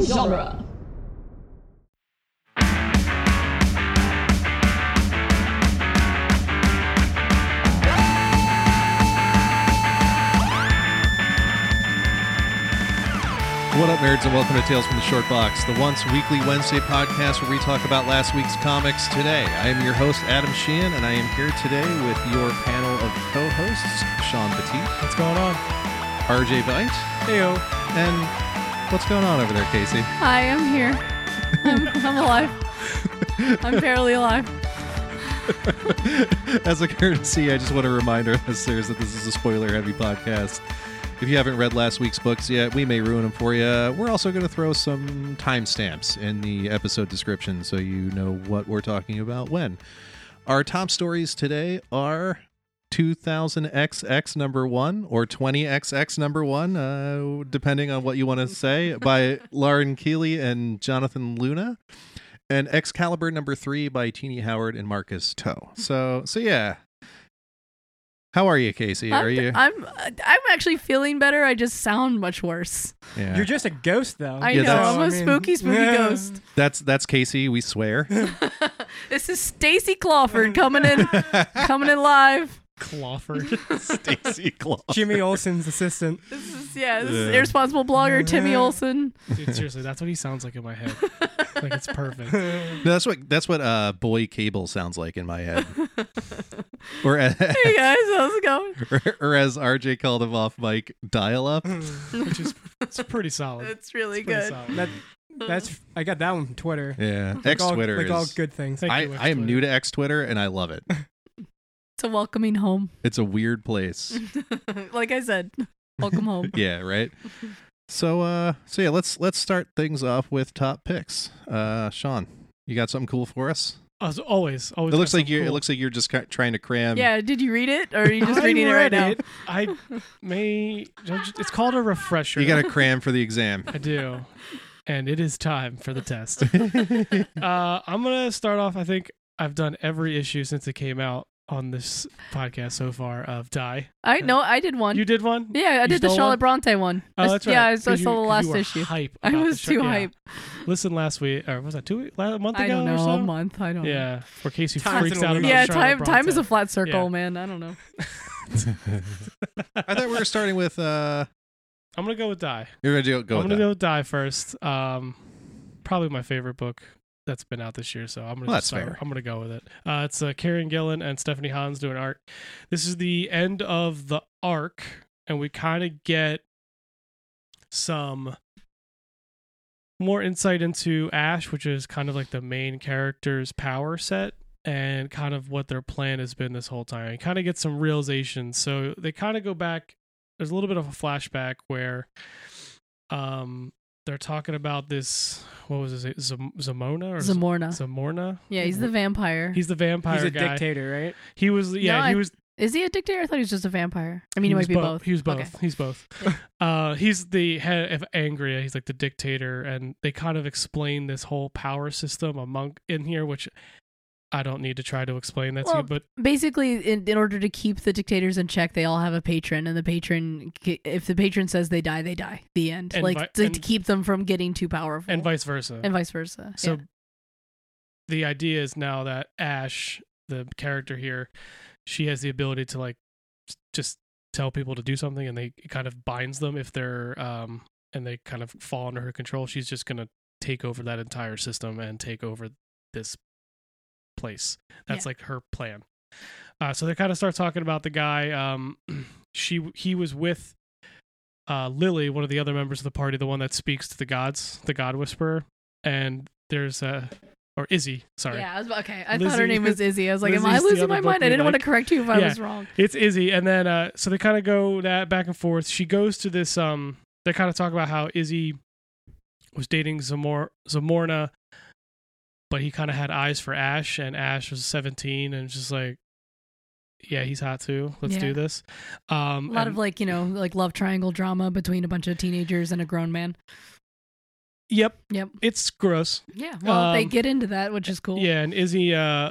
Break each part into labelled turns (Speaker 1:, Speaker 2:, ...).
Speaker 1: genre.
Speaker 2: What up, nerds, and welcome to Tales from the Short Box, the once weekly Wednesday podcast where we talk about last week's comics today. I am your host, Adam Sheehan, and I am here today with your panel of co hosts, Sean Petit,
Speaker 3: What's going on?
Speaker 2: RJ Veit,
Speaker 3: Heyo.
Speaker 2: and what's going on over there, Casey?
Speaker 1: Hi, I'm here. I'm, I'm alive. I'm barely alive.
Speaker 2: As a courtesy, I just want to remind our listeners that this is a spoiler heavy podcast. If you haven't read last week's books yet, we may ruin them for you. We're also going to throw some timestamps in the episode description so you know what we're talking about when. Our top stories today are 2000XX number one or 20XX number one, uh, depending on what you want to say, by Lauren Keeley and Jonathan Luna and Excalibur number three by Teeny Howard and Marcus Toe. So, so yeah. How are you, Casey?
Speaker 1: I'm,
Speaker 2: Are you?
Speaker 1: I'm I'm actually feeling better. I just sound much worse.
Speaker 2: Yeah.
Speaker 3: You're just a ghost, though.
Speaker 1: I
Speaker 2: Oh, Yeah,
Speaker 1: know.
Speaker 2: that's-
Speaker 1: I'm a spooky, spooky ghost.
Speaker 2: that's that's Casey. We swear.
Speaker 1: This is Stacy Clawford coming in, coming in live.
Speaker 4: Clawford.
Speaker 2: Stacy Claw.
Speaker 3: Jimmy Olsen's assistant.
Speaker 1: This is yeah. This
Speaker 2: Yeah.
Speaker 1: is irresponsible blogger Timmy Olson.
Speaker 4: Dude, seriously, that's what he sounds like in my head. Like it's perfect.
Speaker 2: No, that's what that's what uh, boy cable sounds like in my head. or, as,
Speaker 1: Hey guys, how's it going?
Speaker 2: or as RJ called him off mic, dial up.
Speaker 4: Mm. Which is it's pretty solid.
Speaker 1: It's really
Speaker 4: Pretty
Speaker 1: good.
Speaker 4: solid.
Speaker 3: That, that's I got that one from Twitter.
Speaker 2: Yeah,
Speaker 3: Like
Speaker 2: X
Speaker 3: all-
Speaker 2: Twitter
Speaker 3: Like all
Speaker 2: is.
Speaker 3: good things.
Speaker 4: Thank
Speaker 2: I,
Speaker 4: you, X
Speaker 2: I am
Speaker 4: Twitter.
Speaker 2: new to X Twitter and I love it.
Speaker 1: It's a welcoming home.
Speaker 2: It's a weird place.
Speaker 1: like I said, welcome home.
Speaker 2: yeah, right. So uh so yeah, let's let's start things off with top picks. Uh Sean, you got something cool for us?
Speaker 4: As always, always.
Speaker 2: It looks
Speaker 4: got
Speaker 2: like you are
Speaker 4: something
Speaker 2: it
Speaker 4: cool.
Speaker 2: looks like you're just ki- trying to cram
Speaker 1: yeah, did you read it or are you just
Speaker 3: I
Speaker 1: reading it right
Speaker 3: read
Speaker 1: now?
Speaker 3: it.
Speaker 4: I may. It's called a refresher.
Speaker 2: You got to cram for the exam.
Speaker 4: I do, and it is time for the test. uh, I'm gonna start off. I think I've done every issue since it came out on this podcast so far of Die.
Speaker 1: I no, I did one.
Speaker 4: You did one.
Speaker 1: yeah, I
Speaker 4: you
Speaker 1: did the
Speaker 4: stole
Speaker 1: Charlotte
Speaker 4: one?
Speaker 1: Bronte one. I
Speaker 4: Oh,
Speaker 1: s-
Speaker 4: that's right.
Speaker 1: Yeah, I s- I
Speaker 4: Because you-
Speaker 1: saw the
Speaker 4: because
Speaker 1: last
Speaker 4: you were
Speaker 1: issue.
Speaker 4: Hype.
Speaker 1: I
Speaker 4: about the
Speaker 1: was
Speaker 4: show-
Speaker 1: too
Speaker 4: yeah.
Speaker 1: hype.
Speaker 4: Listen, last week or was that two weeks? A month
Speaker 1: I
Speaker 4: ago
Speaker 1: don't know.
Speaker 4: or so?
Speaker 1: A month. I don't know.
Speaker 4: Yeah, where Casey
Speaker 3: Time's
Speaker 4: freaks
Speaker 3: an
Speaker 4: out.
Speaker 3: illusion.
Speaker 4: About
Speaker 1: Yeah,
Speaker 4: Charlotte
Speaker 1: time time
Speaker 4: Bronte.
Speaker 1: is a flat circle,
Speaker 4: Yeah.
Speaker 1: man. I don't know.
Speaker 2: I thought we were starting with uh
Speaker 4: I'm gonna go with die.
Speaker 2: you're going to do go with
Speaker 4: I'm gonna
Speaker 2: that.
Speaker 4: go with die first. Um, probably my favorite book that's been out this year. So I'm gonna
Speaker 2: Well,
Speaker 4: just
Speaker 2: that's
Speaker 4: start-
Speaker 2: fair.
Speaker 4: I'm gonna go with it. Uh, it's uh, Karen Gillan and Stephanie Hans doing art. This is the end of the arc, and we kind of get some more insight into Ash, which is kind of like the main character's power set and kind of what their plan has been this whole time and kind of get some realization. So they kind of go back. There's a little bit of a flashback where um they're talking about this what was it Zam- Zamona or Z-
Speaker 1: Zamorna.
Speaker 4: Zamorna?
Speaker 1: Yeah, he's the vampire.
Speaker 4: He's the vampire
Speaker 3: He's a
Speaker 4: guy.
Speaker 3: dictator, right?
Speaker 4: He was yeah,
Speaker 1: No,
Speaker 4: he
Speaker 1: I-
Speaker 4: was
Speaker 1: Is he a dictator? I thought he was just a vampire. I mean, he,
Speaker 4: was
Speaker 1: might be
Speaker 4: bo-
Speaker 1: both.
Speaker 4: He was both.
Speaker 1: Okay.
Speaker 4: He's both. Uh, he's the head of Angria. He's like the dictator, and they kind of explain this whole power system among in here, which I don't need to try to explain that to
Speaker 1: Well,
Speaker 4: you. But
Speaker 1: Basically, in, in order to keep the dictators in check, they all have a patron, and the patron, if the patron says they die, they die. The end.
Speaker 4: And
Speaker 1: like
Speaker 4: vi-
Speaker 1: to,
Speaker 4: and-
Speaker 1: to keep them from getting too powerful,
Speaker 4: and vice versa.
Speaker 1: and vice versa.
Speaker 4: So
Speaker 1: yeah.
Speaker 4: the idea is now that Ash, the character here, she has the ability to like s- just tell people to do something, and they it kind of binds them if they're um and they kind of fall under her control. She's just gonna take over that entire system and take over this place. That's
Speaker 1: Yeah.
Speaker 4: like her plan. Uh, so they kind of start talking about the guy. Um, she he was with uh, Lily, one of the other members of the party, the one that speaks to the gods, the God Whisperer, and there's a or Izzy. Sorry,
Speaker 1: Yeah, I was, okay. I thought her
Speaker 4: Lizzie-
Speaker 1: name was Izzy. I was like, am I
Speaker 4: Lizzie's the
Speaker 1: losing
Speaker 4: other
Speaker 1: my
Speaker 4: book
Speaker 1: mind? I
Speaker 4: we
Speaker 1: didn't want to
Speaker 4: like.
Speaker 1: correct you if I
Speaker 4: Yeah.
Speaker 1: was wrong.
Speaker 4: it's Izzy, and then uh, so they kind of go that back and forth. She goes to this. Um, they kind of talk about how Izzy was dating Zamor Zamorna, but he kind of had eyes for Ash, and Ash was seventeen, and just like, yeah, he's hot too. Let's
Speaker 1: Yeah.
Speaker 4: do this. Um,
Speaker 1: A lot
Speaker 4: and-
Speaker 1: of like, you know, like love triangle drama between a bunch of teenagers and a grown man.
Speaker 4: yep,
Speaker 1: Yep.
Speaker 4: it's gross.
Speaker 1: Yeah. Well, they
Speaker 4: Um,
Speaker 1: get into that, which is cool.
Speaker 4: Yeah, and Izzy uh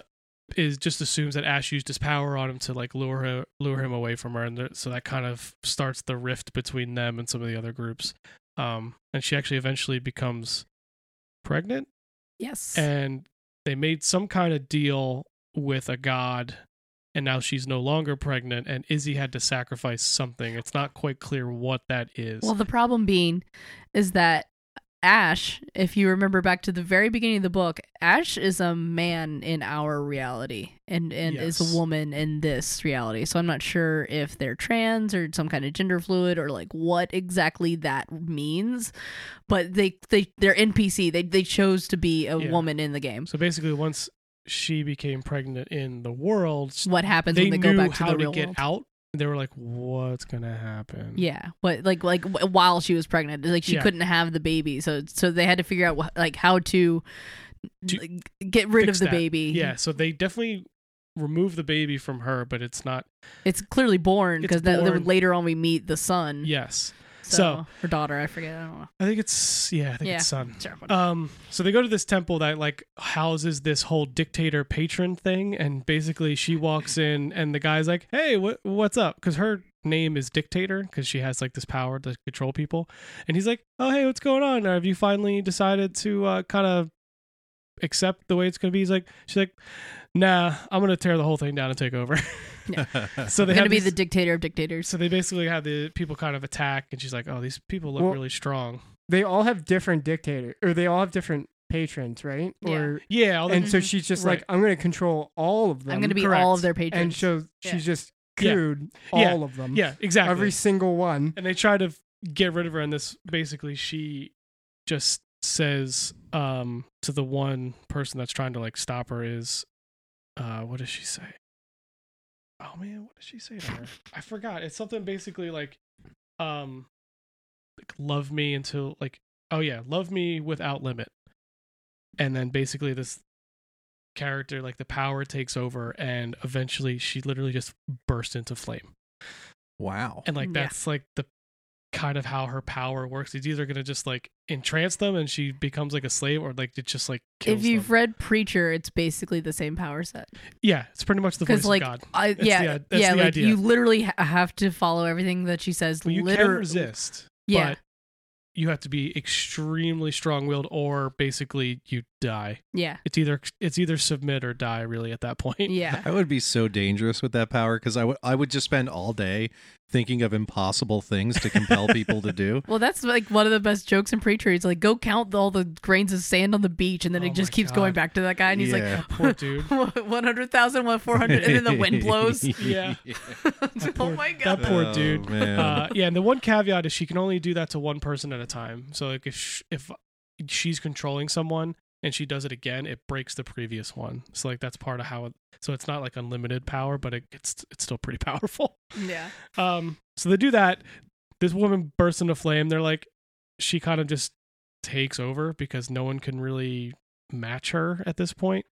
Speaker 4: is just assumes that Ash used his power on him to like lure her, lure him away from her, and th- so that kind of starts the rift between them and some of the other groups. Um, and she actually eventually becomes pregnant
Speaker 1: Yes.
Speaker 4: and they made some kind of deal with a god and now she's no longer pregnant and izzy had to sacrifice something it's not quite clear what that is
Speaker 1: Well, the problem being is that Ash, if you remember back to the very beginning of the book, Ash is a man in our reality and, and is
Speaker 4: Yes.
Speaker 1: a woman in this reality. So I'm not sure if they're trans or some kind of gender fluid or like what exactly that means. But they they they're NPC. They they chose to be a
Speaker 4: Yeah.
Speaker 1: woman in the game.
Speaker 4: so basically once she became pregnant in the world
Speaker 1: What happens
Speaker 4: they,
Speaker 1: when they
Speaker 4: knew
Speaker 1: go back to
Speaker 4: how
Speaker 1: the
Speaker 4: to
Speaker 1: real
Speaker 4: get
Speaker 1: world?
Speaker 4: out and they were like what's gonna happen
Speaker 1: Yeah, but like like w- while she was pregnant, like she
Speaker 4: Yeah.
Speaker 1: couldn't have the baby, so so they had to figure out wh- like how to,
Speaker 4: To
Speaker 1: like, get rid
Speaker 4: fix
Speaker 1: of the
Speaker 4: that.
Speaker 1: baby.
Speaker 4: yeah so they definitely remove the baby from her but it's not
Speaker 1: it's clearly born
Speaker 4: It's
Speaker 1: because then
Speaker 4: born.
Speaker 1: later on we meet the son.
Speaker 4: yes
Speaker 1: so,
Speaker 4: so-
Speaker 1: her daughter, I forget, I don't know.
Speaker 4: i think it's yeah i think
Speaker 1: Yeah.
Speaker 4: it's son
Speaker 1: Sure, whatever.
Speaker 4: Um, so they go to this temple that like houses this whole dictator patron thing, and basically she walks in, and the guy's like, "Hey, what what's up?" Because her name is dictator because she has like this power to control people, and he's like, "Oh, hey, what's going on? Have you finally decided to uh, kind of accept the way it's going to be?" He's like, "She's like, nah, I'm gonna tear the whole thing down and take over." so
Speaker 1: I'm gonna
Speaker 4: they have
Speaker 1: be
Speaker 4: these-
Speaker 1: the dictator of dictators.
Speaker 4: so they basically have the people kind of attack, and she's like, "Oh, these people look
Speaker 3: Well-
Speaker 4: really strong."
Speaker 3: They all have different dictator, or they all have different patrons, right?
Speaker 1: Yeah. Mm-hmm.
Speaker 3: Or
Speaker 4: Yeah, all the-
Speaker 3: and so she's just like,
Speaker 4: Right.
Speaker 3: I'm gonna control all of them.
Speaker 1: I'm gonna be
Speaker 4: correct.
Speaker 1: all of their patrons.
Speaker 3: and so
Speaker 1: Yeah.
Speaker 3: she's just
Speaker 4: Yeah.
Speaker 3: cooed
Speaker 4: Yeah.
Speaker 3: all of them.
Speaker 4: yeah, exactly.
Speaker 3: every single one.
Speaker 4: and they try to f- get rid of her and this basically she just says um to the one person that's trying to like stop her is uh what does she say oh man what does she say to her i forgot it's something basically like um like love me until like oh yeah love me without limit and then basically this character like the power takes over and eventually she literally just bursts into flame
Speaker 2: wow.
Speaker 4: and like
Speaker 1: Yeah.
Speaker 4: that's like the kind of how her power works. She's either gonna just like entrance them and she becomes like a slave, or like it just like kills
Speaker 1: if you've
Speaker 4: them.
Speaker 1: read Preacher, it's basically the same power set.
Speaker 4: yeah, it's pretty much the voice
Speaker 1: Because like,
Speaker 4: of God.
Speaker 1: I,
Speaker 4: It's
Speaker 1: yeah,
Speaker 4: the- that's
Speaker 1: yeah,
Speaker 4: the
Speaker 1: like
Speaker 4: idea.
Speaker 1: you literally ha- have to follow everything that she says.
Speaker 4: Well, you can
Speaker 1: liter-
Speaker 4: resist,
Speaker 1: Yeah,
Speaker 4: but you have to be extremely strong-willed, or basically you die.
Speaker 1: yeah,
Speaker 4: It's either it's either submit or die. Really, at that point,
Speaker 1: yeah.
Speaker 2: I would be so dangerous with that power because I would I would just spend all day thinking of impossible things to compel people to do.
Speaker 1: Well, that's like one of the best jokes in Preacher. He's like, go count all the grains of sand on the beach. And then
Speaker 4: Oh
Speaker 1: it just
Speaker 4: my
Speaker 1: keeps
Speaker 4: God.
Speaker 1: going back to that guy. And he's
Speaker 2: Yeah.
Speaker 4: poor dude.
Speaker 1: like, 100,000, 1,400. And then the wind blows.
Speaker 4: Yeah.
Speaker 1: oh my
Speaker 4: that
Speaker 1: God.
Speaker 4: poor
Speaker 2: Oh,
Speaker 4: dude.
Speaker 2: man.
Speaker 4: Uh, yeah, and the one caveat is she can only do that to one person at a time. So like if sh- if she's controlling someone and she does it again, it breaks the previous one. So like that's part of how. It, so it's not like unlimited power, but it, it's it's still pretty powerful.
Speaker 1: yeah.
Speaker 4: Um, so they do that. This woman bursts into flame. They're like, she kind of just takes over because no one can really match her at this point.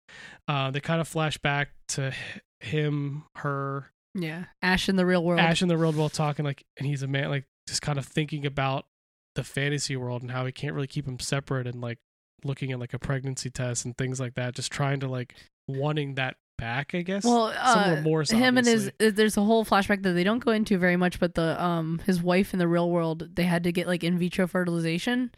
Speaker 4: Uh, they kind of flash back to h- him, her,
Speaker 1: Yeah. Ash in the real world.
Speaker 4: Ash in the real world talking like, and he's a man like just kind of thinking about the fantasy world and how he can't really keep him separate and like looking at like a pregnancy test and things like that, just trying to like wanting that back, I guess.
Speaker 1: Well,
Speaker 4: Some
Speaker 1: uh,
Speaker 4: remorse,
Speaker 1: him and his
Speaker 4: obviously.
Speaker 1: uh, there's a whole flashback that they don't go into very much, but the um his wife in the real world they had to get like in vitro fertilization,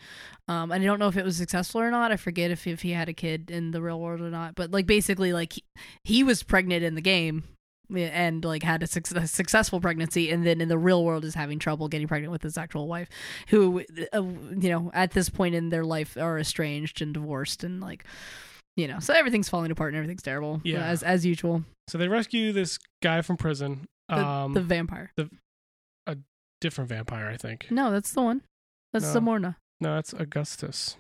Speaker 1: um and I don't know if it was successful or not. I forget if if he had a kid in the real world or not, but like basically like he, he was pregnant in the game yeah, and like had a, suc- a successful pregnancy and then in the real world is having trouble getting pregnant with his actual wife who uh, you know at this point in their life are estranged and divorced and like you know so everything's falling apart and everything's terrible
Speaker 4: Yeah.
Speaker 1: as as usual
Speaker 4: So they rescue this guy from prison.
Speaker 1: the,
Speaker 4: um
Speaker 1: the vampire.
Speaker 4: different vampire, I think.
Speaker 1: No, that's the one. That's
Speaker 4: No.
Speaker 1: Zamorna.
Speaker 4: No, that's Augustus.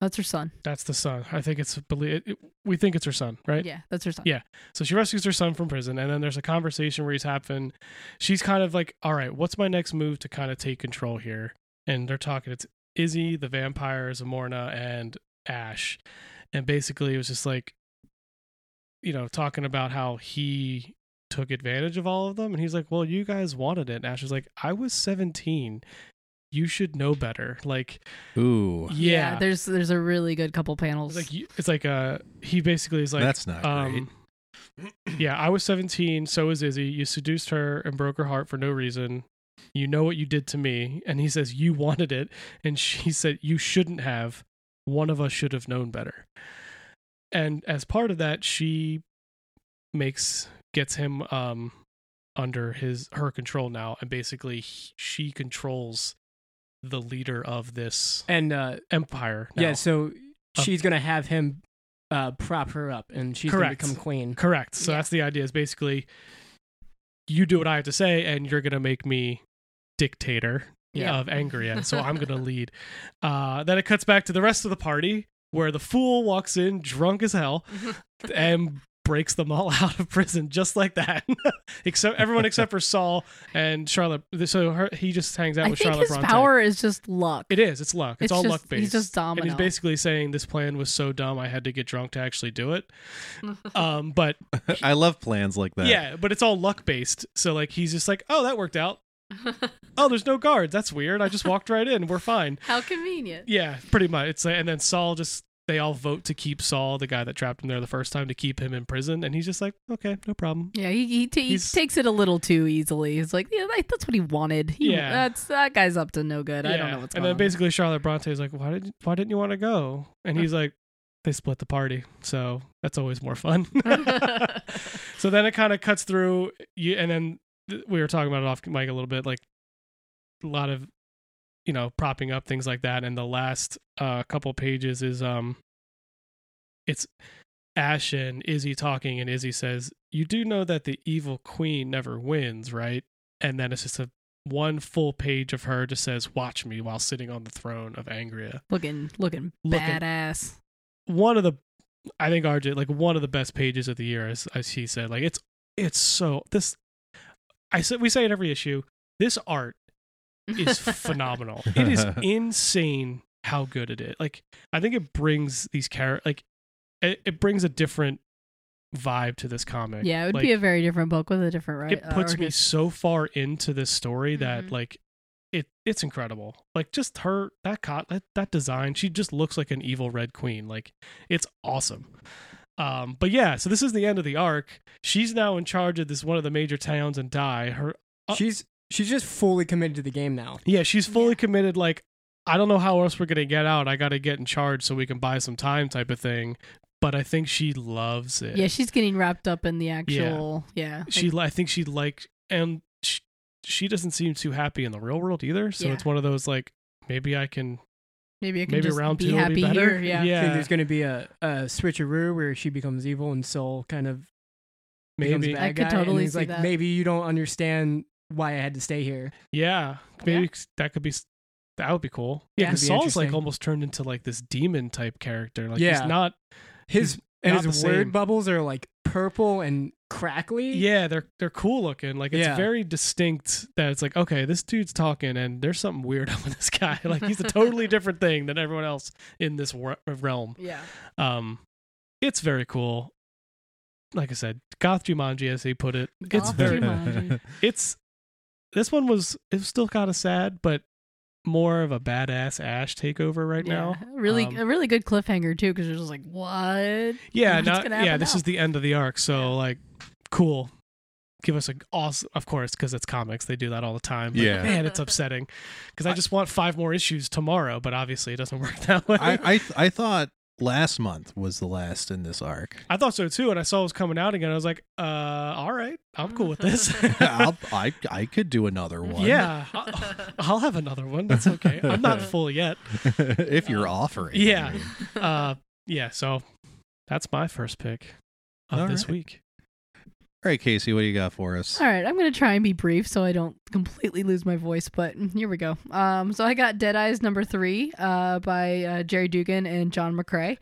Speaker 1: That's her son.
Speaker 4: That's the son. I think it's belie- it, it- we think it's her son, right?
Speaker 1: Yeah, that's her son.
Speaker 4: Yeah. So she rescues her son from prison, and then there's a conversation where he's happened. She's kind of like, "All right, what's my next move to kind of take control here?" And they're talking. It's Izzy, the vampire, Zamorna, and Ash, and basically it was just like, you know, talking about how he took advantage of all of them, and he's like, "Well, you guys wanted it." And Ash is like, "I was 17. You should know better." Like,
Speaker 2: Ooh,
Speaker 4: yeah,
Speaker 1: There's there's a really good couple
Speaker 4: it's
Speaker 1: panels.
Speaker 4: like you- it's like uh he basically is like
Speaker 2: that's not great.
Speaker 4: um, yeah, I was 17, so is Izzy. You seduced her and broke her heart for no reason. You know what you did to me. And he says, You wanted it. And she said, You shouldn't have. one of us should have known better. And as part of that, she makes gets him um under his her control now and basically he- she controls the leader of this
Speaker 3: And uh,
Speaker 4: empire now.
Speaker 3: yeah, so
Speaker 4: Um,
Speaker 3: she's gonna have him uh, prop her up, and she's
Speaker 4: Correct.
Speaker 3: gonna become queen.
Speaker 4: Correct. So
Speaker 1: Yeah.
Speaker 4: that's the idea is basically you do what I have to say and you're going to make me dictator
Speaker 1: Yeah.
Speaker 4: of Angria. So I'm going to lead. Uh, then it cuts back to the rest of the party where the fool walks in drunk as hell and breaks them all out of prison just like that. except everyone except for Saul and Charlotte. So her, he just hangs out
Speaker 1: I
Speaker 4: with
Speaker 1: think
Speaker 4: Charlotte
Speaker 1: his
Speaker 4: Bronte.
Speaker 1: power is just luck.
Speaker 4: It is. It's luck. It's, all
Speaker 1: just,
Speaker 4: luck based.
Speaker 1: He's just
Speaker 4: and
Speaker 1: domino.
Speaker 4: he's basically saying this plan was so dumb I had to get drunk to actually do it. Um, but
Speaker 2: I love plans like that.
Speaker 4: yeah, but it's all luck based. So like he's just like, oh, that worked out. Oh, there's no guards. That's weird. I just walked right in. We're fine.
Speaker 1: How convenient.
Speaker 4: Yeah, pretty much. It's like, and then Saul just they all vote to keep Saul, the guy that trapped him there the first time, to keep him in prison, and he's just like, okay, no problem.
Speaker 1: Yeah, he he, ta- he
Speaker 4: He's-
Speaker 1: takes it a little too easily. He's like, yeah, that- that's what he wanted. He-
Speaker 4: Yeah.
Speaker 1: that's that guy's up to no good. I don't
Speaker 4: Yeah.
Speaker 1: know what's
Speaker 4: And
Speaker 1: going
Speaker 4: then basically Charlotte Bronte is like, why did why didn't you want to go? And he's like, they split the party, so that's always more fun.
Speaker 1: on.
Speaker 4: So then it kind of cuts through you, and then th- we were talking about it off mic a little bit, like a lot of you know propping up things like that. And the last uh, couple pages is um, it's Ash and Izzy talking, and Izzy says, "You do know that the evil queen never wins, right?" And then it's just a one full page of her just says, "Watch me" while sitting on the throne of Angria.
Speaker 1: looking looking
Speaker 4: Looking-
Speaker 1: badass.
Speaker 4: one of the I think RJ like one of the best pages of the year as as he said. Like it's it's so this I said we say it every issue. This art is phenomenal. It is insane how good it is. Like I think it brings these characters like it, it brings a different vibe to this comic.
Speaker 1: Yeah, it would
Speaker 4: like,
Speaker 1: be a very different book with a different right. uh,
Speaker 4: it puts me so far into this story that
Speaker 1: Mhm.
Speaker 4: like it it's incredible. Like just her that cot that, that design, she just looks like an evil red queen. Like it's awesome. Um, but yeah, so this is the end of the arc. She's now in charge of this one of the major towns and die. Her Uh,
Speaker 3: She's she's just fully committed to the game now.
Speaker 4: yeah, she's fully
Speaker 1: Yeah.
Speaker 4: committed. Like I don't know how else we're gonna get out. I gotta get in charge so we can buy some time type of thing. But I think she loves it.
Speaker 1: Yeah, she's getting wrapped up in the actual. Yeah,
Speaker 4: she li- i think she liked and she, she doesn't seem too happy in the real world either so
Speaker 1: Yeah.
Speaker 4: it's one of those like maybe i can
Speaker 1: maybe I can
Speaker 4: maybe
Speaker 1: just
Speaker 4: round
Speaker 1: be
Speaker 4: two
Speaker 1: happy
Speaker 4: will be better
Speaker 1: here. Yeah.
Speaker 3: I think there's gonna be a, a switcheroo where she becomes evil and Soul kind of becomes
Speaker 4: maybe
Speaker 3: bad
Speaker 1: I could
Speaker 3: guy, and
Speaker 1: totally
Speaker 3: he's
Speaker 1: see
Speaker 3: like,
Speaker 1: that.
Speaker 3: maybe you don't understand why I had to stay here.
Speaker 4: yeah maybe that could be s- that would be cool yeah,
Speaker 1: Yeah.
Speaker 4: 'cause
Speaker 3: That'd be
Speaker 4: saul's like
Speaker 3: interesting.
Speaker 4: almost turned into like this demon type character like
Speaker 3: Yeah.
Speaker 4: he's not
Speaker 3: His
Speaker 4: He's
Speaker 3: and
Speaker 4: not
Speaker 3: his
Speaker 4: the
Speaker 3: word
Speaker 4: same.
Speaker 3: bubbles are like purple and crackly.
Speaker 4: yeah they're they're cool looking like it's
Speaker 3: Yeah.
Speaker 4: very distinct that it's like okay this dude's talking and there's something weird up with this guy like he's a totally different thing than everyone else in this wor- realm
Speaker 1: Yeah.
Speaker 4: Um, it's very cool. Like I said, Goth Jumanji, as he put it, it's
Speaker 1: Goth
Speaker 4: very.
Speaker 1: Jumanji.
Speaker 4: It's this one was it was still kind of sad, but more of a badass Ash takeover right now.
Speaker 1: Yeah. Really,
Speaker 4: Um,
Speaker 1: a really good cliffhanger too, because you're just like, what?
Speaker 4: Yeah,
Speaker 1: What's
Speaker 4: not,
Speaker 1: gonna
Speaker 4: yeah.
Speaker 1: happen
Speaker 4: This
Speaker 1: now?
Speaker 4: is the end of the arc, so like, cool. Give us an awesome, of course, because it's comics. They do that all the time. But
Speaker 2: Yeah.
Speaker 4: man, it's upsetting because I just want five more issues tomorrow, but obviously it doesn't work that way.
Speaker 2: I I, th- I thought last month was the last in this arc.
Speaker 4: I thought so too, and I saw it was coming out again. I was like, uh, all right, I'm cool with this.
Speaker 2: I'll, I I could do another one.
Speaker 4: Yeah, I'll, I'll have another one. That's okay. I'm not full yet.
Speaker 2: if you're offering. I
Speaker 4: Yeah.
Speaker 2: mean.
Speaker 4: Uh, yeah. So that's my first pick of
Speaker 2: All
Speaker 4: this
Speaker 2: right.
Speaker 4: week.
Speaker 2: All right, Casey, what do you got for us?
Speaker 1: All right, I'm gonna try and be brief so I don't completely lose my voice. But mm, here we go. Um, so I got Dead Eyes number three, uh, by uh, Jerry Dugan and John McRae,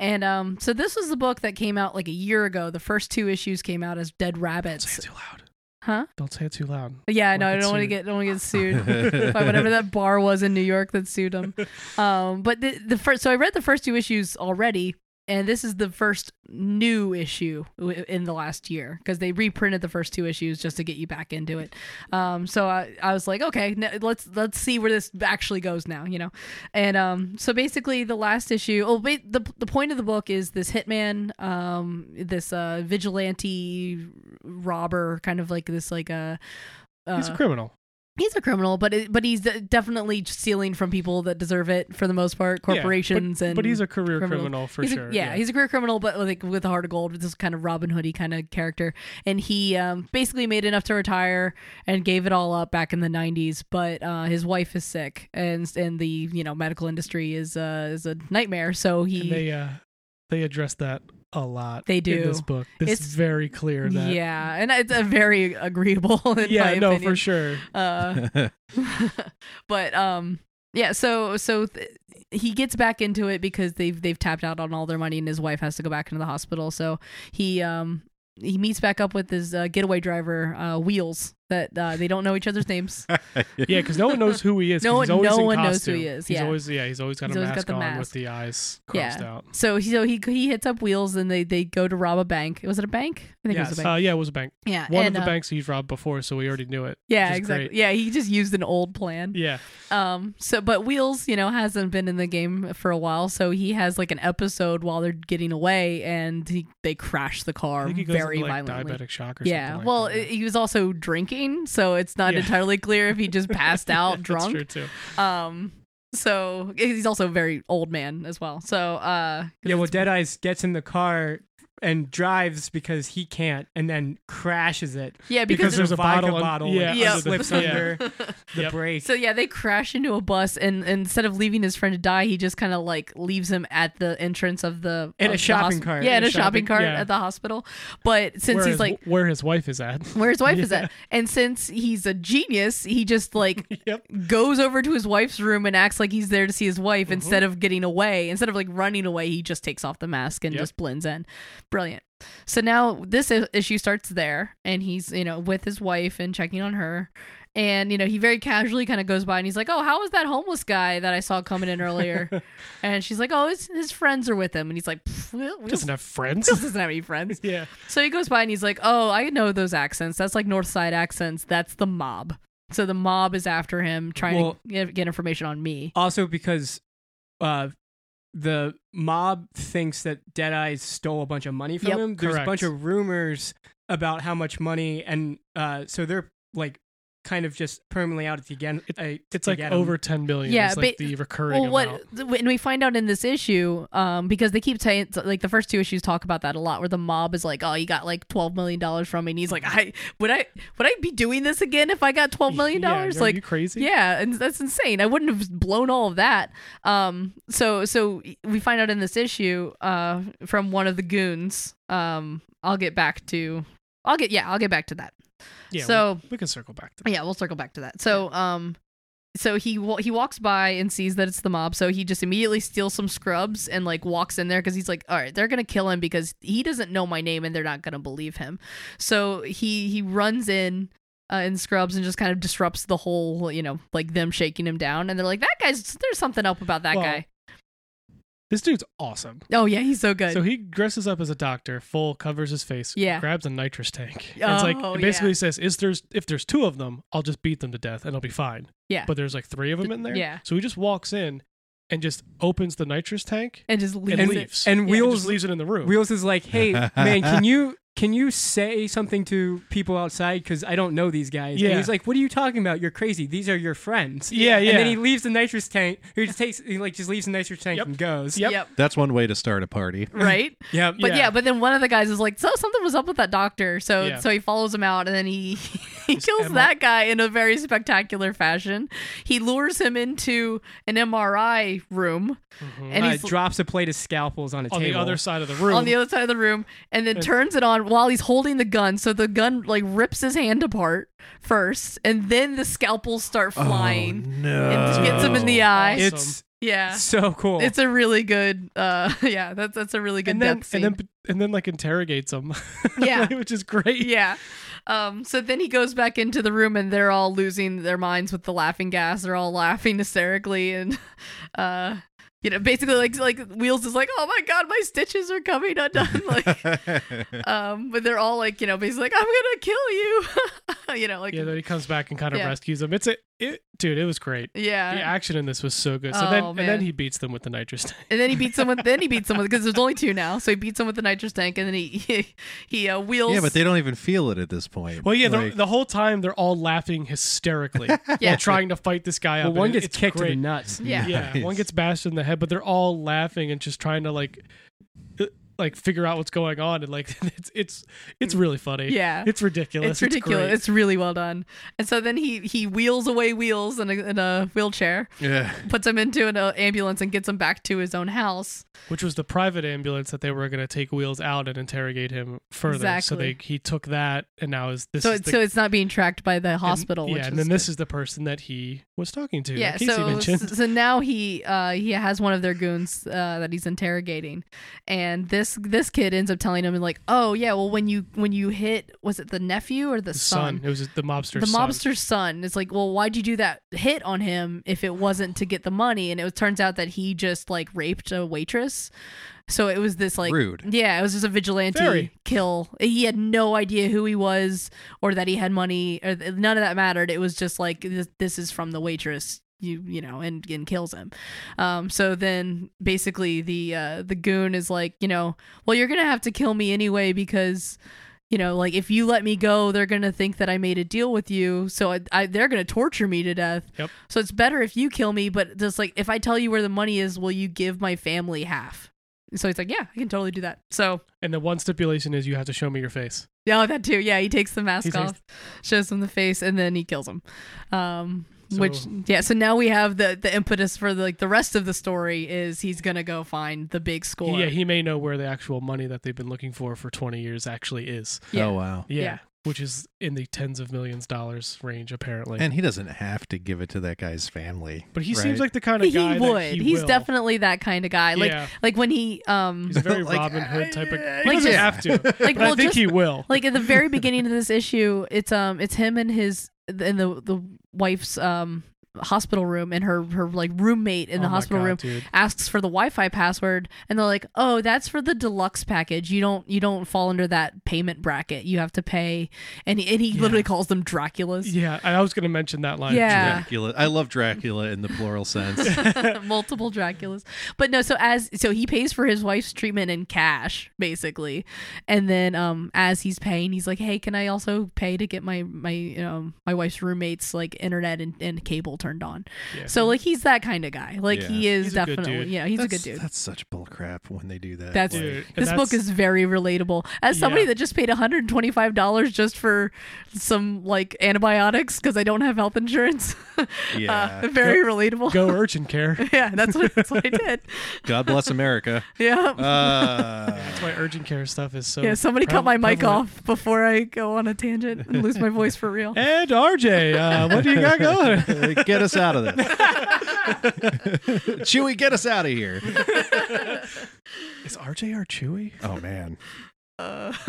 Speaker 1: and um, so this was the book that came out like a year ago. The first two issues came out as Dead
Speaker 4: Don't say
Speaker 1: Rabbits,
Speaker 4: it too loud.
Speaker 1: huh?
Speaker 4: Don't say it too loud.
Speaker 1: Yeah, no,
Speaker 4: Or
Speaker 1: I
Speaker 4: get
Speaker 1: don't want to
Speaker 4: sued.
Speaker 1: get don't want to get sued. by whatever that bar was in New York that sued him. Um, but the, the first, so I read the first two issues already, and this is the first new issue w- in the last year because they reprinted the first two issues just to get you back into it. Um, so I, I was like, okay, n- let's let's see where this actually goes now, you know. And um, so basically, the last issue. Oh, wait, the the point of the book is this hitman, um, this uh, vigilante robber, kind of like this like a. Uh,
Speaker 4: He's a criminal.
Speaker 1: He's a criminal, but it, but he's definitely stealing from people that deserve it for the most part,
Speaker 4: but-
Speaker 1: corporations and
Speaker 4: But he's a career
Speaker 1: criminal.
Speaker 4: criminal, for
Speaker 1: he's a-
Speaker 4: sure.
Speaker 1: yeah, he's a career criminal, but like with a heart of gold, with this kind of Robin Hoody kind of character. And he um, basically made enough to retire and gave it all up back in the '90s. But uh, his wife is sick, and and the you know medical industry is uh, is a nightmare. So he
Speaker 4: And they uh, they address that a lot.
Speaker 1: They
Speaker 4: in this
Speaker 1: do.
Speaker 4: book. This
Speaker 1: It's-
Speaker 4: is very clear that
Speaker 1: yeah, and it's a very agreeable. In
Speaker 4: yeah,
Speaker 1: my
Speaker 4: no,
Speaker 1: opinion.
Speaker 4: for sure.
Speaker 1: Uh, but um yeah so so th- he gets back into it because they've they've tapped out on all their money and his wife has to go back into the hospital so he um he meets back up with his uh, getaway driver uh, wheels that uh, they don't know each other's names
Speaker 4: Yeah, because no one knows who he is. 'cause
Speaker 1: No
Speaker 4: he's
Speaker 1: one-
Speaker 4: always
Speaker 1: no
Speaker 4: in
Speaker 1: one knows
Speaker 4: costume.
Speaker 1: who he is,
Speaker 4: He's
Speaker 1: yeah.
Speaker 4: always yeah. He's always got
Speaker 1: He's
Speaker 4: a
Speaker 1: always got
Speaker 4: mask
Speaker 1: the
Speaker 4: on with
Speaker 1: mask.
Speaker 4: the eyes crossed out.
Speaker 1: so he so he he hits up wheels and they they go to rob a bank was it a bank i think it was
Speaker 4: Yes.
Speaker 1: a
Speaker 4: Uh,
Speaker 1: bank
Speaker 4: yeah, it was a bank.
Speaker 1: yeah
Speaker 4: One
Speaker 1: and,
Speaker 4: of the
Speaker 1: uh,
Speaker 4: banks he's robbed before, so we already knew it.
Speaker 1: yeah
Speaker 4: which is
Speaker 1: exactly
Speaker 4: great.
Speaker 1: yeah he just used an old plan
Speaker 4: Yeah,
Speaker 1: Um. So, but Wheels, you know, hasn't been in the game for a while, so he has like an episode while they're getting away, and he, they crash the
Speaker 4: I
Speaker 1: car
Speaker 4: think he goes
Speaker 1: very
Speaker 4: into, like,
Speaker 1: violently.
Speaker 4: diabetic shock or
Speaker 1: yeah.
Speaker 4: something. like
Speaker 1: well,
Speaker 4: that.
Speaker 1: it- he was also drinking, so it's not
Speaker 4: Yeah.
Speaker 1: entirely clear if he just passed out
Speaker 4: That's
Speaker 1: drunk.
Speaker 4: true, too.
Speaker 1: Um. So he's also a very old man as well. So uh. 'cause
Speaker 3: Yeah, well,
Speaker 1: it's-
Speaker 3: Deadeyes gets in the car and drives because he can't, and then crashes it
Speaker 1: yeah, because.
Speaker 3: because there's
Speaker 4: there's
Speaker 3: a
Speaker 4: a
Speaker 3: vodka
Speaker 4: bottle un-
Speaker 3: bottle.
Speaker 4: yeah,
Speaker 3: and
Speaker 1: Yep.
Speaker 3: it slips
Speaker 1: Yeah.
Speaker 3: under the
Speaker 4: Yep.
Speaker 3: brake.
Speaker 1: so yeah, they crash into a bus, and, and instead of leaving his friend to die, he just kind of like leaves him at the entrance of the
Speaker 3: In
Speaker 1: of
Speaker 3: a
Speaker 1: the
Speaker 3: shopping
Speaker 1: hosp-
Speaker 3: cart.
Speaker 1: Yeah, in
Speaker 4: In
Speaker 1: a
Speaker 4: a
Speaker 1: shopping
Speaker 4: shopping-
Speaker 1: cart
Speaker 4: yeah.
Speaker 1: at the hospital. But since
Speaker 4: where
Speaker 1: he's
Speaker 4: his,
Speaker 1: like
Speaker 4: where his wife is at.
Speaker 1: where his wife is
Speaker 4: Yeah.
Speaker 1: at. And since he's a genius, he just like
Speaker 4: yep.
Speaker 1: goes over to his wife's room and acts like he's there to see his wife instead of getting away. Instead of like running away, he just takes off the mask and
Speaker 4: Yep.
Speaker 1: just blends in. Brilliant. So now this i- issue starts there and he's, you know, with his wife and checking on her. And you know, he very casually kind of goes by and he's like, "Oh, how was that homeless guy that I saw coming in earlier?" and she's like, "Oh, his, his friends are with him." And he's like, "Pff, Will Will
Speaker 4: Doesn't have friends.
Speaker 1: doesn't have any friends."
Speaker 4: yeah.
Speaker 1: So he goes by and he's like, "Oh, I know those accents. That's like North Side accents. That's the mob." So the mob is after him, trying
Speaker 3: Well-
Speaker 1: to get, get information on me.
Speaker 3: also because uh the mob thinks that Deadeye stole a bunch of money from
Speaker 1: Yep.
Speaker 3: him. There's a
Speaker 4: Correct.
Speaker 3: bunch of rumors about how much money, and uh, so they're like kind of just permanently out at the again.
Speaker 4: It's like over ten million.
Speaker 1: Yeah,
Speaker 4: is like
Speaker 1: but-
Speaker 4: the recurring
Speaker 1: Well, what
Speaker 4: amount.
Speaker 1: and we find out in this issue, um, because they keep saying like the first two issues talk about that a lot, where the mob is like, "Oh, you got like twelve million dollars from me," and he's like, "I would I would I be doing this again if I got twelve million
Speaker 4: Yeah,
Speaker 1: dollars?"
Speaker 4: are
Speaker 1: like,
Speaker 4: you crazy?
Speaker 1: Yeah, and that's insane. I wouldn't have blown all of that. Um, so so we find out in this issue, uh, from one of the goons. Um, I'll get back to, I'll get yeah, I'll get back to that.
Speaker 4: Yeah,
Speaker 1: so
Speaker 4: we, we can circle back to that.
Speaker 1: yeah, we'll circle back to that. So, um, so he wa- he walks by and sees that it's the mob. So he just immediately steals some scrubs and like walks in there because he's like, all right, they're gonna kill him because he doesn't know my name and they're not gonna believe him. So he he runs in. Uh, in scrubs and just kind of disrupts the whole, you know, like them shaking him down, and they're like, "That guy's there's something up about that
Speaker 4: Well,
Speaker 1: guy."
Speaker 4: This dude's awesome.
Speaker 1: Oh yeah, he's so good.
Speaker 4: So he dresses up as a doctor, full covers his face,
Speaker 1: Yeah.
Speaker 4: grabs a nitrous tank. and it's like
Speaker 1: Oh,
Speaker 4: it basically
Speaker 1: yeah.
Speaker 4: says, "Is there's if there's two of them, I'll just beat them to death and I'll be fine."
Speaker 1: Yeah.
Speaker 4: But there's like three of them in there.
Speaker 1: Yeah.
Speaker 4: So he just walks in and just opens the nitrous tank
Speaker 1: and just leaves.
Speaker 4: and
Speaker 1: it.
Speaker 4: leaves.
Speaker 3: and
Speaker 4: He
Speaker 3: Wheels-
Speaker 4: just leaves it in the room.
Speaker 3: Wheels is like, hey man, can you can you say something to people outside because I don't know these guys? And
Speaker 4: Yeah.
Speaker 3: he's like, what are you talking about? You're crazy. These are your friends.
Speaker 4: yeah, yeah.
Speaker 3: And then he leaves the nitrous tank. He just takes he like just leaves the nitrous tank
Speaker 4: Yep.
Speaker 3: and goes.
Speaker 4: Yep.
Speaker 2: That's one way to start a party.
Speaker 1: right.
Speaker 3: Yep.
Speaker 1: But yeah.
Speaker 4: Yeah.
Speaker 1: but then one of the guys is like, so something was up with that doctor. So
Speaker 4: Yeah.
Speaker 1: so he follows him out, and then he he kills
Speaker 3: MR
Speaker 1: that guy in a very spectacular fashion. He lures him into an MRI room,
Speaker 4: Mhm.
Speaker 1: and
Speaker 3: uh,
Speaker 1: he's
Speaker 3: drops a plate of scalpels on a
Speaker 4: on
Speaker 3: table.
Speaker 4: the other side of the room.
Speaker 1: on the other side of the room, and then
Speaker 4: And-
Speaker 1: turns it on while he's holding the gun. So the gun like rips his hand apart first, and then the scalpels start
Speaker 4: Oh,
Speaker 1: flying
Speaker 2: Oh, no.
Speaker 1: and just gets him in the eye.
Speaker 4: Awesome.
Speaker 3: It's
Speaker 1: yeah,
Speaker 3: so cool.
Speaker 1: it's a really good. uh Yeah, that's that's a really good
Speaker 4: and then,
Speaker 1: death scene.
Speaker 4: and then and then like interrogates him.
Speaker 1: Yeah.
Speaker 4: which is great.
Speaker 1: yeah. Um, so then he goes back into the room and they're all losing their minds with the laughing gas. They're all laughing hysterically and uh you know, basically like like Wheels is like, Oh my god, my stitches are coming undone like um, but they're all like, you know, basically like, I'm gonna kill you. you know, like
Speaker 4: yeah,
Speaker 1: yeah,
Speaker 4: then he comes back and kind of
Speaker 1: Yeah.
Speaker 4: rescues them. It's a it, dude. It was great. the action in this was so good. So then
Speaker 1: Oh,
Speaker 4: and then
Speaker 1: man.
Speaker 4: he beats them with the nitrous tank.
Speaker 1: And then he beats him with then he beats him with because there's only two now, so he beats him with the nitrous tank, and then he he, he uh, wheels.
Speaker 2: Yeah, but they don't even feel it at this point.
Speaker 4: Well, yeah,
Speaker 2: Like-
Speaker 4: the, the whole time they're all laughing hysterically while
Speaker 1: Yeah.
Speaker 4: trying to fight this guy
Speaker 3: Well,
Speaker 4: up.
Speaker 3: one
Speaker 4: and it-
Speaker 3: gets
Speaker 4: it's
Speaker 3: kicked
Speaker 4: great.
Speaker 3: in the nuts.
Speaker 1: yeah.
Speaker 4: yeah,
Speaker 2: Nice.
Speaker 4: one gets bashed in the head, but they're all laughing and just trying to like, uh, like figure out what's going on, and like it's it's it's really funny.
Speaker 1: Yeah.
Speaker 4: it's ridiculous.
Speaker 1: It's ridiculous.
Speaker 4: great.
Speaker 1: It's, really well done. And so then he he wheels away wheels in a, in a wheelchair,
Speaker 2: yeah.
Speaker 1: puts him into an uh, ambulance, and gets him back to his own house.
Speaker 4: Which was the private ambulance that they were going to take Wheels out and interrogate him further. So
Speaker 1: Exactly.
Speaker 4: they he took that, and now is this
Speaker 1: so
Speaker 4: is
Speaker 1: it's
Speaker 4: the,
Speaker 1: so it's not being tracked by the
Speaker 4: and-
Speaker 1: hospital.
Speaker 4: yeah,
Speaker 1: which
Speaker 4: and
Speaker 1: is
Speaker 4: then this is the person that he was talking to.
Speaker 1: yeah
Speaker 4: that Casey
Speaker 1: so
Speaker 4: mentioned.
Speaker 1: so now he uh he has one of their goons uh that he's interrogating and this this kid ends up telling him like oh yeah well when you when you hit was it the nephew or the,
Speaker 4: The son.
Speaker 1: son,
Speaker 4: It was the mobster.
Speaker 1: the
Speaker 4: son.
Speaker 1: mobster's son it's like well why'd you do that hit on him if it wasn't to get the money and it was, turns out that he just like raped a waitress so it was this like
Speaker 2: Rude.
Speaker 1: yeah it was just a vigilante
Speaker 4: Very.
Speaker 1: kill he had no idea who he was or that he had money or th- none of that mattered it was just like this, this is from the waitress you you know and, and kills him um so then basically the uh the goon is like you know well you're gonna have to kill me anyway because you know like if you let me go they're gonna think that i made a deal with you so i, I they're gonna torture me to death
Speaker 4: Yep.
Speaker 1: so it's better if you kill me but just like if i tell you where the money is will you give my family half so he's like yeah i can totally do that so
Speaker 4: And the one stipulation is you have to show me your face.
Speaker 1: yeah, oh, that too. Yeah, he takes the mask
Speaker 4: He takes-
Speaker 1: off, shows him the face, and then he kills him. Um,
Speaker 4: So-
Speaker 1: which yeah, so now we have the the impetus for the, like the rest of the story is he's gonna go find the big score.
Speaker 4: Yeah, he may know where the actual money that they've been looking for for 20 years actually is.
Speaker 1: Yeah.
Speaker 2: Oh wow.
Speaker 4: Yeah.
Speaker 1: Yeah.
Speaker 4: Which is in the tens of millions dollars range, apparently.
Speaker 2: And he doesn't have to give it to that guy's family.
Speaker 4: but he
Speaker 2: right?
Speaker 4: seems like the kind of
Speaker 1: He
Speaker 4: guy
Speaker 1: would.
Speaker 4: That he
Speaker 1: he's
Speaker 4: will.
Speaker 1: definitely that kind of guy. Like
Speaker 4: Yeah.
Speaker 1: like when he um
Speaker 4: He's a very
Speaker 2: Like,
Speaker 4: Robin Hood
Speaker 2: I-
Speaker 4: type of. He
Speaker 2: I
Speaker 4: doesn't
Speaker 2: just-
Speaker 4: have to,
Speaker 1: like
Speaker 4: but
Speaker 1: well
Speaker 4: I think
Speaker 1: just
Speaker 4: he will.
Speaker 1: like at the very beginning of this issue, it's um it's him and his and the the wife's um hospital room and her her like roommate in the
Speaker 4: Oh my
Speaker 1: hospital
Speaker 4: God,
Speaker 1: room
Speaker 4: dude.
Speaker 1: asks for the Wi-Fi password, and they're like, "Oh, that's for the deluxe package. You don't you don't fall under that payment bracket. You have to pay." And he, and he
Speaker 4: Yeah.
Speaker 1: literally calls them Draculas
Speaker 4: Yeah, and I was going to mention that line.
Speaker 1: Yeah.
Speaker 2: Dracula. I love Dracula in the plural sense.
Speaker 1: multiple Draculas. But no, so as so he pays for his wife's treatment in cash, basically, and then um as he's paying, he's like, "Hey, can I also pay to get my my you know my wife's roommate's like internet and, and cable turned on?"
Speaker 4: Yeah.
Speaker 1: So like he's that kind of guy. Like
Speaker 2: Yeah.
Speaker 1: he is
Speaker 4: He's a good
Speaker 1: definitely
Speaker 4: dude.
Speaker 1: yeah, he's a
Speaker 2: that's,
Speaker 1: good dude.
Speaker 2: That's such bullcrap when they do that.
Speaker 1: That's-
Speaker 2: like-
Speaker 4: Dude, and
Speaker 1: this book
Speaker 4: that's-
Speaker 1: is very relatable. As somebody
Speaker 4: Yeah.
Speaker 1: that just paid $125 just for some like antibiotics because I don't have health insurance,
Speaker 2: yeah.
Speaker 1: uh, very relatable.
Speaker 4: Go urchin care.
Speaker 1: yeah, that's what, that's what I did.
Speaker 2: God bless America.
Speaker 1: Yeah.
Speaker 2: Um, Uh,
Speaker 4: That's why urgent care stuff is so.
Speaker 1: yeah, somebody cut my
Speaker 4: prev-
Speaker 1: mic
Speaker 4: prevalent.
Speaker 1: off before I go on a tangent and lose my voice for real.
Speaker 4: And RJ, uh, what do you got going?
Speaker 2: get us out of this. Chewy, get us out of here.
Speaker 4: Is RJ our Chewy?
Speaker 2: Oh man.
Speaker 1: Uh,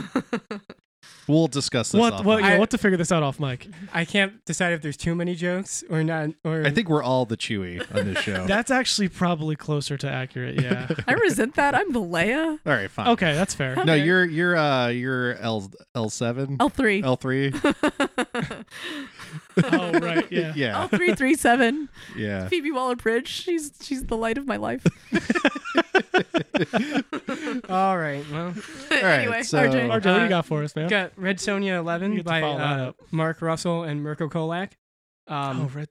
Speaker 2: We'll discuss this.
Speaker 4: What?
Speaker 2: off
Speaker 4: What?
Speaker 2: mic.
Speaker 4: Yeah,
Speaker 3: I-
Speaker 4: we'll have to figure this out off mic.
Speaker 3: I can't decide if there's too many jokes or not. Or
Speaker 2: I think we're all the Chewy on this show.
Speaker 4: That's actually probably closer to accurate. Yeah.
Speaker 1: I resent that. I'm the Leia.
Speaker 2: all right, fine.
Speaker 4: okay, that's fair.
Speaker 2: No, you're you're uh you're L L seven
Speaker 1: L3.
Speaker 2: L three.
Speaker 4: oh right, yeah.
Speaker 2: Yeah,
Speaker 1: L337.
Speaker 2: yeah.
Speaker 1: Phoebe Waller Bridge. She's, she's the light of my life.
Speaker 3: All right. Well,
Speaker 1: anyway,
Speaker 2: so-
Speaker 1: RJ.
Speaker 4: RJ, what do you
Speaker 3: Uh,
Speaker 4: got for us, man?
Speaker 3: got Red Sonia
Speaker 4: You
Speaker 3: 11
Speaker 4: get to
Speaker 3: by
Speaker 4: follow that
Speaker 3: uh, Mark Russell and Mirko Kolak. Um,
Speaker 4: oh, right.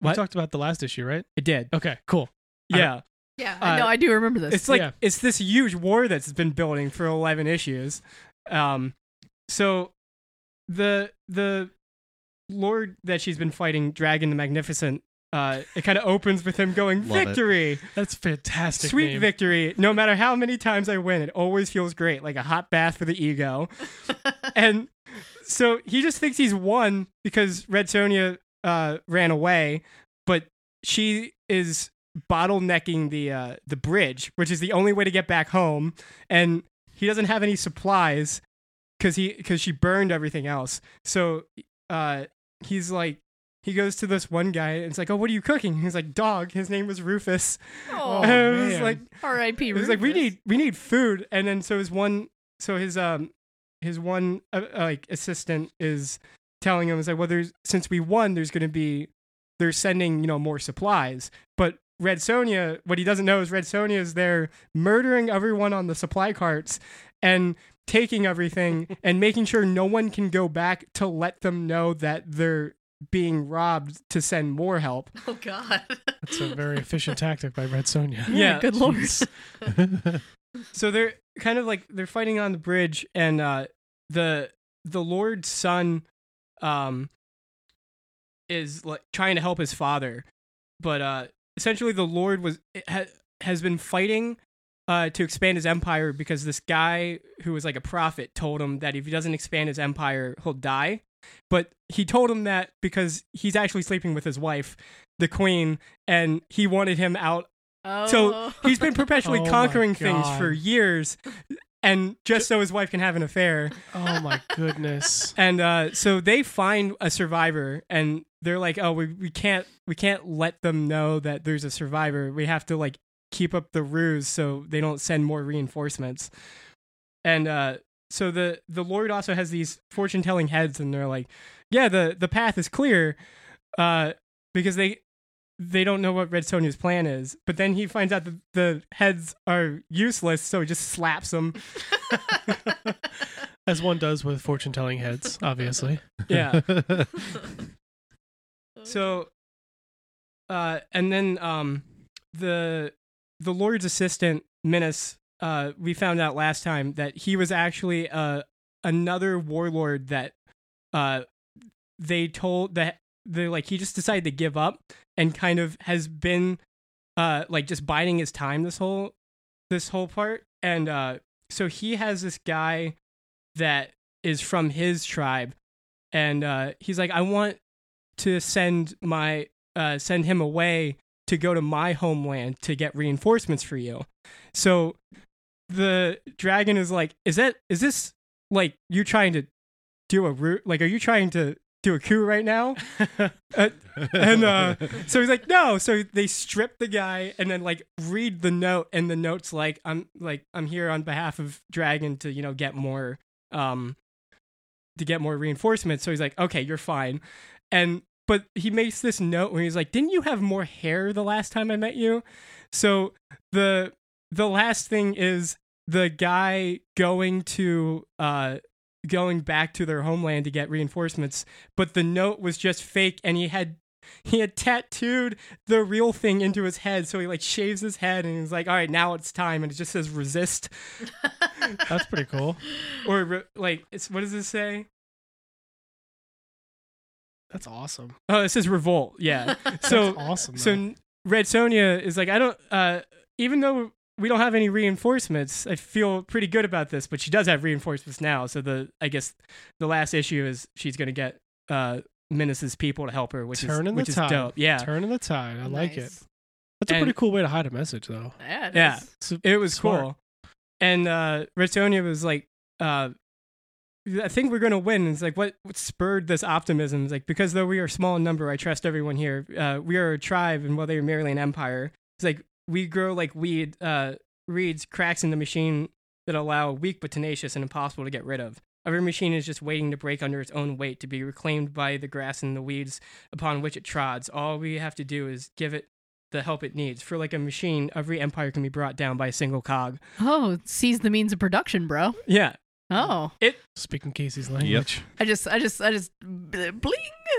Speaker 4: We
Speaker 3: what?
Speaker 4: talked about the last issue, right?
Speaker 3: It did.
Speaker 4: Okay, cool. I
Speaker 3: Yeah.
Speaker 1: Yeah,
Speaker 3: Uh,
Speaker 1: I know. I do remember this.
Speaker 3: It's like
Speaker 4: Yeah.
Speaker 3: it's this huge war that's been building for 11 issues. Um so the the lord that she's been fighting Dragon the Magnificent uh it kind of opens with him going
Speaker 2: Love it.
Speaker 3: victory.
Speaker 4: That's fantastic.
Speaker 3: Sweet
Speaker 4: name.
Speaker 3: victory. No matter how many times I win, it always feels great, like a hot bath for the ego. and so he just thinks he's won because Red Sonia uh, ran away, but she is bottlenecking the uh, the bridge, which is the only way to get back home. And he doesn't have any supplies because he because she burned everything else. So uh, he's like. He goes to this one guy and it's like, "Oh, what are you cooking?" He's like, "Dog." His name was Rufus.
Speaker 1: oh,
Speaker 3: and it was
Speaker 4: man.
Speaker 3: like,
Speaker 1: R.I.P.
Speaker 3: it was like we
Speaker 1: Rufus.
Speaker 3: need we need food, and then so his one so his um his one uh, uh, like assistant is telling him, it's like, well, there's, since we won, there's going to be, they're sending, you know, more supplies. But Red Sonia, what he doesn't know is Red Sonia is there murdering everyone on the supply carts and taking everything and making sure no one can go back to let them know that they're being robbed to send more help.
Speaker 1: Oh God.
Speaker 4: That's a very efficient tactic by Red Sonja.
Speaker 3: Yeah.
Speaker 1: Good lord.
Speaker 4: Jeez.
Speaker 3: So they're kind of like they're fighting on the bridge, and uh, the the Lord's son um, is like trying to help his father, but uh, essentially the Lord was ha- has been fighting uh, to expand his empire because this guy who was like a prophet told him that if he doesn't expand his empire, he'll die. But he told him that because he's actually sleeping with his wife, the queen, and he wanted him out
Speaker 1: Oh.
Speaker 3: so he's been perpetually
Speaker 4: Oh my
Speaker 3: conquering things for
Speaker 4: God.
Speaker 3: years, and just so his wife can have an affair.
Speaker 4: Oh my goodness.
Speaker 3: And uh, so they find a survivor, and they're like, "Oh, we, we can't we can't let them know that there's a survivor. We have to like keep up the ruse so they don't send more reinforcements." And uh, so the the Lord also has these fortune telling heads, and they're like, "Yeah, the the path is clear," uh, because they they don't know what Red Sonja's plan is. But then he finds out that the heads are useless, so he just slaps them.
Speaker 4: As one does with fortune telling heads, obviously.
Speaker 3: Yeah. So, uh, and then um, the the Lord's assistant Minas, uh, we found out last time that he was actually uh another warlord that uh they told that they like he just decided to give up and kind of has been uh like just biding his time this whole this whole part and uh so he has this guy that is from his tribe and uh he's like I want to send my uh, send him away to go to my homeland to get reinforcements for you. So the dragon is like, is that is this like you trying to do a root? Like, are you trying to do a coup right now? Uh, and uh, so he's like, no. So they strip the guy and then like read the note, and the note's like, I'm like I'm here on behalf of dragon to you know get more um to get more reinforcements. So he's like, okay, you're fine. And but he makes this note where he's like, didn't you have more hair the last time I met you? So the the last thing is the guy going to uh going back to their homeland to get reinforcements, but the note was just fake and he had he had tattooed the real thing into his head, so he like shaves his head and he's like, "All right, now it's time." And it just says "resist"
Speaker 4: That's pretty cool.
Speaker 3: or re- like, it's what does it say?
Speaker 4: That's awesome.
Speaker 3: Oh, it says revolt. Yeah.
Speaker 4: So
Speaker 3: So
Speaker 4: awesome.
Speaker 3: so
Speaker 4: though.
Speaker 3: n- Red Sonia is like, I don't. Uh, even though we don't have any reinforcements, I feel pretty good about this. But she does have reinforcements now, so the I guess the last issue is she's gonna get uh Minus's people to help her, which
Speaker 4: Turning
Speaker 3: is
Speaker 4: the
Speaker 3: which is
Speaker 4: tide.
Speaker 3: dope. Yeah,
Speaker 4: turning the tide. I like it.
Speaker 1: Nice.
Speaker 4: That's a
Speaker 3: And-
Speaker 4: pretty cool way to hide a message, though.
Speaker 1: Yeah. it
Speaker 3: Yeah.
Speaker 1: is.
Speaker 4: It's a-
Speaker 3: it was
Speaker 4: Smart.
Speaker 3: cool. And uh, Red Sonia was like, uh, I think we're gonna win. It's like what, what spurred this optimism? It's like because though we are small in number, I trust everyone here. Uh, we are a tribe, and while they are merely an empire, it's like we grow like weed, uh, reeds, cracks in the machine that allow weak but tenacious and impossible to get rid of. Every machine is just waiting to break under its own weight to be reclaimed by the grass and the weeds upon which it trods. All we have to do is give it the help it needs. For like a machine, every empire can be brought down by a single cog.
Speaker 1: Oh, seize the means of production, bro.
Speaker 3: Yeah,
Speaker 1: Oh,
Speaker 4: Speaking Casey's language.
Speaker 1: I just, I just, I just, bling.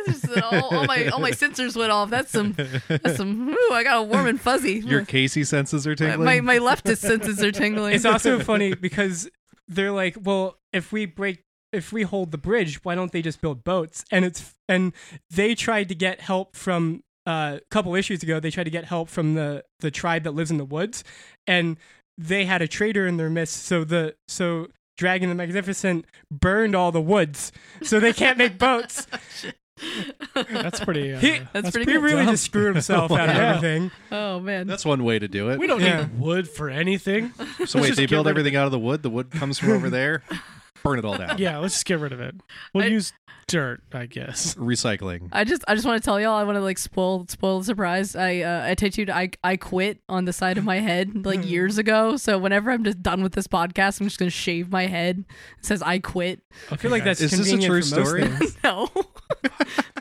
Speaker 1: It's Just, all, all my, all my sensors went off. That's some, that's some. Ooh, I got a warm and fuzzy.
Speaker 2: Your Casey senses are
Speaker 1: my,
Speaker 2: tingling.
Speaker 1: my, my leftist senses are tingling.
Speaker 3: it's also funny because they're like, well, if we break, if we hold the bridge, why don't they just build boats? And it's and they tried to get help from uh, a couple issues ago. They tried to get help from the the tribe that lives in the woods, and they had a traitor in their midst. So the so Dragon the Magnificent burned all the woods, so they can't make boats.
Speaker 4: That's pretty. Uh,
Speaker 3: He-
Speaker 4: that's,
Speaker 1: That's pretty
Speaker 3: he
Speaker 1: good.
Speaker 3: really
Speaker 4: dumb.
Speaker 3: just screwed himself out of
Speaker 4: Yeah.
Speaker 3: everything.
Speaker 1: oh man.
Speaker 2: That's one way to do it.
Speaker 4: We don't
Speaker 3: Yeah.
Speaker 4: need wood for anything.
Speaker 2: So wait,
Speaker 4: just
Speaker 2: they
Speaker 4: get
Speaker 2: build
Speaker 4: rid of
Speaker 2: everything out of the wood. The wood comes from over there. Burn it all down.
Speaker 4: Yeah, let's just get rid of it. We'll
Speaker 1: I-
Speaker 4: use dirt, I guess.
Speaker 2: Recycling.
Speaker 1: I just I just want to tell y'all I want to like spoil spoil the surprise. I uh, I tattooed I I quit on the side of my head
Speaker 4: Hmm.
Speaker 1: like years ago. So whenever I'm just done with this podcast, I'm just gonna shave my head. It says I quit.
Speaker 4: Okay,
Speaker 3: I feel like
Speaker 4: guys.
Speaker 3: that's
Speaker 2: Is this a
Speaker 3: convenient
Speaker 2: true
Speaker 3: for most
Speaker 2: story?
Speaker 3: things.
Speaker 1: No.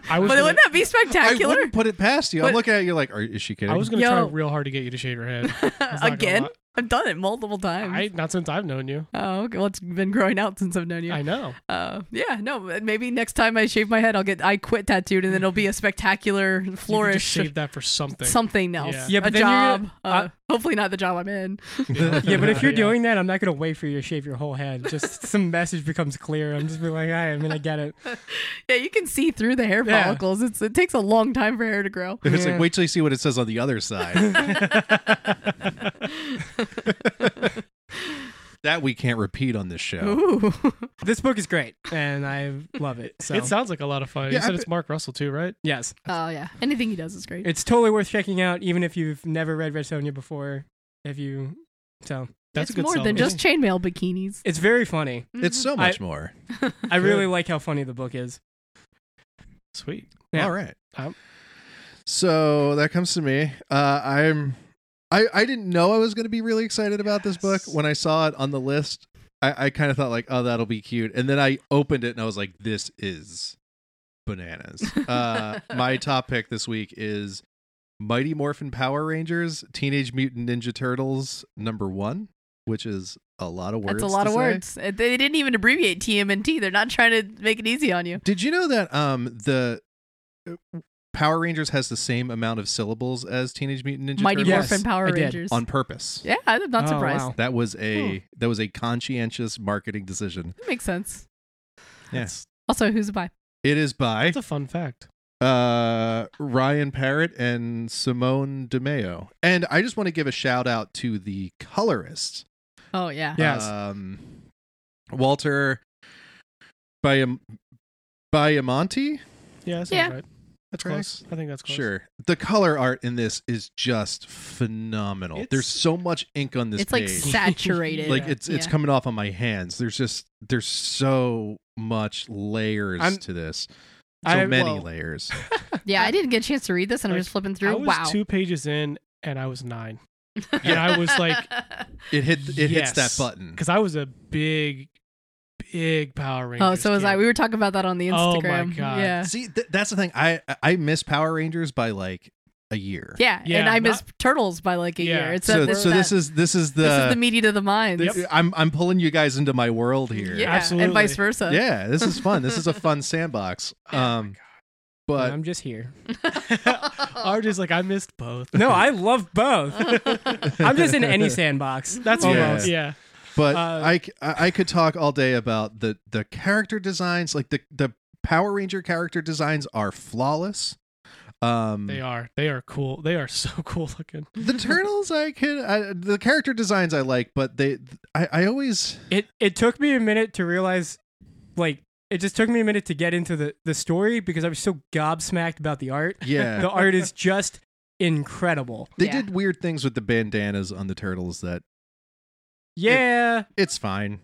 Speaker 4: I was
Speaker 1: but it
Speaker 4: gonna,
Speaker 1: wouldn't that be
Speaker 2: I
Speaker 1: spectacular
Speaker 2: wouldn't put it past you. I'm
Speaker 1: But-
Speaker 2: looking at you like, are, is she kidding?
Speaker 4: I was gonna
Speaker 1: Yo.
Speaker 4: try real hard to get you to shave your head. not gonna
Speaker 1: again?
Speaker 4: lie.
Speaker 1: I've done it multiple times.
Speaker 4: I not since I've known you.
Speaker 1: Oh, okay. Well, it's been growing out since I've known you.
Speaker 4: I know.
Speaker 1: uh, yeah, no, but maybe next time I shave my head, I'll get I quit tattooed, and then it'll be a spectacular
Speaker 4: You could just
Speaker 1: flourish,
Speaker 4: shave that for something.
Speaker 1: something else,
Speaker 4: Yeah.
Speaker 3: Yeah, but
Speaker 1: a
Speaker 3: then you're
Speaker 1: job.
Speaker 3: gonna-
Speaker 1: uh, hopefully not the job I'm in.
Speaker 3: Yeah, but if you're doing that, I'm not gonna wait for you to shave your whole head. Just some message becomes clear. I'm just be like, all right, I'm gonna get it.
Speaker 1: Yeah, you can see through the hair
Speaker 3: Yeah.
Speaker 1: follicles. It's it takes a long time for hair to grow.
Speaker 2: it's
Speaker 3: Yeah.
Speaker 2: like, wait till you see what it says on the other side. that we can't repeat on this show.
Speaker 1: Ooh,
Speaker 3: This book is great, and I love it. So
Speaker 4: It sounds like a lot of fun.
Speaker 2: Yeah,
Speaker 4: you said
Speaker 2: I
Speaker 4: it's Mark Russell too, right?
Speaker 3: yes,
Speaker 1: oh yeah, anything he does is great.
Speaker 3: it's totally worth checking out, even if you've never read Red Sonja before. If you, so
Speaker 4: That's
Speaker 1: it's
Speaker 4: a good
Speaker 1: more
Speaker 4: sell.
Speaker 1: than just chainmail bikinis.
Speaker 3: it's very funny.
Speaker 2: It's so much more.
Speaker 3: I really like how funny the book is.
Speaker 4: sweet.
Speaker 3: Yeah.
Speaker 2: All right.
Speaker 4: Um,
Speaker 2: so that comes to me. Uh, I'm. I, I didn't know I was going to be really excited about this book
Speaker 4: Yes.
Speaker 2: when I saw it on the list. I, I kind of thought like, oh, that'll be cute, and then I opened it and I was like, this is bananas. Uh, my top pick this week is Mighty Morphin Power Rangers: Teenage Mutant Ninja Turtles number one, which is a lot of words.
Speaker 1: Mm-hmm. That's a lot
Speaker 2: to
Speaker 1: of
Speaker 2: say.
Speaker 1: words. Uh, They didn't even abbreviate TMNT. They're not trying to make it easy on you.
Speaker 2: Did you know that um the uh, Power Rangers has the same amount of syllables as Teenage Mutant Ninja
Speaker 1: Mighty
Speaker 2: Turtles
Speaker 3: Yes,
Speaker 1: Morphin Power
Speaker 3: I did.
Speaker 1: Rangers.
Speaker 2: on purpose?
Speaker 1: yeah, I'm not
Speaker 3: Oh,
Speaker 1: surprised.
Speaker 3: wow.
Speaker 2: That was a that was a conscientious marketing decision.
Speaker 1: That makes sense.
Speaker 2: Yes.
Speaker 1: Also, who's a buy?
Speaker 2: It is by
Speaker 4: That's a fun fact.
Speaker 2: uh Ryan Parrott and Simone DeMeo. And I just want to give a shout out to the colorist.
Speaker 1: Oh yeah.
Speaker 3: Yes.
Speaker 2: Um Walter Biam- Biamonte?
Speaker 4: Yeah, that sounds
Speaker 1: Yeah.
Speaker 4: right. That's
Speaker 2: Tracks.
Speaker 4: close. I think that's close.
Speaker 2: Sure. The color art in this is just phenomenal.
Speaker 4: It's-
Speaker 2: There's so much ink on this
Speaker 1: It's like
Speaker 2: page.
Speaker 1: saturated.
Speaker 2: like it's it's
Speaker 1: Yeah.
Speaker 2: coming off on my hands. There's just there's so much layers
Speaker 3: I'm-
Speaker 2: to this. So
Speaker 3: I-
Speaker 2: many
Speaker 1: Whoa.
Speaker 2: layers.
Speaker 1: yeah, I didn't get a chance to read this, and I'm
Speaker 4: Like,
Speaker 1: just flipping
Speaker 4: I
Speaker 1: through.
Speaker 4: was
Speaker 1: Wow.
Speaker 4: two pages in and I was nine. and I was like-
Speaker 2: It hit it hits that
Speaker 4: Yes.
Speaker 2: button.
Speaker 4: Because I was a big, big Power Ranger.
Speaker 1: oh, so was
Speaker 4: kid.
Speaker 1: I. We were talking about that on the
Speaker 4: Oh, my
Speaker 1: Instagram.
Speaker 4: God.
Speaker 1: Yeah.
Speaker 2: See, th- that's the thing. I I miss Power Rangers by like a year.
Speaker 1: Yeah, and
Speaker 4: Yeah,
Speaker 1: I miss
Speaker 4: not-
Speaker 1: turtles by like a
Speaker 4: Yeah.
Speaker 1: year. It's
Speaker 2: So
Speaker 1: that,
Speaker 2: so this
Speaker 1: that-
Speaker 2: is uh, this is the,
Speaker 1: this is the meat eat of the mind.
Speaker 4: Yep.
Speaker 2: I'm I'm pulling you guys into my world
Speaker 1: Yeah,
Speaker 2: here.
Speaker 1: and
Speaker 4: Absolutely.
Speaker 1: vice versa.
Speaker 2: Yeah, this is fun. this is a fun sandbox. Um but
Speaker 3: I'm just here.
Speaker 4: Art is like, I missed both.
Speaker 3: No, I love both. I'm just in any sandbox. That's
Speaker 2: Yeah.
Speaker 3: almost.
Speaker 4: Yeah.
Speaker 2: but
Speaker 3: Uh,
Speaker 2: I, c- I- I could talk all day about the the character designs like the the power ranger character designs are flawless um
Speaker 4: They are. They are cool. They are so cool looking.
Speaker 2: the turtles i could I, the character designs i like but they i, I always
Speaker 3: It it took me a minute to realize, like, it just took me a minute to get into the the story because I was so gobsmacked about the art.
Speaker 2: yeah
Speaker 3: The art is just incredible.
Speaker 2: they
Speaker 1: Yeah.
Speaker 2: did weird things with the bandanas on the turtles that
Speaker 3: Yeah,
Speaker 2: it's fine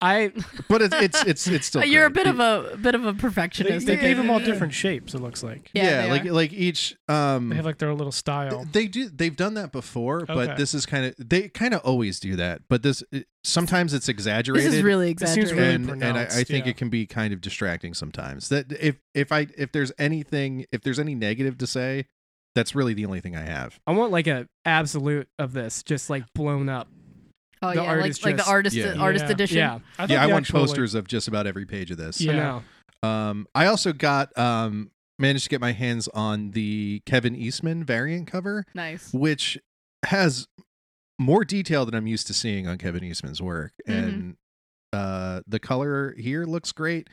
Speaker 3: I
Speaker 2: but it, it's it's it's still
Speaker 1: You're a
Speaker 2: great.
Speaker 1: bit of a bit of a perfectionist.
Speaker 4: they
Speaker 1: I
Speaker 4: gave
Speaker 1: think.
Speaker 4: them all different shapes, it looks like.
Speaker 1: Yeah,
Speaker 2: yeah,
Speaker 1: they
Speaker 2: like
Speaker 1: are.
Speaker 2: like each um
Speaker 4: They have like their own little style.
Speaker 2: They do. They've done that before,
Speaker 4: Okay.
Speaker 2: but this is kind of. They kind of always do that, but this it- sometimes it's exaggerated.
Speaker 1: This is really
Speaker 4: seems
Speaker 1: exaggerated.
Speaker 4: really
Speaker 2: and and I, I
Speaker 4: pronounced,
Speaker 2: think
Speaker 4: yeah.
Speaker 2: it can be kind of distracting sometimes. That if if I if there's anything if there's any negative to say, that's really the only thing I have.
Speaker 3: I want like a absolute of this, just like blown up.
Speaker 1: oh
Speaker 3: the
Speaker 1: yeah,
Speaker 3: art
Speaker 1: like,
Speaker 3: is
Speaker 1: like the
Speaker 3: just-
Speaker 1: artist
Speaker 2: Yeah.
Speaker 1: artist
Speaker 4: Yeah.
Speaker 1: edition.
Speaker 3: Yeah,
Speaker 4: I
Speaker 2: yeah, I want posters of just about every page of this.
Speaker 3: I
Speaker 4: Yeah.
Speaker 3: know.
Speaker 2: Um, I also got um managed to get my hands on the Kevin Eastman variant cover,
Speaker 1: Nice.
Speaker 2: which has more detail than I'm used to seeing on Kevin Eastman's work.
Speaker 4: Mm-hmm.
Speaker 2: And uh, the color here looks great.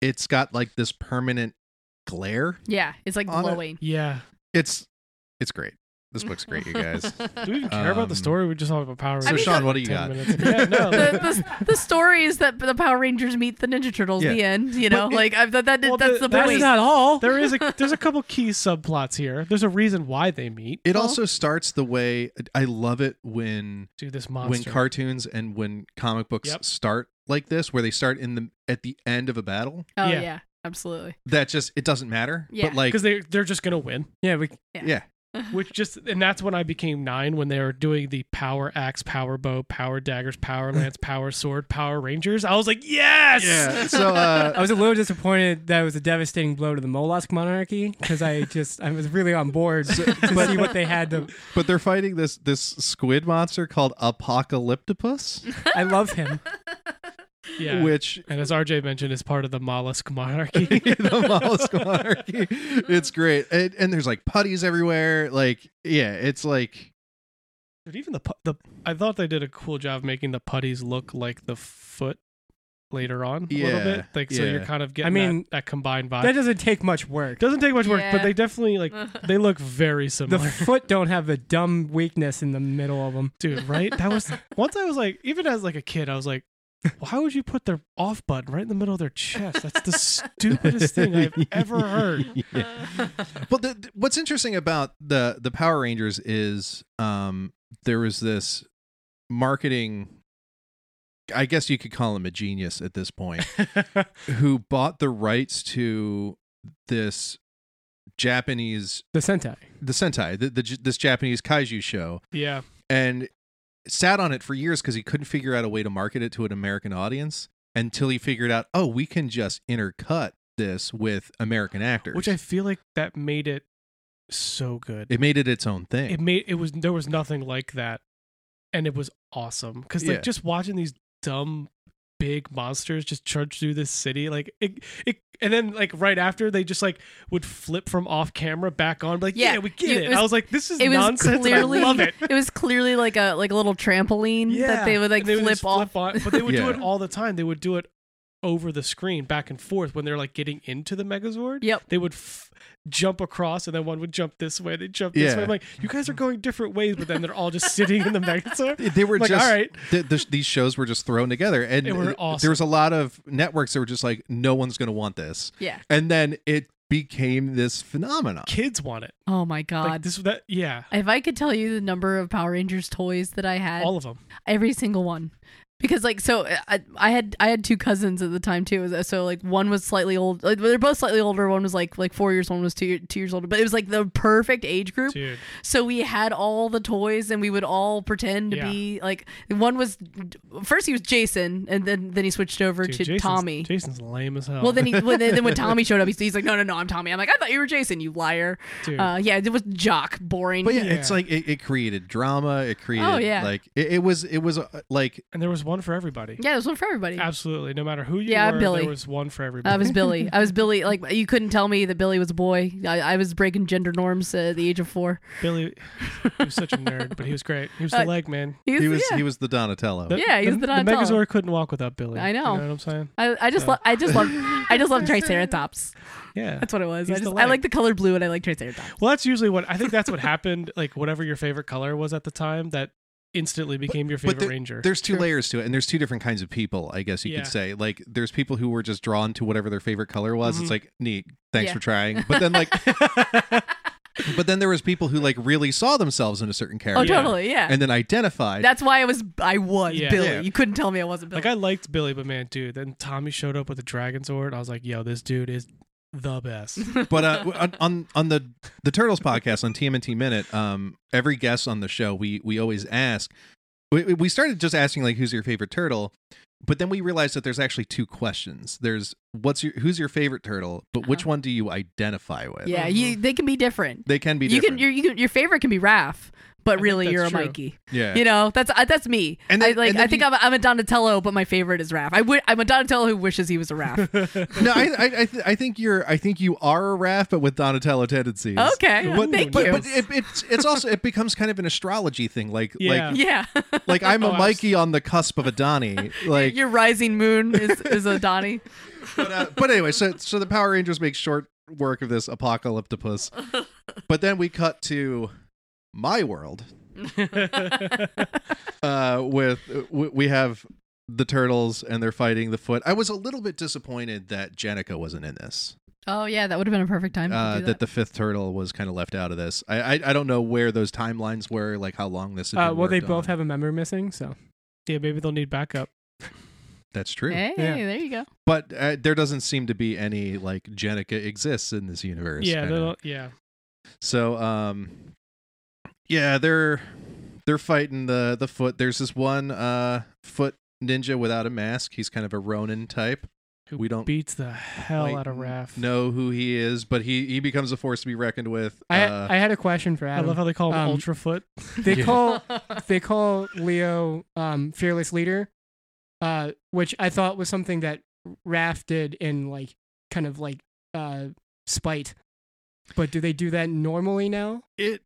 Speaker 2: It's got like this permanent glare.
Speaker 1: Yeah, it's like
Speaker 2: On it.
Speaker 1: glowing.
Speaker 4: yeah.
Speaker 2: It's it's great. This book's great, you guys.
Speaker 4: Do we even care about the
Speaker 2: Um,
Speaker 4: story? We just talk about Power
Speaker 2: so,
Speaker 4: Rangers.
Speaker 2: Sean,
Speaker 4: for
Speaker 2: what do you
Speaker 4: 10
Speaker 2: got?
Speaker 4: minutes. Yeah,
Speaker 1: the,
Speaker 4: no.
Speaker 1: the, the, the story is that the Power Rangers meet the Ninja Turtles.
Speaker 2: Yeah.
Speaker 1: The end. You know,
Speaker 2: But it-
Speaker 1: like I, that, that,
Speaker 4: Well,
Speaker 1: that's the,
Speaker 4: the- that's
Speaker 1: point.
Speaker 4: not
Speaker 3: all.
Speaker 4: there is a there's a couple key subplots here. There's a reason why they meet.
Speaker 2: It
Speaker 1: Well-
Speaker 2: also starts the way I love it when
Speaker 4: Do this monster.
Speaker 2: when cartoons and when comic books
Speaker 4: Yep.
Speaker 2: start like this, where they start in the at the end of a battle.
Speaker 1: oh
Speaker 4: Yeah.
Speaker 1: yeah, absolutely.
Speaker 2: That just it doesn't matter.
Speaker 1: Yeah.
Speaker 2: But like
Speaker 4: because they they're just gonna win.
Speaker 3: Yeah, we
Speaker 1: Yeah.
Speaker 2: yeah,
Speaker 4: which just and that's when I became nine when they were doing the power axe, power bow, power daggers, power lance, power sword, power rangers. I was like, yes,
Speaker 2: Yeah. So uh,
Speaker 3: I was a little disappointed that it was a devastating blow to the Moloch monarchy because I just I was really on board to see what they had to.
Speaker 2: but they're fighting this this squid monster called Apocalyptopus,
Speaker 3: I love him.
Speaker 4: yeah.
Speaker 2: which
Speaker 4: and as RJ mentioned, is part of the mollusk monarchy.
Speaker 2: the mollusk monarchy. It's great, and, and there's like putties everywhere. Like, yeah, it's like
Speaker 4: But even the pu- the I thought they did a cool job making the putties look like the foot later on a little
Speaker 2: Yeah,
Speaker 4: bit. Like so
Speaker 2: yeah.
Speaker 4: you're kind of getting
Speaker 3: mean,
Speaker 4: that, that combined vibe.
Speaker 3: That doesn't take much work.
Speaker 4: doesn't take much work, but
Speaker 1: Yeah. Uh.
Speaker 4: they definitely like they look very
Speaker 3: The
Speaker 4: similar.
Speaker 3: foot don't have a dumb weakness in the middle of them.
Speaker 4: Dude, right? That was once I was like even as like a kid, I was like why would you put their off button right in the middle of their chest? That's the stupidest thing I've ever heard.
Speaker 2: Yeah. Well, the, the- what's interesting about the the Power Rangers is um, there was this marketing. I guess you could call him a genius at this point, who bought the rights to this Japanese
Speaker 3: The Sentai.
Speaker 2: the Sentai, the, the this Japanese kaiju show,
Speaker 4: Yeah.
Speaker 2: and sat on it for years because he couldn't figure out a way to market it to an American audience until he figured out, oh, we can just intercut this with American actors,
Speaker 4: Which I feel like that made it so good.
Speaker 2: it made it its own thing.
Speaker 4: it made it was there was nothing like that and it was awesome because like
Speaker 2: Yeah.
Speaker 4: just watching these dumb big monsters just charge through this city like it, it and then like right after they just like would flip from off camera back on like yeah,
Speaker 1: Yeah,
Speaker 4: we get
Speaker 1: it
Speaker 4: it,
Speaker 1: was-
Speaker 4: i was like this is
Speaker 1: it was
Speaker 4: nonsense and
Speaker 1: clearly-
Speaker 4: i love it
Speaker 1: It was clearly like a like a little trampoline
Speaker 4: yeah
Speaker 1: that they would like
Speaker 4: And they
Speaker 1: flip
Speaker 4: just
Speaker 1: off.
Speaker 4: on, but they would do
Speaker 2: Yeah.
Speaker 4: it all the time they would do it over the screen back and forth when they're like getting into the megazord
Speaker 1: Yep.
Speaker 4: they would f- jump across and then one would jump this way they jump this
Speaker 2: Yeah.
Speaker 4: way i'm like you guys are going different ways but then they're all just sitting in the megazord
Speaker 2: They were
Speaker 4: Like,
Speaker 2: just
Speaker 4: all right.
Speaker 2: th- th- these shows were just thrown together, and
Speaker 4: They were
Speaker 2: uh,
Speaker 4: awesome.
Speaker 2: there was a lot of networks that were just like, "No one's going to want this,"
Speaker 1: Yeah.
Speaker 2: and then it became this phenomenon.
Speaker 4: kids want it.
Speaker 1: Oh my
Speaker 4: Like
Speaker 1: god.
Speaker 4: this that yeah,
Speaker 1: if I could tell you the number of Power Rangers toys that I had,
Speaker 4: all of them.
Speaker 1: every single one because like so uh, I, I had i had two cousins at the time too so like one was slightly old like, they're both slightly older one was like like four years one was two, year- two years older but it was like the perfect age group
Speaker 4: Dude.
Speaker 1: so we had all the toys and we would all pretend to
Speaker 4: Yeah.
Speaker 1: be like one was first he was jason and then then he switched over
Speaker 4: Dude,
Speaker 1: to
Speaker 4: Jason's-
Speaker 1: tommy
Speaker 4: Jason's lame as hell.
Speaker 1: well then he when, then when tommy showed up he's, he's like no no no i'm tommy i'm like i thought you were jason you liar
Speaker 4: Dude.
Speaker 1: uh yeah it was jock boring
Speaker 2: But yeah,
Speaker 4: Yeah.
Speaker 2: it's like it, it created drama. It created
Speaker 1: Oh, yeah.
Speaker 2: like it, it was it was uh, like
Speaker 4: and there was one for everybody.
Speaker 1: yeah it was one for everybody
Speaker 4: Absolutely. No matter who you
Speaker 1: Yeah,
Speaker 4: were,
Speaker 1: Billy.
Speaker 4: there was one for
Speaker 1: I
Speaker 4: everybody.
Speaker 1: was Billy. I was Billy. Like you couldn't tell me that Billy was a boy. I, I was breaking gender norms uh, at the age of four.
Speaker 4: Billy he was such a nerd, but he was great. He was the
Speaker 1: Uh,
Speaker 4: leg man.
Speaker 1: He was.
Speaker 2: he was
Speaker 1: yeah.
Speaker 2: he was the Donatello.
Speaker 4: The-
Speaker 1: yeah, he was the Donatello.
Speaker 4: Megazord couldn't walk without Billy.
Speaker 1: I
Speaker 4: You
Speaker 1: know.
Speaker 4: what I'm saying?
Speaker 1: I, I just lo- I just love I just love Triceratops.
Speaker 4: Yeah.
Speaker 1: That's what it was.
Speaker 4: He's
Speaker 1: I,
Speaker 4: the
Speaker 1: just, I
Speaker 4: leg.
Speaker 1: like the color blue and I like Triceratops.
Speaker 4: Well, that's usually what I think that's what happened. Like whatever your favorite color was at the time, that instantly became your favorite
Speaker 2: there-
Speaker 4: ranger.
Speaker 2: There's two layers to it, and there's two different kinds of people. I guess you
Speaker 4: Yeah.
Speaker 2: could say like there's people who were just drawn to whatever their favorite color was.
Speaker 4: Mhm.
Speaker 2: It's like neat, thanks
Speaker 1: Yeah.
Speaker 2: for trying. But then like, but then there was people who like really saw themselves in a certain
Speaker 1: Oh,
Speaker 2: character
Speaker 4: Yeah.
Speaker 1: totally. Yeah.
Speaker 2: and then identified.
Speaker 1: That's why I was I was
Speaker 4: Yeah.
Speaker 1: Billy.
Speaker 2: Yeah.
Speaker 1: You couldn't tell me I wasn't Billy.
Speaker 4: Like I liked Billy, but man, dude, then Tommy showed up with a dragon sword. I was like, yo, this dude is the best.
Speaker 2: but uh, on, on on the the Turtles podcast on TMNT Minute, um, every guest on the show, we we always ask. We, we started just asking like, who's your favorite turtle, but then we realized that there's actually two questions. There's what's your who's your favorite turtle, but which one do you identify with?
Speaker 1: Uh-huh. yeah, you, they can be different.
Speaker 2: They can be
Speaker 1: you
Speaker 2: different.
Speaker 1: can your you can, your favorite can be Raph, but really
Speaker 4: that's
Speaker 1: you're a
Speaker 4: true.
Speaker 1: Mikey.
Speaker 2: yeah.
Speaker 1: You know, that's I, that's me. And
Speaker 2: And then-
Speaker 1: I, like
Speaker 2: and then
Speaker 1: I think
Speaker 2: you-
Speaker 1: I'm, a, I'm a Donatello, but my favorite is Raph. I would I'm a Donatello who wishes he was a Raph.
Speaker 2: no, I I I, th- I think you're I think you are a Raph, but with Donatello tendencies.
Speaker 1: okay,
Speaker 4: What-
Speaker 1: thank
Speaker 2: But,
Speaker 1: you.
Speaker 2: but it, it's it's also it becomes kind of an astrology thing, like
Speaker 4: Yeah.
Speaker 2: like
Speaker 1: yeah,
Speaker 2: like I'm a
Speaker 4: Oh, I was-
Speaker 2: Mikey on the cusp of a Donnie, like
Speaker 1: your rising moon is is a Donnie.
Speaker 2: but, uh, but anyway, so so the Power Rangers make short work of this apocalyptopus. But then we cut to my world uh, with w- we have the turtles and they're fighting the foot. I was a little bit disappointed that Jenica wasn't in this.
Speaker 1: Oh yeah, that would have been a perfect time. to
Speaker 2: Uh, that.
Speaker 1: do that.
Speaker 2: the fifth turtle was kind of left out of this. I, I I don't know where those timelines were, like how long this. Had
Speaker 3: Uh,
Speaker 2: been
Speaker 3: well, they
Speaker 2: worked
Speaker 3: both
Speaker 2: on.
Speaker 3: have a member missing, so
Speaker 4: yeah, maybe they'll need backup.
Speaker 2: That's true,
Speaker 1: hey,
Speaker 3: Yeah.
Speaker 1: there you go.
Speaker 2: but uh, there doesn't seem to be any like Jenica exists in this universe.
Speaker 4: Yeah,
Speaker 2: kinda.
Speaker 4: they'll, yeah.
Speaker 2: So, um, yeah, they're they're fighting the the foot. There's this one uh foot ninja without a mask. He's kind of a Ronin type.
Speaker 4: Who
Speaker 2: We don't
Speaker 4: beats the hell
Speaker 2: quite
Speaker 4: out of Raph.
Speaker 2: Know who he is, but he he becomes a force to be reckoned with.
Speaker 3: I
Speaker 2: uh,
Speaker 3: I had a question for
Speaker 4: I
Speaker 3: Adam.
Speaker 4: love how they call him
Speaker 3: Um,
Speaker 4: Ultrafoot.
Speaker 3: they
Speaker 2: Yeah.
Speaker 3: call they call Leo um, fearless leader, uh, which I thought was something that Raph did in like kind of like uh, spite. But do they do that normally now?
Speaker 2: it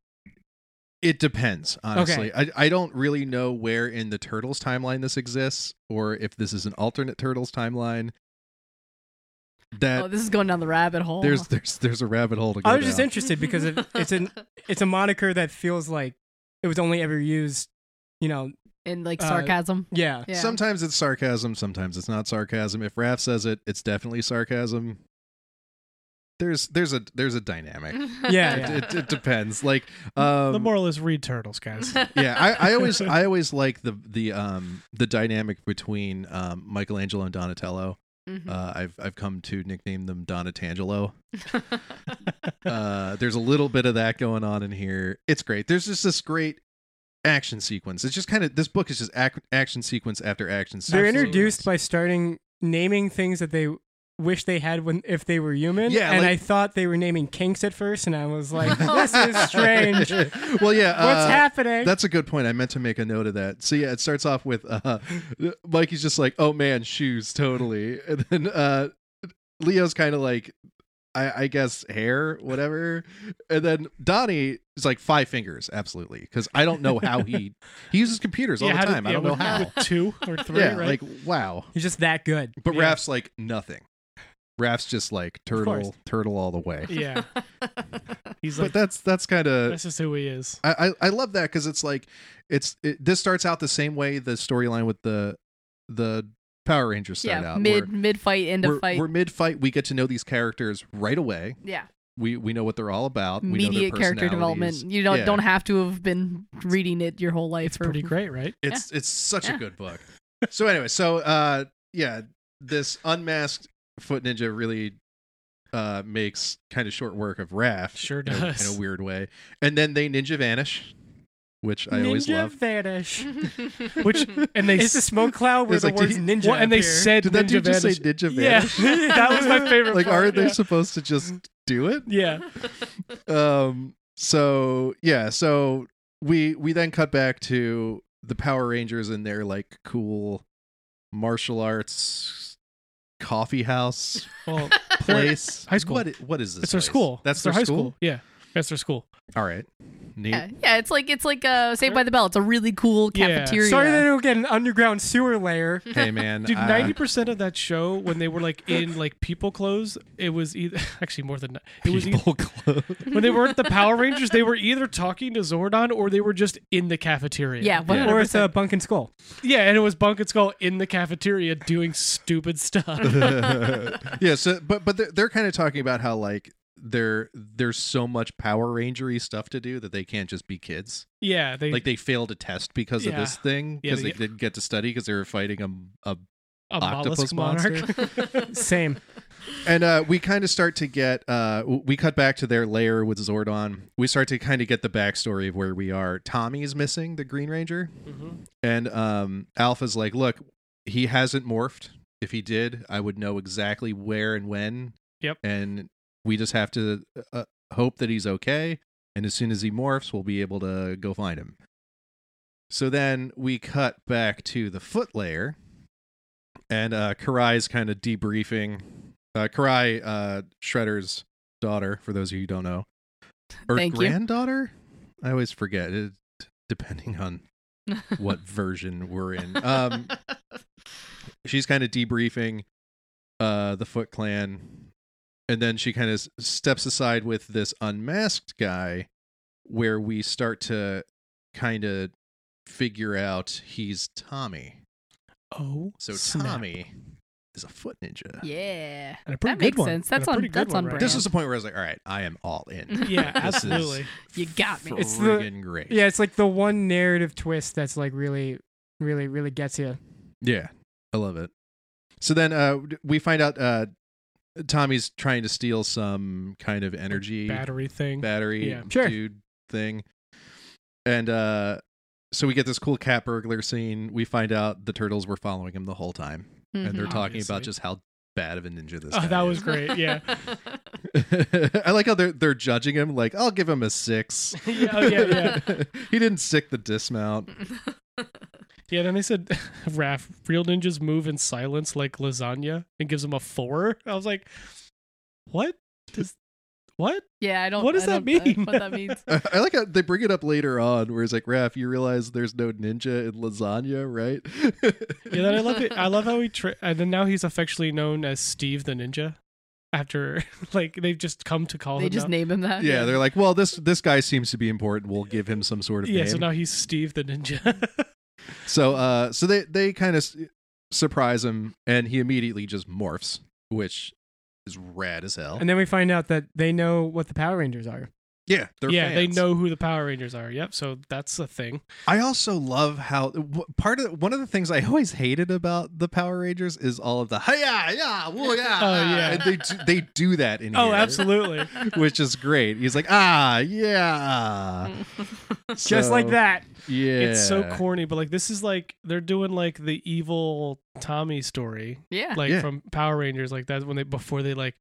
Speaker 2: it depends honestly I, I don't really know where in the turtles timeline this exists or if this is an alternate turtles timeline that
Speaker 1: oh, this is going down the rabbit hole.
Speaker 2: Uh, there's there's there's a rabbit hole to go
Speaker 3: I was just
Speaker 2: down.
Speaker 3: interested because it, it's an it's a moniker that feels like it was only ever used, you know.
Speaker 1: in like
Speaker 3: uh,
Speaker 1: sarcasm.
Speaker 3: Yeah,
Speaker 1: yeah.
Speaker 2: sometimes it's sarcasm sometimes it's not sarcasm if Raph says it it's definitely sarcasm there's there's a there's a dynamic
Speaker 3: Mm, Yeah,
Speaker 2: it, it, it depends like um
Speaker 4: the moral is read turtles, guys.
Speaker 2: yeah I, I always i always like the the um the dynamic between um michelangelo and donatello
Speaker 1: Mhm.
Speaker 2: Uh, I've I've come to nickname them Donatangelo. Uh, there's a little bit of that going on in here. It's great. There's just this great action sequence. It's just kind of this book is just ac- action sequence after action.
Speaker 3: they're
Speaker 2: sequence.
Speaker 3: introduced by starting naming things that they wish they had when if they were human.
Speaker 2: Yeah,
Speaker 3: and
Speaker 2: like-
Speaker 3: I thought they were naming kinks at first, and I was like, this is strange. What's
Speaker 2: well, yeah. uh,
Speaker 3: happening?
Speaker 2: That's a good point. I meant to make a note of that. So yeah, it starts off with uh, Mikey's just like, "Oh man, shoes, totally," and then uh, Leo's kind of like, I, "I guess hair, whatever," and then Donnie is like five fingers, absolutely, because I don't know how he he uses computers all
Speaker 4: Yeah, how
Speaker 2: the
Speaker 4: did-
Speaker 2: time. I
Speaker 4: yeah,
Speaker 2: don't know
Speaker 4: with-
Speaker 2: how.
Speaker 4: with two or three,
Speaker 2: yeah,
Speaker 4: right?
Speaker 2: like wow.
Speaker 3: He's just that good.
Speaker 2: But
Speaker 4: Yeah.
Speaker 2: Raph's like nothing. Raph's just like
Speaker 3: Of course.
Speaker 2: turtle, turtle all the way.
Speaker 4: yeah, he's
Speaker 2: But
Speaker 4: like
Speaker 2: that's that's kind of
Speaker 4: that's just who he is.
Speaker 2: I I, I love that because it's like it's it, this starts out the same way the storyline with the the Power Rangers start
Speaker 1: yeah,
Speaker 2: out.
Speaker 1: mid
Speaker 2: We're-
Speaker 1: mid fight, end
Speaker 2: we're,
Speaker 1: of fight.
Speaker 2: we're mid fight. We get to know these characters right away.
Speaker 1: yeah,
Speaker 2: We we know what they're all about. We know their
Speaker 1: immediate character
Speaker 2: personalities.
Speaker 1: development. You don't
Speaker 2: Yeah.
Speaker 1: don't have to have been reading it your whole life.
Speaker 4: It's
Speaker 1: or-
Speaker 4: pretty great, right?
Speaker 2: It's it's such
Speaker 1: Yeah.
Speaker 2: a good book. so anyway, so uh yeah, this unmasked foot ninja really uh makes kind of short work of Raph.
Speaker 4: Sure
Speaker 2: in a-
Speaker 4: does.
Speaker 2: in a weird way. And then they ninja vanish, which I
Speaker 3: ninja
Speaker 2: always love.
Speaker 3: vanish.
Speaker 4: Which and they
Speaker 3: It's a smoke cloud where
Speaker 2: It's
Speaker 3: the
Speaker 2: like,
Speaker 3: words
Speaker 2: did
Speaker 3: ninja.
Speaker 4: well, and they
Speaker 3: appear.
Speaker 4: said
Speaker 2: Did that
Speaker 4: Ninja
Speaker 2: dude just say
Speaker 4: Vanish.
Speaker 2: ninja
Speaker 4: yeah,
Speaker 2: vanish?
Speaker 4: that was my favorite.
Speaker 2: like
Speaker 4: part,
Speaker 2: aren't they
Speaker 4: yeah.
Speaker 2: supposed to just do it
Speaker 4: Yeah,
Speaker 2: um so yeah so we we then cut back to the power rangers in their like cool martial arts coffee house
Speaker 4: well,
Speaker 2: place
Speaker 4: High school.
Speaker 2: what, i- what is this
Speaker 4: it's their
Speaker 2: place?
Speaker 4: school.
Speaker 2: that's
Speaker 4: It's their, high school.
Speaker 2: school?
Speaker 4: Yeah, that's their school.
Speaker 2: all right neat
Speaker 1: yeah, yeah, it's like it's like uh, Saved by the Bell. It's a really cool
Speaker 4: Yeah.
Speaker 1: cafeteria.
Speaker 3: Sorry they don't get an underground sewer layer.
Speaker 2: hey man uh,
Speaker 4: Dude,
Speaker 2: I-
Speaker 4: ninety percent of that show when they were like in like people clothes, it was either actually more than that. It was either,
Speaker 2: people clothes.
Speaker 4: when they weren't the Power Rangers, they were either talking to Zordon or they were just in the cafeteria.
Speaker 1: yeah,
Speaker 2: Yeah.
Speaker 1: yeah.
Speaker 3: Or it's a bunk and skull.
Speaker 4: yeah, and it was Bunk and Skull in the cafeteria doing stupid stuff.
Speaker 2: yeah so but but they're, they're kind of talking about how like there there's so much power rangery stuff to do that they can't just be kids
Speaker 4: yeah, they
Speaker 2: like they failed a test because of
Speaker 4: Yeah.
Speaker 2: this thing
Speaker 4: Yeah,
Speaker 2: because
Speaker 4: they
Speaker 2: they, didn't get to study because they were fighting a, a
Speaker 4: a
Speaker 2: octopus
Speaker 4: mollusk monarch.
Speaker 3: Same.
Speaker 2: and uh, we kind of start to get uh, w- we cut back to their lair with Zordon. We start to kind of get the backstory of where we are. Tommy is missing the Green Ranger,
Speaker 1: Mm-hmm.
Speaker 4: Mhm.
Speaker 2: and um, Alpha's like, "Look, he hasn't morphed. If he did, I would know exactly where and when.
Speaker 4: Yep.
Speaker 2: And we just have to uh, hope that he's okay. And as soon as he morphs, we'll be able to go find him. So then we cut back to the foot layer, and uh, Karai's kind of debriefing. Uh, Karai, uh, Shredder's daughter, for those of you who don't know, or
Speaker 1: Thank you.
Speaker 2: granddaughter, I always forget. It, depending on what version we're in. Um, she's kind of debriefing uh the Foot Clan, and then she kind of steps aside with this unmasked guy, where we start to kind of figure out he's Tommy.
Speaker 4: Oh,
Speaker 2: So
Speaker 4: snap.
Speaker 2: Tommy is a foot ninja.
Speaker 1: yeah.
Speaker 4: and a pretty
Speaker 1: That
Speaker 4: good
Speaker 1: makes
Speaker 4: one.
Speaker 1: sense.
Speaker 4: and
Speaker 1: That's
Speaker 4: a
Speaker 1: on-
Speaker 4: pretty good
Speaker 1: that's
Speaker 4: one
Speaker 1: on
Speaker 4: right
Speaker 2: This
Speaker 1: brand.
Speaker 2: was the point where I was like, "All right, I am all in."
Speaker 4: now. Yeah,
Speaker 2: This is-
Speaker 4: absolutely.
Speaker 1: You got me.
Speaker 3: It's the-
Speaker 2: friggin' great.
Speaker 3: Yeah, it's like the one narrative twist that's like really, really, really gets you.
Speaker 2: Yeah, I love it. So then uh, we find out uh, Tommy's trying to steal some kind of energy
Speaker 4: Battery thing.
Speaker 2: battery
Speaker 4: Mm-hmm. Yeah.
Speaker 3: Sure.
Speaker 2: dude thing. And uh, so we get this cool cat burglar scene. We find out the turtles were following him the whole time, and they're
Speaker 1: Mhm.
Speaker 2: talking
Speaker 4: Mm-hmm. Obviously.
Speaker 2: about just how bad of a ninja this.
Speaker 4: Oh,
Speaker 2: guy
Speaker 4: that was
Speaker 2: is.
Speaker 4: great. Yeah.
Speaker 2: I like how they're they're judging him. Like, I'll give him a six.
Speaker 4: yeah, oh, yeah, yeah.
Speaker 2: he didn't sick the dismount.
Speaker 4: Yeah, then they said, Raph, real ninjas move in silence like lasagna and gives him a four. I was like, what? Does, what?
Speaker 1: yeah, I don't.
Speaker 4: What does
Speaker 1: I
Speaker 4: that
Speaker 1: don't- I don't
Speaker 4: mean?
Speaker 1: know What that means?
Speaker 2: I I like how they bring it up later on, where it's like, Raph, you realize there's no ninja in lasagna, right?
Speaker 4: Yeah, then I love it. I love how he, tra- and then now he's affectionately known as Steve the Ninja after, like, they've just come to call
Speaker 1: They
Speaker 4: him.
Speaker 1: just
Speaker 4: now.
Speaker 1: name him that.
Speaker 2: yeah, they're like, well, this this guy seems to be important. We'll give him some sort of
Speaker 4: yeah,
Speaker 2: name.
Speaker 4: so now he's Steve the Ninja.
Speaker 2: So uh so they they kind of s- surprise him and he immediately just morphs, which is rad as hell.
Speaker 3: And then we find out that they know what the Power Rangers are.
Speaker 2: yeah, they're
Speaker 4: yeah, they
Speaker 2: fans.
Speaker 4: know who the Power Rangers are. Yep, so that's a thing.
Speaker 2: I also love how w- part of one of the things I always hated about the Power Rangers is all of the yeah yeah woo yeah.
Speaker 4: Oh,
Speaker 2: ah,"
Speaker 4: yeah.
Speaker 2: And they do, they do that in
Speaker 4: Oh,
Speaker 2: here,
Speaker 4: absolutely.
Speaker 2: which is great. He's like ah yeah,
Speaker 3: Just like
Speaker 2: So,
Speaker 3: that.
Speaker 2: Yeah,
Speaker 4: It's so corny, but like this is like they're doing like the evil Tommy story,
Speaker 1: yeah.
Speaker 4: like
Speaker 2: Yeah.
Speaker 4: from Power Rangers, like that's when they before they like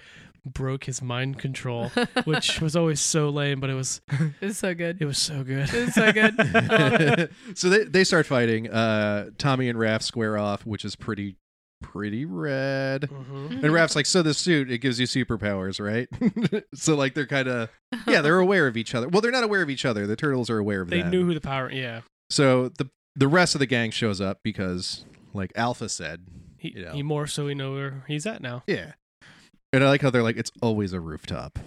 Speaker 4: broke his mind control, which was always so lame, but it was
Speaker 1: it's so good.
Speaker 4: it was so good.
Speaker 1: It's so good. I love it.
Speaker 2: so they, they start fighting. Uh, Tommy and Raph square off, which is pretty pretty rad.
Speaker 4: Mhm.
Speaker 2: And Raph's like, so this suit it gives you superpowers, right? so like they're kind of yeah, they're aware of each other. Well, they're not aware of each other. The turtles are aware of
Speaker 4: They
Speaker 2: them.
Speaker 4: knew who the power. Yeah,
Speaker 2: so the the rest of the gang shows up because like Alpha said,
Speaker 4: he
Speaker 2: You know.
Speaker 4: he more so we know where he's at now.
Speaker 2: yeah. And I like how they're like, it's always a rooftop.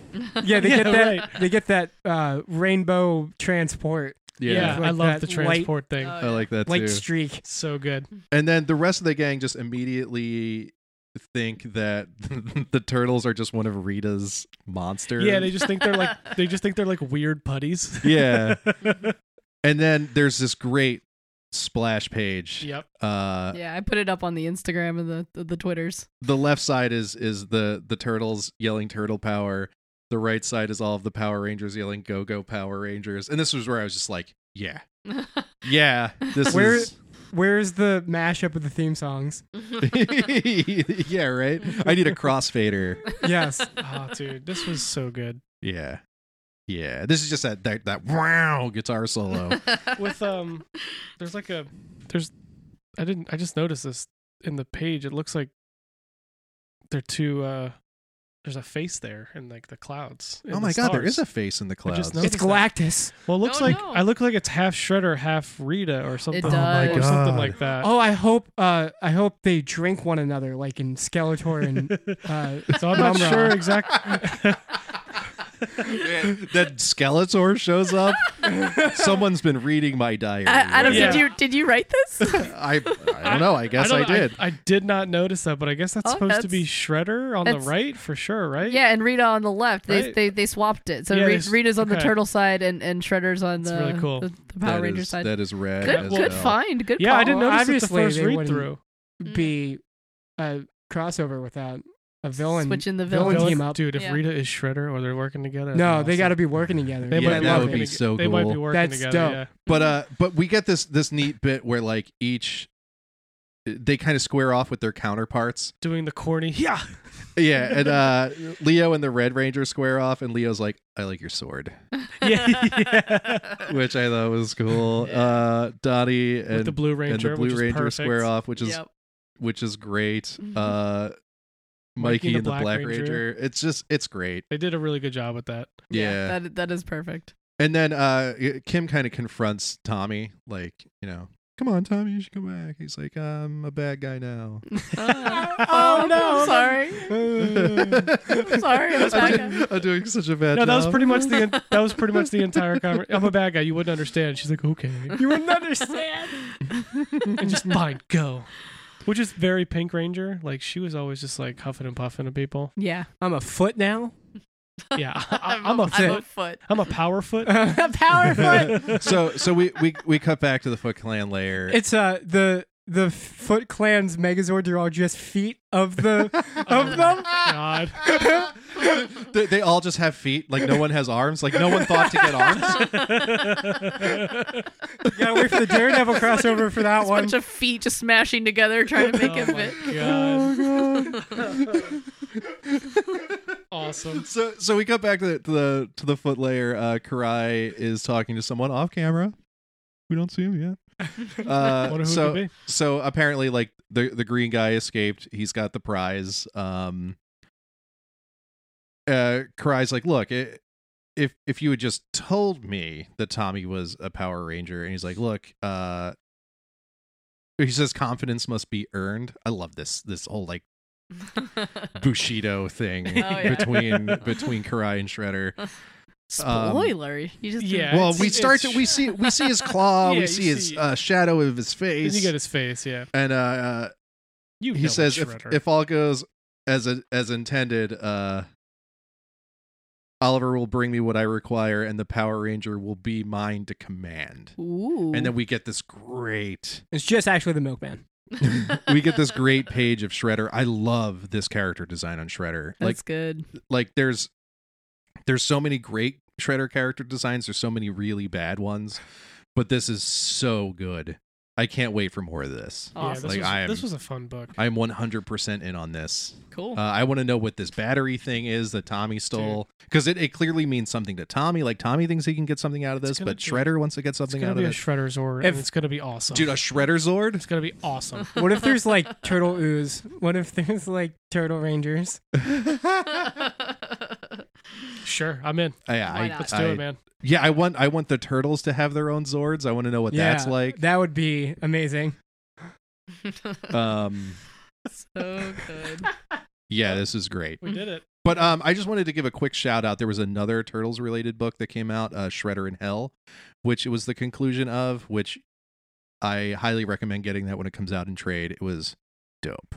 Speaker 3: Yeah, they
Speaker 4: Yeah,
Speaker 3: get that.
Speaker 4: right.
Speaker 3: They get that uh, rainbow transport
Speaker 4: Yeah,
Speaker 3: Like
Speaker 4: I love
Speaker 3: that
Speaker 4: the
Speaker 3: light-
Speaker 4: transport thing.
Speaker 1: Oh,
Speaker 2: I like that
Speaker 3: light
Speaker 2: too.
Speaker 3: streak.
Speaker 4: so good.
Speaker 2: And then the rest of the gang just immediately think that the turtles are just one of Rita's monsters.
Speaker 4: Yeah, they just think they're like they just think they're like weird putties.
Speaker 2: yeah. and then there's this great splash page.
Speaker 4: yep.
Speaker 2: Uh,
Speaker 1: yeah, I put it up on the Instagram and the the, the Twitters.
Speaker 2: The left side is is the the turtles yelling turtle power. The right side is all of the Power Rangers yelling go go Power Rangers. And this was where I was just like, yeah, yeah, this
Speaker 3: Where-
Speaker 2: is
Speaker 3: Where's the mashup of the theme songs?
Speaker 2: yeah, right. I need a crossfader.
Speaker 3: Yes.
Speaker 4: Oh, dude, this was so good.
Speaker 2: Yeah. Yeah. This is just that that, that wow guitar solo. Oh
Speaker 4: with um there's like a there's i didn't i just noticed this in the page it looks like they're two uh there's a face there in like the clouds in
Speaker 2: oh
Speaker 4: the
Speaker 2: my god, there is a
Speaker 4: stars.
Speaker 2: face in the
Speaker 4: I
Speaker 2: clouds.
Speaker 4: just
Speaker 3: it's
Speaker 4: noticed that.
Speaker 3: Galactus.
Speaker 4: well it looks
Speaker 1: Oh,
Speaker 4: like
Speaker 1: no.
Speaker 4: i look like it's half shredder half rita or something
Speaker 1: does.
Speaker 4: or something
Speaker 2: God.
Speaker 4: like that
Speaker 3: Oh, I hope. Uh, I hope they drink one another, like in Skeletor and. Uh,
Speaker 4: so i'm not
Speaker 3: Mumra.
Speaker 4: sure exactly
Speaker 2: Man, that Skeletor shows up. Someone's been reading my diary.
Speaker 1: I, I don't.
Speaker 4: Yeah.
Speaker 1: Did you did you write this?
Speaker 2: I, I don't know. I guess I,
Speaker 4: don't-
Speaker 2: did.
Speaker 4: I, did not notice that, but I guess that's
Speaker 1: Oh,
Speaker 4: supposed to be
Speaker 1: that's-
Speaker 4: Shredder on the
Speaker 1: that's-
Speaker 4: right for sure, right?
Speaker 1: yeah, and Rita on the left. They
Speaker 4: Right.
Speaker 1: they, they swapped it. So
Speaker 4: Yeah,
Speaker 1: Re-
Speaker 4: they s-
Speaker 1: Rita's on
Speaker 4: okay.
Speaker 1: the turtle side, and and Shredder's on
Speaker 4: That's
Speaker 1: the
Speaker 4: really cool.
Speaker 1: the, the
Speaker 2: That
Speaker 1: Power
Speaker 2: is-
Speaker 1: Ranger side.
Speaker 2: That is rad.
Speaker 1: Good,
Speaker 2: as
Speaker 1: good
Speaker 2: hell.
Speaker 1: find. Good.
Speaker 4: Yeah,
Speaker 1: call.
Speaker 4: I didn't
Speaker 3: Well,
Speaker 4: notice it the
Speaker 3: obviously
Speaker 4: first
Speaker 3: they
Speaker 4: read
Speaker 3: wouldn't-
Speaker 4: through.
Speaker 3: be a crossover without a villain.
Speaker 1: Switching the
Speaker 3: villain,
Speaker 1: villains.
Speaker 3: team up.
Speaker 4: Dude, if
Speaker 1: Yeah.
Speaker 4: Rita is Shredder or they're working together.
Speaker 3: no,
Speaker 4: that's
Speaker 3: they got to
Speaker 4: awesome.
Speaker 3: be working together.
Speaker 4: They
Speaker 2: Yeah,
Speaker 4: might
Speaker 2: that
Speaker 4: love
Speaker 2: would
Speaker 4: it.
Speaker 2: be so
Speaker 4: They might be
Speaker 2: cool.
Speaker 4: working
Speaker 3: That's
Speaker 4: together.
Speaker 3: dope.
Speaker 4: Yeah.
Speaker 2: But uh, but we get this this neat bit where like each they kind of square off with their counterparts.
Speaker 4: Doing the corny. Yeah.
Speaker 2: Yeah, and uh, Leo and the Red Ranger square off, and Leo's like, "I like your sword,"
Speaker 4: Yeah.
Speaker 2: which I thought was cool.
Speaker 1: Yeah.
Speaker 2: Uh, Dottie and
Speaker 4: With the Blue Ranger.
Speaker 2: and the Blue
Speaker 4: which
Speaker 2: Ranger
Speaker 4: is perfect.
Speaker 2: square off, which is
Speaker 1: Yep.
Speaker 2: which is great.
Speaker 1: Mhm.
Speaker 2: Uh, Mikey and the Black, Ranger. It's just it's great.
Speaker 4: They did a really good job with that.
Speaker 2: Yeah.
Speaker 1: That that is perfect.
Speaker 2: And then uh, Kim kind of confronts Tommy, like you know, come on, Tommy, you should come back. He's like, I'm a bad guy now.
Speaker 1: oh
Speaker 3: no.
Speaker 1: I'm sorry.
Speaker 2: I'm
Speaker 1: sorry, I'm a bad guy.
Speaker 2: I'm doing such a bad.
Speaker 4: No, that was
Speaker 2: job.
Speaker 4: pretty much the en- that was pretty much the entire conversation. I'm a bad guy. You wouldn't understand. She's like, okay,
Speaker 3: you wouldn't understand.
Speaker 4: and just fine, go. Which is very Pink Ranger. Like she was always just like huffing and puffing to people.
Speaker 1: Yeah.
Speaker 3: I'm a foot now.
Speaker 4: Yeah, I, am
Speaker 1: I'm
Speaker 4: a
Speaker 1: a
Speaker 4: foot.
Speaker 1: foot.
Speaker 4: I'm a power foot.
Speaker 3: Powerfoot.
Speaker 2: so so we we we cut back to the Foot Clan lair.
Speaker 3: It's uh the the Foot Clan's Megazord are all just feet of the of them.
Speaker 4: Oh God.
Speaker 2: they, they all just have feet. Like no one has arms. Like no one thought to get arms.
Speaker 3: Yeah, wait for the Daredevil crossover for that
Speaker 1: It's a
Speaker 3: one.
Speaker 1: bunch of feet just smashing together trying to make
Speaker 4: oh
Speaker 1: it
Speaker 4: my
Speaker 1: fit.
Speaker 4: God.
Speaker 2: Oh
Speaker 4: awesome.
Speaker 2: So so we cut back to the to the, to the foot layer. Uh, Karai is talking to someone off camera. We don't see him yet.
Speaker 4: Wonder
Speaker 2: Uh,
Speaker 4: who
Speaker 2: so
Speaker 4: it could be.
Speaker 2: so apparently like the the green guy escaped he's got the prize um uh Karai's like look it, if if you had just told me that tommy was a power ranger and he's like look uh he says confidence must be earned i love this this whole like bushido thing
Speaker 4: Oh,
Speaker 1: yeah.
Speaker 2: between between Karai and shredder
Speaker 1: Spoiler. you just
Speaker 4: yeah.
Speaker 2: Um, well
Speaker 4: it's-
Speaker 2: we start to
Speaker 4: it's-
Speaker 2: we see we see his claw
Speaker 4: Yeah,
Speaker 2: we
Speaker 4: you
Speaker 2: see his
Speaker 4: see-
Speaker 2: uh, shadow of his
Speaker 4: And
Speaker 2: face
Speaker 4: you get his face, yeah.
Speaker 2: and uh, uh
Speaker 4: You
Speaker 2: he
Speaker 4: know
Speaker 2: says
Speaker 4: it's
Speaker 2: if,
Speaker 4: Shredder.
Speaker 2: if all goes as a, as intended uh oliver will bring me what i require and the power ranger will be mine to command
Speaker 1: Ooh.
Speaker 2: and then we get this great
Speaker 3: It's just actually the Milkman.
Speaker 2: we get this great page of shredder i love this character design on shredder
Speaker 1: That's
Speaker 2: like
Speaker 1: good.
Speaker 2: like there's there's so many great shredder character designs there's so many really bad ones but this is so good i can't wait for more of this
Speaker 4: yeah,
Speaker 1: Awesome.
Speaker 4: this,
Speaker 2: like,
Speaker 4: was,
Speaker 2: I am-
Speaker 4: this was a fun book.
Speaker 2: i'm 100% in on this
Speaker 1: cool.
Speaker 2: Uh, I want to know what this battery thing is that Tommy stole because it, it clearly means something to Tommy. Like Tommy thinks he can get something out of
Speaker 4: It's
Speaker 2: this,
Speaker 4: gonna
Speaker 2: but
Speaker 4: be-
Speaker 2: Shredder wants to get
Speaker 4: it's
Speaker 2: something
Speaker 4: gonna
Speaker 2: out
Speaker 4: be
Speaker 2: of
Speaker 4: a
Speaker 2: it.
Speaker 4: Shredder Zord,
Speaker 3: If-
Speaker 4: and it's gonna be awesome.
Speaker 2: Dude, a Shredder Zord?
Speaker 4: it's gonna be awesome.
Speaker 3: What if there's like turtle ooze? What if there's like turtle rangers?
Speaker 2: uh,
Speaker 4: sure, I'm in.
Speaker 2: Yeah,
Speaker 1: Why
Speaker 2: I,
Speaker 1: not?
Speaker 4: Let's
Speaker 2: I-
Speaker 4: do it, man.
Speaker 2: yeah, I want I want the turtles to have their own Zords. I want to know what that's
Speaker 3: Yeah,
Speaker 2: like.
Speaker 3: That would be amazing.
Speaker 2: um,
Speaker 1: so good.
Speaker 2: yeah, this is great.
Speaker 4: We did it.
Speaker 2: But um, I just wanted to give a quick shout out. There was another turtles related book that came out, uh, Shredder in Hell, which was the conclusion of, which I highly recommend getting that when it comes out in trade. It was dope.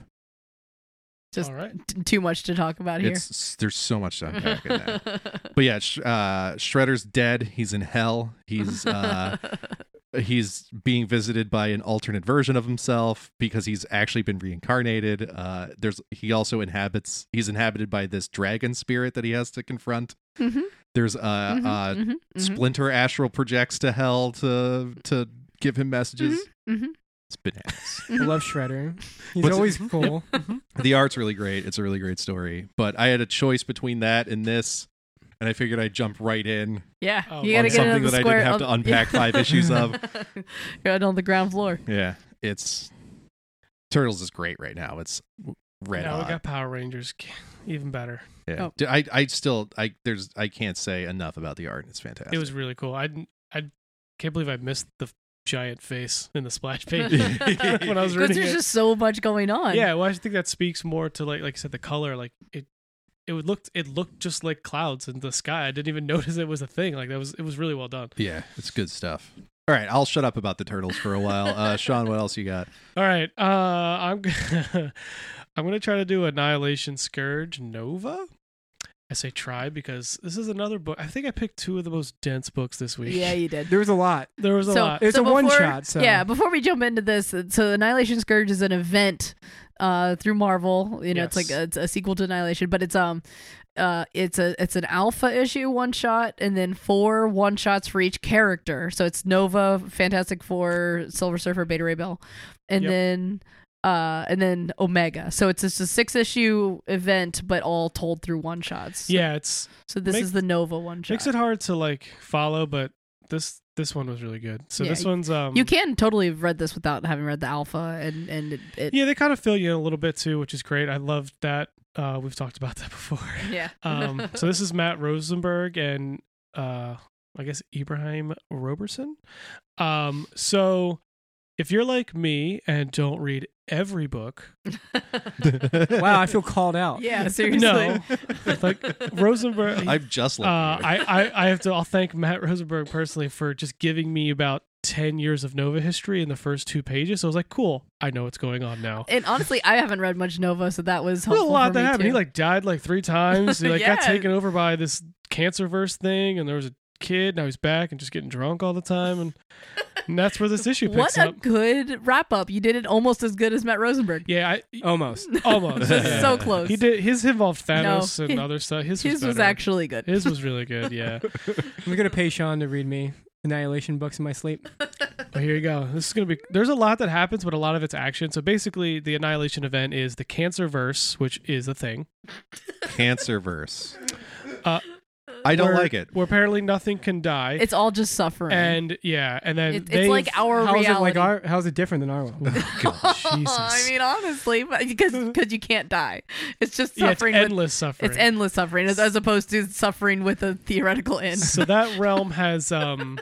Speaker 1: Just
Speaker 4: All right.
Speaker 1: t- too much to talk about here.
Speaker 2: It's there's so much to unpack in that. But yeah, Sh- uh, Shredder's dead. He's in hell. He's uh, he's being visited by an alternate version of himself because he's actually been reincarnated. Uh, there's he also inhabits. He's inhabited by this dragon spirit that he has to confront.
Speaker 1: Mhm,
Speaker 2: There's uh,
Speaker 1: mhm,
Speaker 2: uh,
Speaker 1: mhm, mhm,
Speaker 2: Splinter astral projects to hell to to give him messages.
Speaker 1: mhm.
Speaker 2: It's bananas.
Speaker 3: I love Shredder. He's
Speaker 2: What's-
Speaker 3: always cool.
Speaker 2: the art's really great. It's a really great story. But I had a choice between that and this, and I figured I'd jump right in.
Speaker 1: Yeah,
Speaker 4: Oh,
Speaker 1: you gotta
Speaker 4: on
Speaker 1: get it on
Speaker 2: something
Speaker 1: the
Speaker 2: that I didn't
Speaker 1: square.
Speaker 2: have
Speaker 1: on-
Speaker 2: to unpack five issues of.
Speaker 1: You're out on the ground floor.
Speaker 2: Yeah, it's Turtles is great right now. It's red
Speaker 4: now we
Speaker 2: hot.
Speaker 4: got Power Rangers. Even better.
Speaker 2: yeah.
Speaker 1: oh.
Speaker 2: D- I I still I there's I can't say enough about the art. It's fantastic.
Speaker 4: It was really cool. I didn't- I can't believe I missed the giant face in the splash page when I was
Speaker 1: Because
Speaker 4: reading
Speaker 1: there's
Speaker 4: it.
Speaker 1: just so much going on.
Speaker 4: yeah, well, I think that speaks more to like like I said the color. Like it, it would looked it looked just like clouds in the sky. I didn't even notice it was a thing. Like that was it was really well done.
Speaker 2: yeah, it's good stuff. All right, I'll shut up about the turtles for a while. Uh, Sean, what else you got?
Speaker 4: All right, uh, I'm g- I'm gonna try to do Annihilation Scourge Nova. I say try because this is another book. I think I picked two of the most dense books this week.
Speaker 1: yeah, you did.
Speaker 3: There was a lot.
Speaker 4: there was a
Speaker 1: so,
Speaker 4: lot.
Speaker 3: It's
Speaker 1: so
Speaker 3: a
Speaker 1: before-
Speaker 3: one-shot, so-
Speaker 1: yeah. Before we jump into this, so Annihilation Scourge is an event uh, through Marvel. You know,
Speaker 4: Yes.
Speaker 1: it's like a, it's a sequel to Annihilation, but it's um, uh, it's a it's an alpha issue one shot, and then four one shots for each character. So it's Nova, Fantastic Four, Silver Surfer, Beta Ray Bill, and
Speaker 4: Yep.
Speaker 1: then. Uh, and then Omega. So it's just a six issue event, but all told through one shots.
Speaker 4: Yeah, it's
Speaker 1: So this
Speaker 4: Makes-
Speaker 1: is the Nova one shot.
Speaker 4: makes it hard to like follow, but this this one was really good. So
Speaker 1: Yeah,
Speaker 4: this
Speaker 1: you-
Speaker 4: one's um
Speaker 1: You can totally have read this without having read the alpha, and and it, it
Speaker 4: yeah they kind of fill you in a little bit too, which is great. I loved that. Uh, we've talked about that before.
Speaker 1: yeah.
Speaker 4: Um, so this is Matt Rosenberg and uh, I guess Ibrahim Roberson. Um, so if you're like me and don't read every book,
Speaker 3: Wow, I feel called out.
Speaker 1: yeah, seriously.
Speaker 4: Oh. no, like Rosenberg,
Speaker 2: I've just
Speaker 4: uh,
Speaker 2: left.
Speaker 4: I, I I have to. I'll thank Matt Rosenberg personally for just giving me about ten years of Nova history in the first two pages. So I was like, cool, I know what's going on now.
Speaker 1: And honestly, I haven't read much Nova, so that was
Speaker 4: There's
Speaker 1: helpful
Speaker 4: a lot
Speaker 1: for
Speaker 4: that
Speaker 1: me
Speaker 4: happened.
Speaker 1: Too.
Speaker 4: He like died like three times. He like got
Speaker 1: Yeah.
Speaker 4: taken over by this cancer verse thing, and there was a kid. Now he's back and just getting drunk all the time, and, and that's where this issue
Speaker 1: What
Speaker 4: picks
Speaker 1: a
Speaker 4: up.
Speaker 1: good wrap up. You did it almost as good as Matt Rosenberg.
Speaker 4: Yeah, I,
Speaker 3: Almost.
Speaker 4: almost.
Speaker 1: so close.
Speaker 4: He did his involved
Speaker 1: No.
Speaker 4: Thanos and other stuff. His,
Speaker 1: His was
Speaker 4: better.
Speaker 1: actually good.
Speaker 4: his was really good. Yeah.
Speaker 3: I'm gonna pay Sean to read me Annihilation books in my sleep.
Speaker 4: Well, here you go. This is gonna be. There's a lot that happens, but a lot of it's action. So basically, the annihilation event is the Cancer Verse, which is a thing.
Speaker 2: Cancer verse.
Speaker 4: Uh,
Speaker 2: I don't
Speaker 4: where-
Speaker 2: like it.
Speaker 4: Where apparently nothing can die.
Speaker 1: It's all just suffering.
Speaker 4: and yeah, and then
Speaker 1: It- it's
Speaker 4: they-
Speaker 1: like our
Speaker 3: How's
Speaker 1: reality.
Speaker 3: it like our? How's it different than our one?
Speaker 4: God, Oh, Jesus.
Speaker 1: I mean, honestly, but- because because you can't die. It's just
Speaker 4: yeah, it's
Speaker 1: suffering. with-
Speaker 4: endless suffering.
Speaker 1: it's endless suffering as, as opposed to suffering with a theoretical end.
Speaker 4: so that realm has um,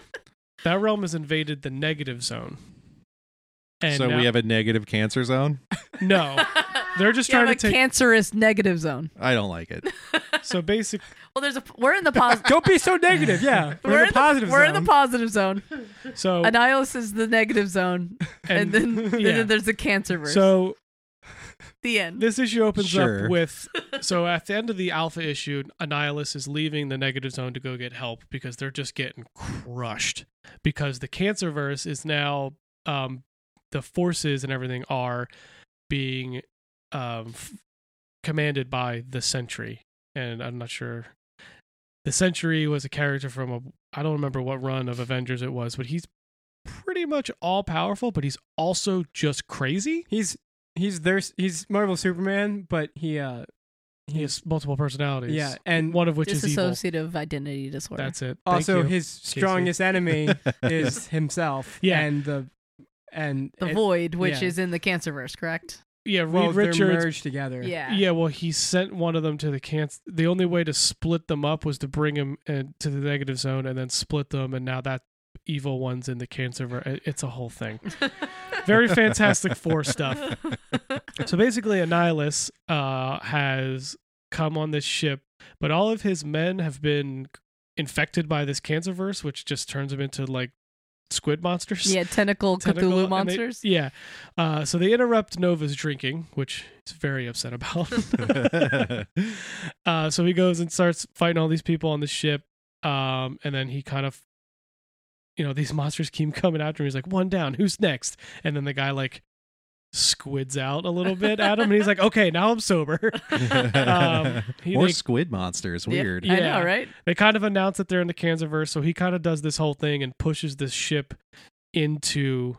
Speaker 4: that realm has invaded the negative zone. And
Speaker 2: so
Speaker 4: now-
Speaker 2: we have a negative cancer zone.
Speaker 4: no. They're just
Speaker 1: You have
Speaker 4: trying
Speaker 1: a
Speaker 4: to take.
Speaker 1: cancerous negative zone.
Speaker 2: I don't like it.
Speaker 4: so basic.
Speaker 1: Well, there's a we're in the positive.
Speaker 3: Don't be so negative. Yeah, we're, in the positive
Speaker 1: We're in
Speaker 3: zone.
Speaker 1: the positive zone.
Speaker 4: So
Speaker 1: Annihilus is the negative zone, and, then, and
Speaker 4: yeah.
Speaker 1: then there's the cancer verse.
Speaker 4: so
Speaker 1: the end.
Speaker 4: this issue opens
Speaker 2: Sure.
Speaker 4: up with so at the end of the alpha issue annihilus is leaving the negative zone to go get help because they're just getting crushed because the cancerverse is now um the forces and everything are being um f- commanded by the sentry and i'm not sure the sentry was a character from a i don't remember what run of avengers it was but he's pretty much all powerful but he's also just crazy
Speaker 3: he's he's their he's Marvel Superman, but he uh
Speaker 4: he has multiple personalities
Speaker 3: yeah, and
Speaker 4: one of which is evil.
Speaker 1: Dissociative identity disorder.
Speaker 4: That's it. Thank
Speaker 3: also
Speaker 4: you.
Speaker 3: his strongest enemy is himself.
Speaker 4: Yeah.
Speaker 3: and the and
Speaker 1: the
Speaker 3: it-
Speaker 1: void, which
Speaker 3: yeah.
Speaker 1: is in the cancer verse, correct?
Speaker 4: yeah,
Speaker 3: well,
Speaker 4: Reed
Speaker 3: they're
Speaker 4: Richards.
Speaker 3: merged together.
Speaker 1: Yeah.
Speaker 4: Yeah, well, he sent one of them to the cancer. The only way to split them up was to bring him in, to the negative zone and then split them, and now that evil one's in the cancer. ver- it- It's a whole thing. Very Fantastic Four stuff. So basically, Annihilus uh, has come on this ship, but all of his men have been infected by this cancerverse, which just turns them into like squid monsters.
Speaker 1: Yeah, tentacle,
Speaker 4: tentacle, and
Speaker 1: Cthulhu
Speaker 4: they-
Speaker 1: monsters.
Speaker 4: yeah. Uh, so they interrupt Nova's drinking, which he's very upset about. uh, so he goes and starts fighting all these people on the ship. Um, and then he kind of, you know, these monsters keep coming after him. He's like, one down, who's next? And then the guy like squids out a little bit at him. And he's like, okay, now I'm sober. Um, he-
Speaker 2: More
Speaker 4: they,
Speaker 2: squid monsters.
Speaker 1: Yeah,
Speaker 2: Weird.
Speaker 1: I
Speaker 4: Yeah.
Speaker 1: know, right?
Speaker 4: they kind of announce that they're in the Kansaverse. So he kind of does this whole thing and pushes this ship into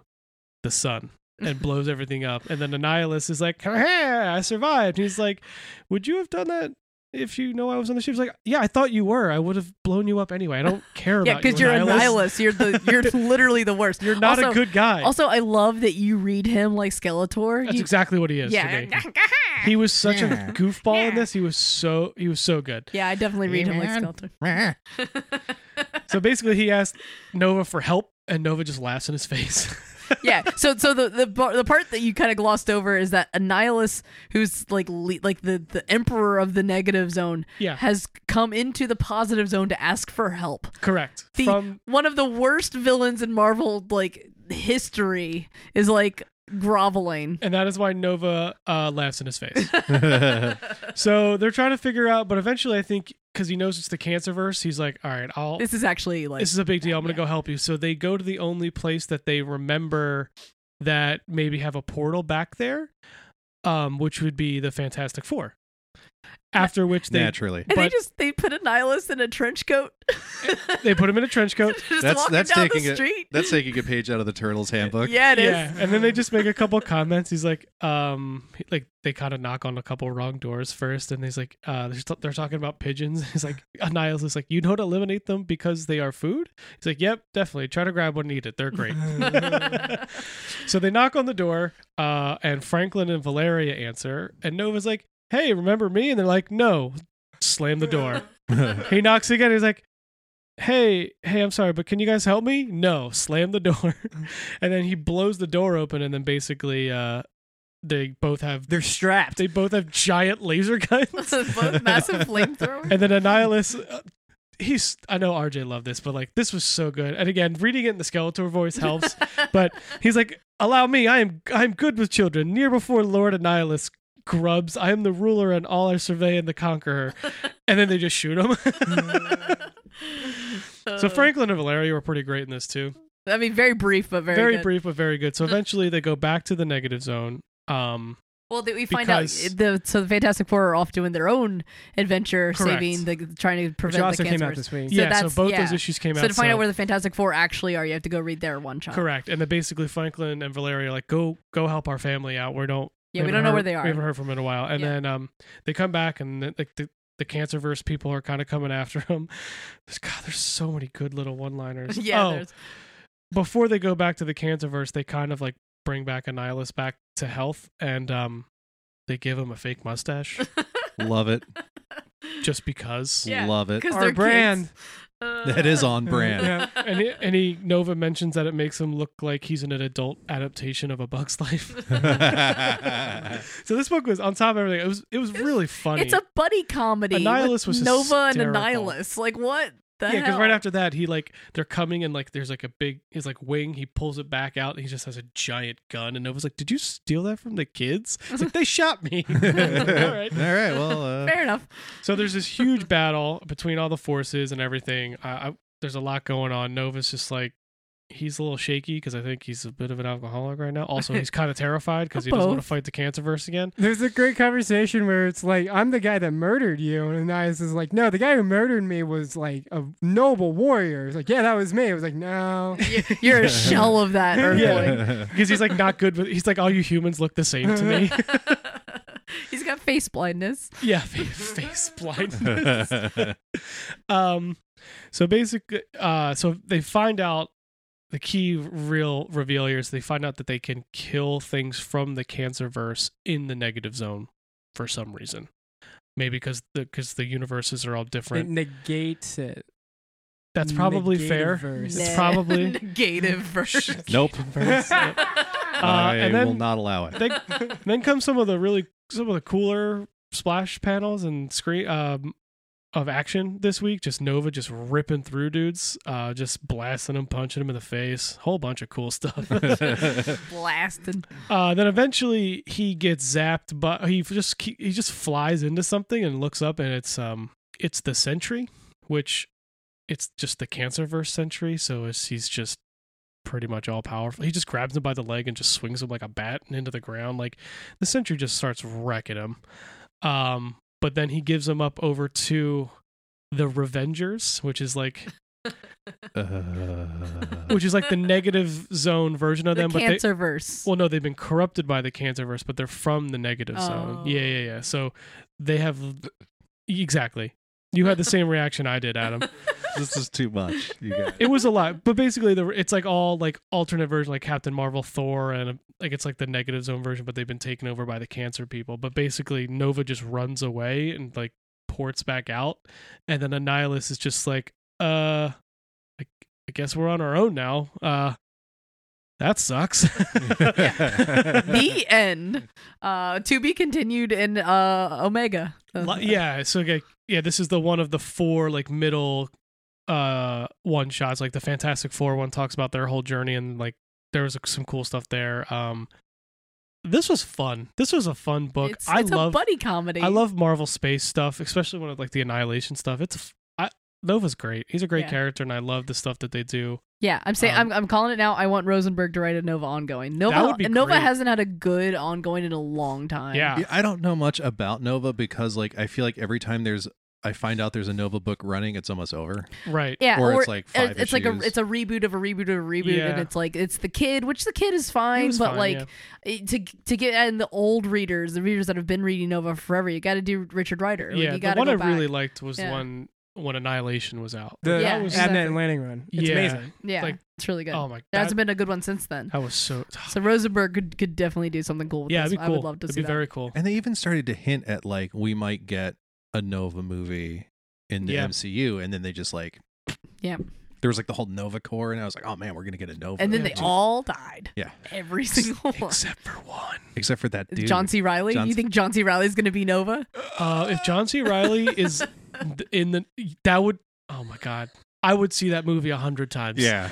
Speaker 4: the sun and blows everything up. And then Annihilus is like, hey, I survived. He's like, would you have done that if you know I was on the ship? He's like, yeah, I thought you were. I would have blown you up anyway. I don't care
Speaker 1: Yeah,
Speaker 4: about you.
Speaker 1: because you're a
Speaker 4: Annihilus.
Speaker 1: nihilist. You're the you're literally the worst.
Speaker 4: You're not a
Speaker 1: Also-
Speaker 4: good guy.
Speaker 1: Also, I love that you read him like Skeletor.
Speaker 4: That's
Speaker 1: You-
Speaker 4: exactly what he is
Speaker 1: yeah.
Speaker 4: to me. He was such
Speaker 2: Yeah.
Speaker 4: a goofball in
Speaker 1: Yeah.
Speaker 4: this. He was so he was so good.
Speaker 1: yeah, I definitely read him like
Speaker 2: Yeah.
Speaker 1: Skeletor.
Speaker 4: So basically, he asked Nova for help, and Nova just laughs in his face.
Speaker 1: yeah. So so the the, bar- the part that you kind of glossed over is that Annihilus, who's like le- like the the emperor of the negative zone,
Speaker 4: Yeah.
Speaker 1: has come into the positive zone to ask for help.
Speaker 4: Correct.
Speaker 1: The
Speaker 4: From
Speaker 1: one of the worst villains in Marvel like history is like groveling.
Speaker 4: and that is why Nova uh, laughs in his face. so they're trying to figure out, but eventually, I think because he knows it's the Cancerverse, he's like, "All right, I'll. This,
Speaker 1: This is actually like
Speaker 4: is a big deal. I'm gonna go help you." So they go to the only place that they remember that maybe have a portal back there, um, which would be the Fantastic Four. After which they
Speaker 2: Naturally.
Speaker 1: and they
Speaker 4: but-
Speaker 1: just they put a nihilist in a trench coat.
Speaker 4: they put him in a trench coat.
Speaker 1: just
Speaker 2: That's-
Speaker 1: walking
Speaker 2: that's
Speaker 1: down
Speaker 2: taking
Speaker 1: the
Speaker 2: it-
Speaker 1: street.
Speaker 2: That's taking a page out of the Turtles handbook.
Speaker 1: yeah, it is.
Speaker 4: yeah, and then they just make a couple comments. He's like, um, he- like they kind of knock on a couple wrong doors first, and he's like, uh, they're, st- they're talking about pigeons. He's like, Niles is like, you don't eliminate them because they are food. He's like, yep, definitely. Try to grab one and eat it. They're great. so they knock on the door, uh, and Franklin and Valeria answer, and Nova's like, hey, remember me? And they're like, no. Slam the door. he knocks again. He's like, hey, hey, I'm sorry, but can you guys help me? No, slam the door. and then he blows the door open, and then basically, uh, they both have
Speaker 3: They're strapped.
Speaker 4: they both have giant laser guns.
Speaker 1: Both massive flamethrower.
Speaker 4: and then Annihilus, uh, he's I know RJ loved this, but like this was so good. And again, reading it in the Skeletor voice helps. but he's like, allow me, I am I'm good with children. Near before Lord Annihilus grubs, I am the ruler and all I survey and the conqueror. And then they just shoot him. So Franklin and Valeria were pretty great in this too.
Speaker 1: Uh, I mean, very brief, but very,
Speaker 4: Very
Speaker 1: good.
Speaker 4: brief but very good. So eventually they go back to the negative zone. Um,
Speaker 1: Well, that we find
Speaker 4: Because-
Speaker 1: out the so the Fantastic Four are off doing their own adventure,
Speaker 4: Correct.
Speaker 1: saving the trying to
Speaker 3: which
Speaker 1: prevent
Speaker 3: also
Speaker 1: the
Speaker 3: came
Speaker 1: cancer.
Speaker 3: out this week.
Speaker 1: So
Speaker 4: yeah, so
Speaker 1: that's-
Speaker 4: both
Speaker 1: yeah.
Speaker 4: those issues came
Speaker 1: so
Speaker 4: out.
Speaker 1: to find out where the Fantastic Four actually are, you have to go read their one shot.
Speaker 4: correct, and then basically Franklin and Valeria are like go go help our family out. We don't
Speaker 1: Yeah, we
Speaker 4: haven't
Speaker 1: don't know
Speaker 4: heard-
Speaker 1: where they
Speaker 4: We haven't
Speaker 1: are.
Speaker 4: heard from in a while, and
Speaker 1: Yeah.
Speaker 4: then um they come back and the, like the the cancerverse people are kind of coming after them. There's God, there's so many good little one liners.
Speaker 1: yeah,
Speaker 4: Oh,
Speaker 1: there's-
Speaker 4: before they go back to the Cancerverse, they kind of like bring back Annihilus back to health, and um, they give him a fake mustache
Speaker 2: Love it.
Speaker 4: just because.
Speaker 1: Yeah,
Speaker 2: Love it.
Speaker 1: 'cause
Speaker 3: Our
Speaker 1: they're kids.
Speaker 3: brand.
Speaker 1: Uh,
Speaker 2: That is on brand.
Speaker 3: Yeah.
Speaker 4: And he, and he Nova mentions that it makes him look like he's in an adult adaptation of A Bug's Life. so this book was on top of everything. It was it was really funny.
Speaker 1: It's a buddy comedy. with
Speaker 4: Annihilus was
Speaker 1: Nova
Speaker 4: hysterical.
Speaker 1: and Annihilus. Like what? The
Speaker 4: yeah, because
Speaker 1: hell?
Speaker 4: right after that, he like they're coming and like there's like a big his like wing. He pulls it back out. And he just has a giant gun, and Nova's like, "Did you steal that from the kids?" It's like they shot me. All right.
Speaker 2: All right. Well, uh,
Speaker 1: fair enough.
Speaker 4: So there's this huge battle between all the forces and everything. I, I, there's a lot going on. Nova's just like he's a little shaky because I think he's a bit of an alcoholic right now. Also, he's kind of terrified because he doesn't want to
Speaker 1: Both.
Speaker 4: fight the Cancerverse again.
Speaker 3: There's a great conversation where it's like, I'm the guy that murdered you. And Anais is like, no, the guy who murdered me was like a noble warrior. It's like, yeah, that was me. I was like, no.
Speaker 1: You're a shell of that Earthling.
Speaker 4: Because he's like not good with. He's like all you humans look the same to me.
Speaker 1: He's got face blindness.
Speaker 4: yeah, fa- face blindness. um so basically uh so they find out the key real reveal here is they find out that they can kill things from the cancer verse in the negative zone for some reason maybe because the because the universes are all
Speaker 3: It
Speaker 4: different
Speaker 3: negates it.
Speaker 4: that's probably fair
Speaker 3: Negativerse.
Speaker 4: It's probably-
Speaker 1: negative verse.
Speaker 2: nope.
Speaker 4: Yep.
Speaker 2: I
Speaker 4: Uh, and
Speaker 2: will
Speaker 4: then-
Speaker 2: not allow it.
Speaker 4: they, then come some of the really some of the cooler splash panels and screen um of action this week just nova just ripping through dudes uh just blasting them punching them in the face whole bunch of cool stuff
Speaker 1: Blasted.
Speaker 4: Uh, then eventually he gets zapped, but he just he he just flies into something and looks up, and it's um it's the Sentry, which it's just the Cancerverse Sentry. So it's, he's just pretty much all powerful. He just grabs him by the leg and just swings him like a bat and into the ground. Like the Sentry just starts wrecking him. Um, but then he gives him up over to the Revengers, which is like
Speaker 2: Uh,
Speaker 4: which is like the negative zone version of
Speaker 1: The
Speaker 4: them. but they,
Speaker 1: cancer verse.
Speaker 4: well, no, they've been corrupted by the Cancerverse, but they're from the negative
Speaker 1: Oh.
Speaker 4: zone. Yeah, yeah, yeah. So they have exactly. You had the same reaction I did, Adam.
Speaker 2: this is too much. You guys.
Speaker 4: It was a lot, but basically, the, it's like all like alternate version, like Captain Marvel, Thor, and like it's like the negative zone version, but they've been taken over by the Cancer people. But basically, Nova just runs away and like ports back out, and then Annihilus is just like, uh, I, I guess we're on our own now. Uh, that sucks.
Speaker 1: the end. Uh, to be continued in uh, Omega.
Speaker 4: Li- yeah so like yeah this is the one of the four like middle uh one shots like the fantastic four one talks about their whole journey and like there was like, some cool stuff there um this was fun this was a fun book
Speaker 1: It's,
Speaker 4: i
Speaker 1: it's
Speaker 4: love
Speaker 1: a buddy comedy.
Speaker 4: i love marvel space stuff especially when it like the annihilation stuff it's f- I, nova's great he's a great
Speaker 1: Yeah.
Speaker 4: character and i love the stuff that they do
Speaker 1: Yeah, I'm saying
Speaker 4: Um,
Speaker 1: I'm, I'm calling it now. I want Rosenberg to write a Nova ongoing. Nova
Speaker 4: would be
Speaker 1: Nova
Speaker 4: great.
Speaker 1: hasn't had a good ongoing in a long time.
Speaker 4: yeah
Speaker 2: Yeah, I don't know much about Nova because, like, I feel like every time there's, I find out there's a Nova book running, it's almost over.
Speaker 4: right
Speaker 1: Yeah,
Speaker 2: Or it's like five
Speaker 1: Uh, it's like a
Speaker 2: issues.
Speaker 1: it's a reboot of a reboot of a reboot,
Speaker 4: Yeah.
Speaker 1: and it's like it's the kid, which the kid is
Speaker 4: He
Speaker 1: fine,
Speaker 4: was
Speaker 1: but
Speaker 4: fine,
Speaker 1: like
Speaker 4: yeah.
Speaker 1: it- to to get and the old readers, the readers that have been reading Nova forever, you got to do Richard Rider. Like,
Speaker 4: yeah
Speaker 1: you gotta
Speaker 4: the one
Speaker 1: go
Speaker 4: i
Speaker 1: back.
Speaker 4: really liked was
Speaker 1: Yeah.
Speaker 4: one when annihilation was out
Speaker 3: The
Speaker 1: Yeah,
Speaker 3: Abnett
Speaker 1: exactly.
Speaker 3: and Lanning run. It's
Speaker 4: yeah
Speaker 3: amazing.
Speaker 1: yeah,
Speaker 4: like-
Speaker 1: it's really good.
Speaker 4: oh my god
Speaker 1: there hasn't been a good one since then.
Speaker 4: that was so oh,
Speaker 1: So Rosenberg could, could definitely do something cool with
Speaker 4: yeah
Speaker 1: this.
Speaker 4: it'd be
Speaker 1: I
Speaker 4: cool
Speaker 1: would love to
Speaker 4: it'd
Speaker 1: see
Speaker 4: be
Speaker 1: that.
Speaker 4: very cool
Speaker 2: And they even started to hint at, like, we might get a Nova movie in the
Speaker 4: Yeah.
Speaker 2: MCU. And then they just, like,
Speaker 1: Yeah.
Speaker 2: there was, like, the whole Nova core. And I was like, oh, man, we're going to get a Nova.
Speaker 1: And then
Speaker 4: Yeah.
Speaker 1: they all died.
Speaker 2: Yeah.
Speaker 1: Every single one.
Speaker 4: except for one.
Speaker 2: Except for that dude.
Speaker 1: John C. Riley.
Speaker 2: John
Speaker 1: You
Speaker 2: C-
Speaker 1: think John C. Riley's going to be Nova?
Speaker 4: Uh, if John C. Riley is in the, that would. Oh my God, I would see that movie a hundred times.
Speaker 2: Yeah.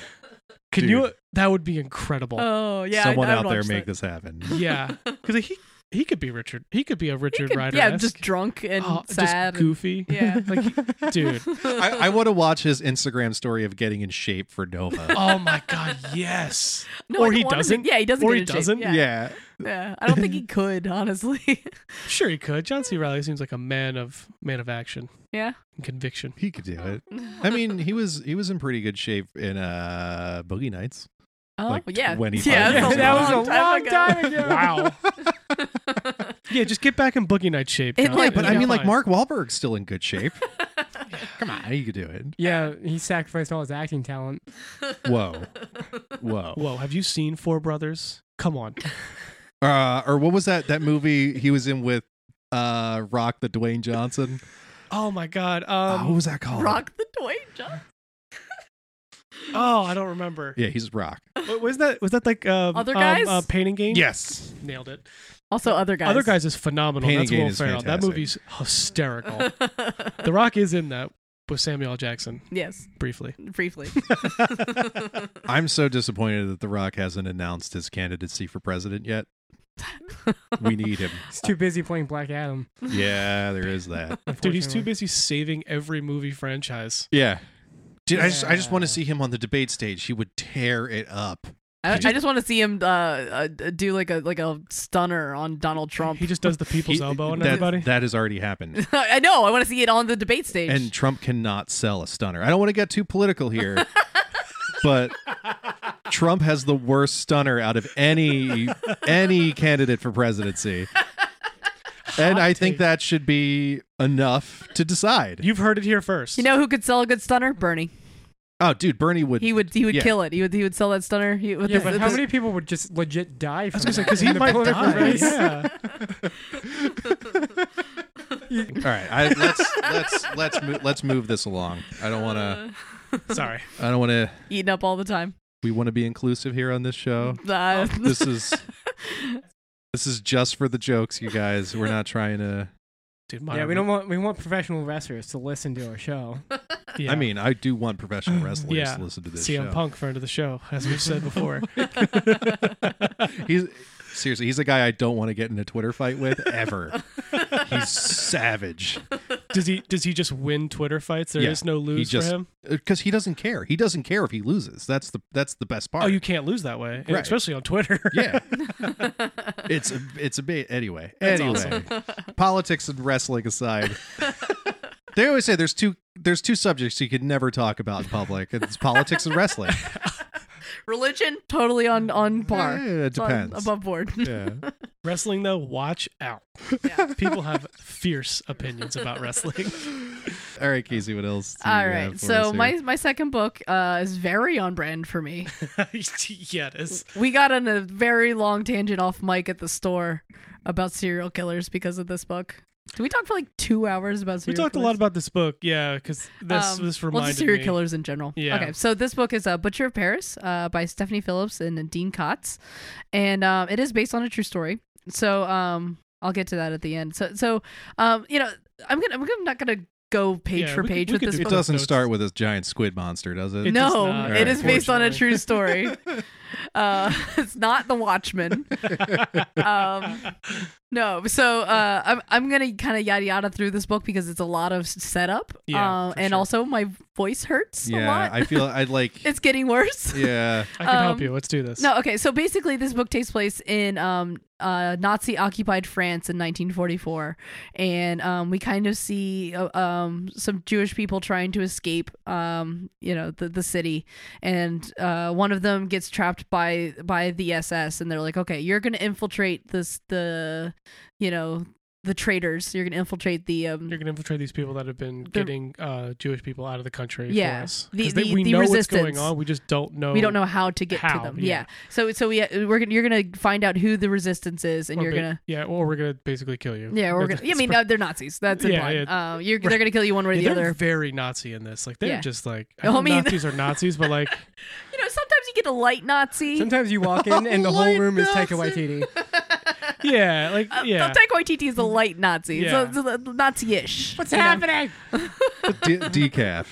Speaker 4: can
Speaker 2: dude.
Speaker 4: you? That would be incredible.
Speaker 1: Oh yeah.
Speaker 2: Someone
Speaker 1: I, I would
Speaker 2: out there
Speaker 1: watch
Speaker 2: make
Speaker 1: that.
Speaker 2: this happen.
Speaker 4: yeah, because he he could be Richard. He could be a
Speaker 1: He
Speaker 4: Richard Oh,
Speaker 1: could-
Speaker 4: Rider.
Speaker 1: yeah, just drunk and sad. and-
Speaker 4: goofy.
Speaker 1: yeah.
Speaker 4: Like, dude.
Speaker 2: I, I want to watch his Instagram story of getting in shape for Nova.
Speaker 4: Oh my god, yes.
Speaker 1: No, I
Speaker 4: or
Speaker 1: don't
Speaker 4: he
Speaker 1: want him to-
Speaker 4: doesn't.
Speaker 1: yeah, he doesn't.
Speaker 4: Or
Speaker 1: get
Speaker 4: he
Speaker 1: in shape.
Speaker 4: doesn't?
Speaker 1: Yeah. yeah. I don't think he could, honestly.
Speaker 4: Sure, he could. John C. Riley seems like a man of man of action
Speaker 1: yeah.
Speaker 4: and conviction.
Speaker 2: he could do it. I mean, he was he was in pretty good shape in uh Boogie Nights.
Speaker 1: Oh,
Speaker 2: like
Speaker 1: yeah.
Speaker 2: 25
Speaker 1: yeah,
Speaker 2: years
Speaker 1: that's
Speaker 2: ago.
Speaker 1: a
Speaker 3: that was a
Speaker 1: long
Speaker 3: long time ago.
Speaker 4: Wow. yeah, just get back in boogie night shape.
Speaker 1: It
Speaker 4: John.
Speaker 1: might-
Speaker 2: Yeah, but I
Speaker 4: You'll
Speaker 2: mean,
Speaker 4: be
Speaker 2: like
Speaker 4: fine.
Speaker 2: Mark Wahlberg's still in good shape. Come on, you could do it.
Speaker 3: Yeah, he sacrificed all his acting talent.
Speaker 2: Whoa, whoa.
Speaker 4: Whoa, have you seen Four Brothers? Come on.
Speaker 2: Uh, or what was that that movie he was in with uh Rock the Dwayne Johnson?
Speaker 4: Oh my god.
Speaker 2: Uh, what
Speaker 4: Um,
Speaker 2: was that called?
Speaker 1: Rock the Dwayne Johnson.
Speaker 4: oh, I don't remember.
Speaker 2: Yeah, he's Rock.
Speaker 4: Wa- Was that was that like um,
Speaker 1: Other
Speaker 4: um,
Speaker 1: Guys?
Speaker 4: uh, painting game?
Speaker 2: Yes.
Speaker 4: nailed it.
Speaker 1: Also, other guys.
Speaker 4: Other guys is phenomenal.
Speaker 2: Painting
Speaker 4: That's
Speaker 2: Game
Speaker 4: Will
Speaker 2: is
Speaker 4: Ferrell. That
Speaker 2: fantastic.
Speaker 4: movie's hysterical. the Rock is in that with Samuel L. Jackson
Speaker 1: yes,
Speaker 4: briefly.
Speaker 1: briefly.
Speaker 2: I'm so disappointed that The Rock hasn't announced his candidacy for president yet. We need him.
Speaker 3: He's too busy playing Black Adam.
Speaker 2: Yeah, there is that.
Speaker 4: Dude, he's too
Speaker 3: unfortunately.
Speaker 4: busy saving every movie franchise.
Speaker 2: Yeah. Dude, I just I just want to
Speaker 3: Yeah.
Speaker 2: see him on the debate stage. He would tear it up.
Speaker 1: I, I just want to see him uh, uh, do like a like a stunner on Donald Trump.
Speaker 4: He just does the people's
Speaker 2: He-
Speaker 4: elbow on
Speaker 2: that-
Speaker 4: everybody.
Speaker 2: That has already happened.
Speaker 1: I know. I want to see it on the debate stage.
Speaker 2: And Trump cannot sell a stunner. I don't want to get too political here. but Trump has the worst stunner out of any any candidate for presidency. And I think
Speaker 4: take.
Speaker 2: that should be enough to decide.
Speaker 4: You've heard it here first.
Speaker 1: you know who could sell a good stunner? Bernie.
Speaker 2: oh, dude, Bernie would
Speaker 1: He would. He would
Speaker 2: Yeah.
Speaker 1: kill it. He would. He would sell that stunner. He, with
Speaker 3: Yeah,
Speaker 1: his-
Speaker 3: but
Speaker 1: with
Speaker 3: how
Speaker 1: his-
Speaker 3: many people would just legit die from
Speaker 4: because
Speaker 3: that
Speaker 4: because he
Speaker 3: in the
Speaker 4: might
Speaker 3: political
Speaker 4: die.
Speaker 3: race?
Speaker 4: Yeah.
Speaker 2: All right, I, let's let's let's mo- let's move this along. I don't want to. uh,
Speaker 4: Sorry.
Speaker 2: I don't want to.
Speaker 1: eaten up all the time.
Speaker 2: We want to be inclusive here on this show.
Speaker 1: Uh,
Speaker 2: Oh, This is this is just for the jokes, you guys. We're not trying to.
Speaker 4: Dude,
Speaker 3: Yeah, we don't want we want professional wrestlers to listen to our show.
Speaker 4: yeah.
Speaker 2: I mean, I do want professional wrestlers
Speaker 4: Yeah.
Speaker 2: to listen to this
Speaker 4: CM
Speaker 2: show.
Speaker 4: Punk friend of the show, as we've said before.
Speaker 2: He's seriously, he's a guy I don't want to get in a Twitter fight with ever. he's savage
Speaker 4: does he does he just win Twitter fights? There is
Speaker 2: Yeah.
Speaker 4: no lose
Speaker 2: just-
Speaker 4: for him.
Speaker 2: because he doesn't care. He doesn't care if he loses. That's the that's the best part.
Speaker 4: Oh, you can't lose that way, and
Speaker 2: Right.
Speaker 4: especially on Twitter.
Speaker 2: yeah. it's a it's a bit anyway.
Speaker 4: That's
Speaker 2: anyway, politics and wrestling aside, they always say there's two there's two subjects you could never talk about in public. and It's politics and wrestling.
Speaker 1: religion totally on on par.
Speaker 2: Yeah, it
Speaker 1: It's on-
Speaker 2: depends.
Speaker 1: above board.
Speaker 2: yeah.
Speaker 4: Wrestling though, watch out. People have fierce opinions about wrestling.
Speaker 2: All right, Casey, what else? do you
Speaker 1: All
Speaker 2: have
Speaker 1: right.
Speaker 2: for us
Speaker 1: So
Speaker 2: here?
Speaker 1: my my second book uh, is very on brand for me.
Speaker 4: yeah, it is.
Speaker 1: we got on a very long tangent off mic at the store about serial killers because of this book. Did we talk for like two hours about
Speaker 4: We
Speaker 1: serial
Speaker 4: talked a
Speaker 1: killers?
Speaker 4: lot about this book, yeah, because this
Speaker 1: Um,
Speaker 4: this
Speaker 1: well,
Speaker 4: reminded
Speaker 1: just serial
Speaker 4: me.
Speaker 1: killers in general.
Speaker 4: Yeah.
Speaker 1: Okay, so this book is uh, Butcher of Paris uh, by Stephanie Phillips and Dean Kotz, and um, it is based on a true story. So um, I'll get to that at the end. So so um, you know I'm gonna I'm gonna- not gonna go page
Speaker 4: Yeah,
Speaker 1: for
Speaker 4: we could-
Speaker 1: page
Speaker 4: we
Speaker 1: with
Speaker 4: could
Speaker 1: this
Speaker 4: do
Speaker 2: it
Speaker 1: book.
Speaker 4: does-
Speaker 2: doesn't
Speaker 4: notes.
Speaker 2: start with a giant squid monster, does it?
Speaker 4: It- does
Speaker 1: no,
Speaker 4: not.
Speaker 1: it is based on a true
Speaker 4: Unfortunately.
Speaker 1: story. uh, it's not The Watchmen. um, no, so uh, I'm I'm gonna kind of yada yada through this book because it's a lot of setup,
Speaker 4: Yeah,
Speaker 1: uh,
Speaker 4: for
Speaker 1: and
Speaker 4: sure.
Speaker 1: also my voice hurts a
Speaker 2: yeah,
Speaker 1: lot.
Speaker 2: I feel I'd like.
Speaker 1: it's getting worse.
Speaker 2: yeah,
Speaker 4: I can help
Speaker 1: Um,
Speaker 4: you. Let's do this.
Speaker 1: No, okay. So basically, this book takes place in um, uh, Nazi occupied France in 1944, and um, we kind of see uh, um, some Jewish people trying to escape, um, you know, the the city, and uh, one of them gets trapped by by the SS, and they're like, okay, you're gonna infiltrate this the, you know, the traitors. You're gonna infiltrate the um,
Speaker 4: You're gonna infiltrate these people that have been getting uh, Jewish people out of the country.
Speaker 1: Yeah.
Speaker 4: for us.
Speaker 1: The-
Speaker 4: 'Cause they-
Speaker 1: the-
Speaker 4: we
Speaker 1: the
Speaker 4: know what's
Speaker 1: resistance.
Speaker 4: going on. We just don't know.
Speaker 1: we don't know how to get
Speaker 4: how,
Speaker 1: to them.
Speaker 4: yeah.
Speaker 1: Yeah. So so we uh, we're gonna you're gonna find out who the resistance is, and
Speaker 4: or
Speaker 1: you're
Speaker 4: ba-
Speaker 1: gonna.
Speaker 4: yeah, or we're gonna basically kill you.
Speaker 1: Yeah, we're gonna, I mean, uh, they're Nazis. That's
Speaker 4: Yeah,
Speaker 1: implied. Uh, you're, they're going to kill you one way or
Speaker 4: Yeah,
Speaker 1: the
Speaker 4: they're
Speaker 1: other.
Speaker 4: very Nazi in this. Like they're
Speaker 1: Yeah.
Speaker 4: just like I,
Speaker 1: No, I
Speaker 4: know
Speaker 1: mean-
Speaker 4: Nazis are Nazis, but like
Speaker 1: You know, sometimes you get a light Nazi.
Speaker 3: Sometimes you walk in and the whole
Speaker 2: Light
Speaker 3: room is Taika
Speaker 2: Nelson.
Speaker 3: Waititi.
Speaker 4: yeah, like
Speaker 1: Uh,
Speaker 4: yeah.
Speaker 1: Taika Waititi is a light Nazi.
Speaker 4: Yeah.
Speaker 1: So, so the Nazi-ish.
Speaker 3: What's happening?
Speaker 2: D- decaf.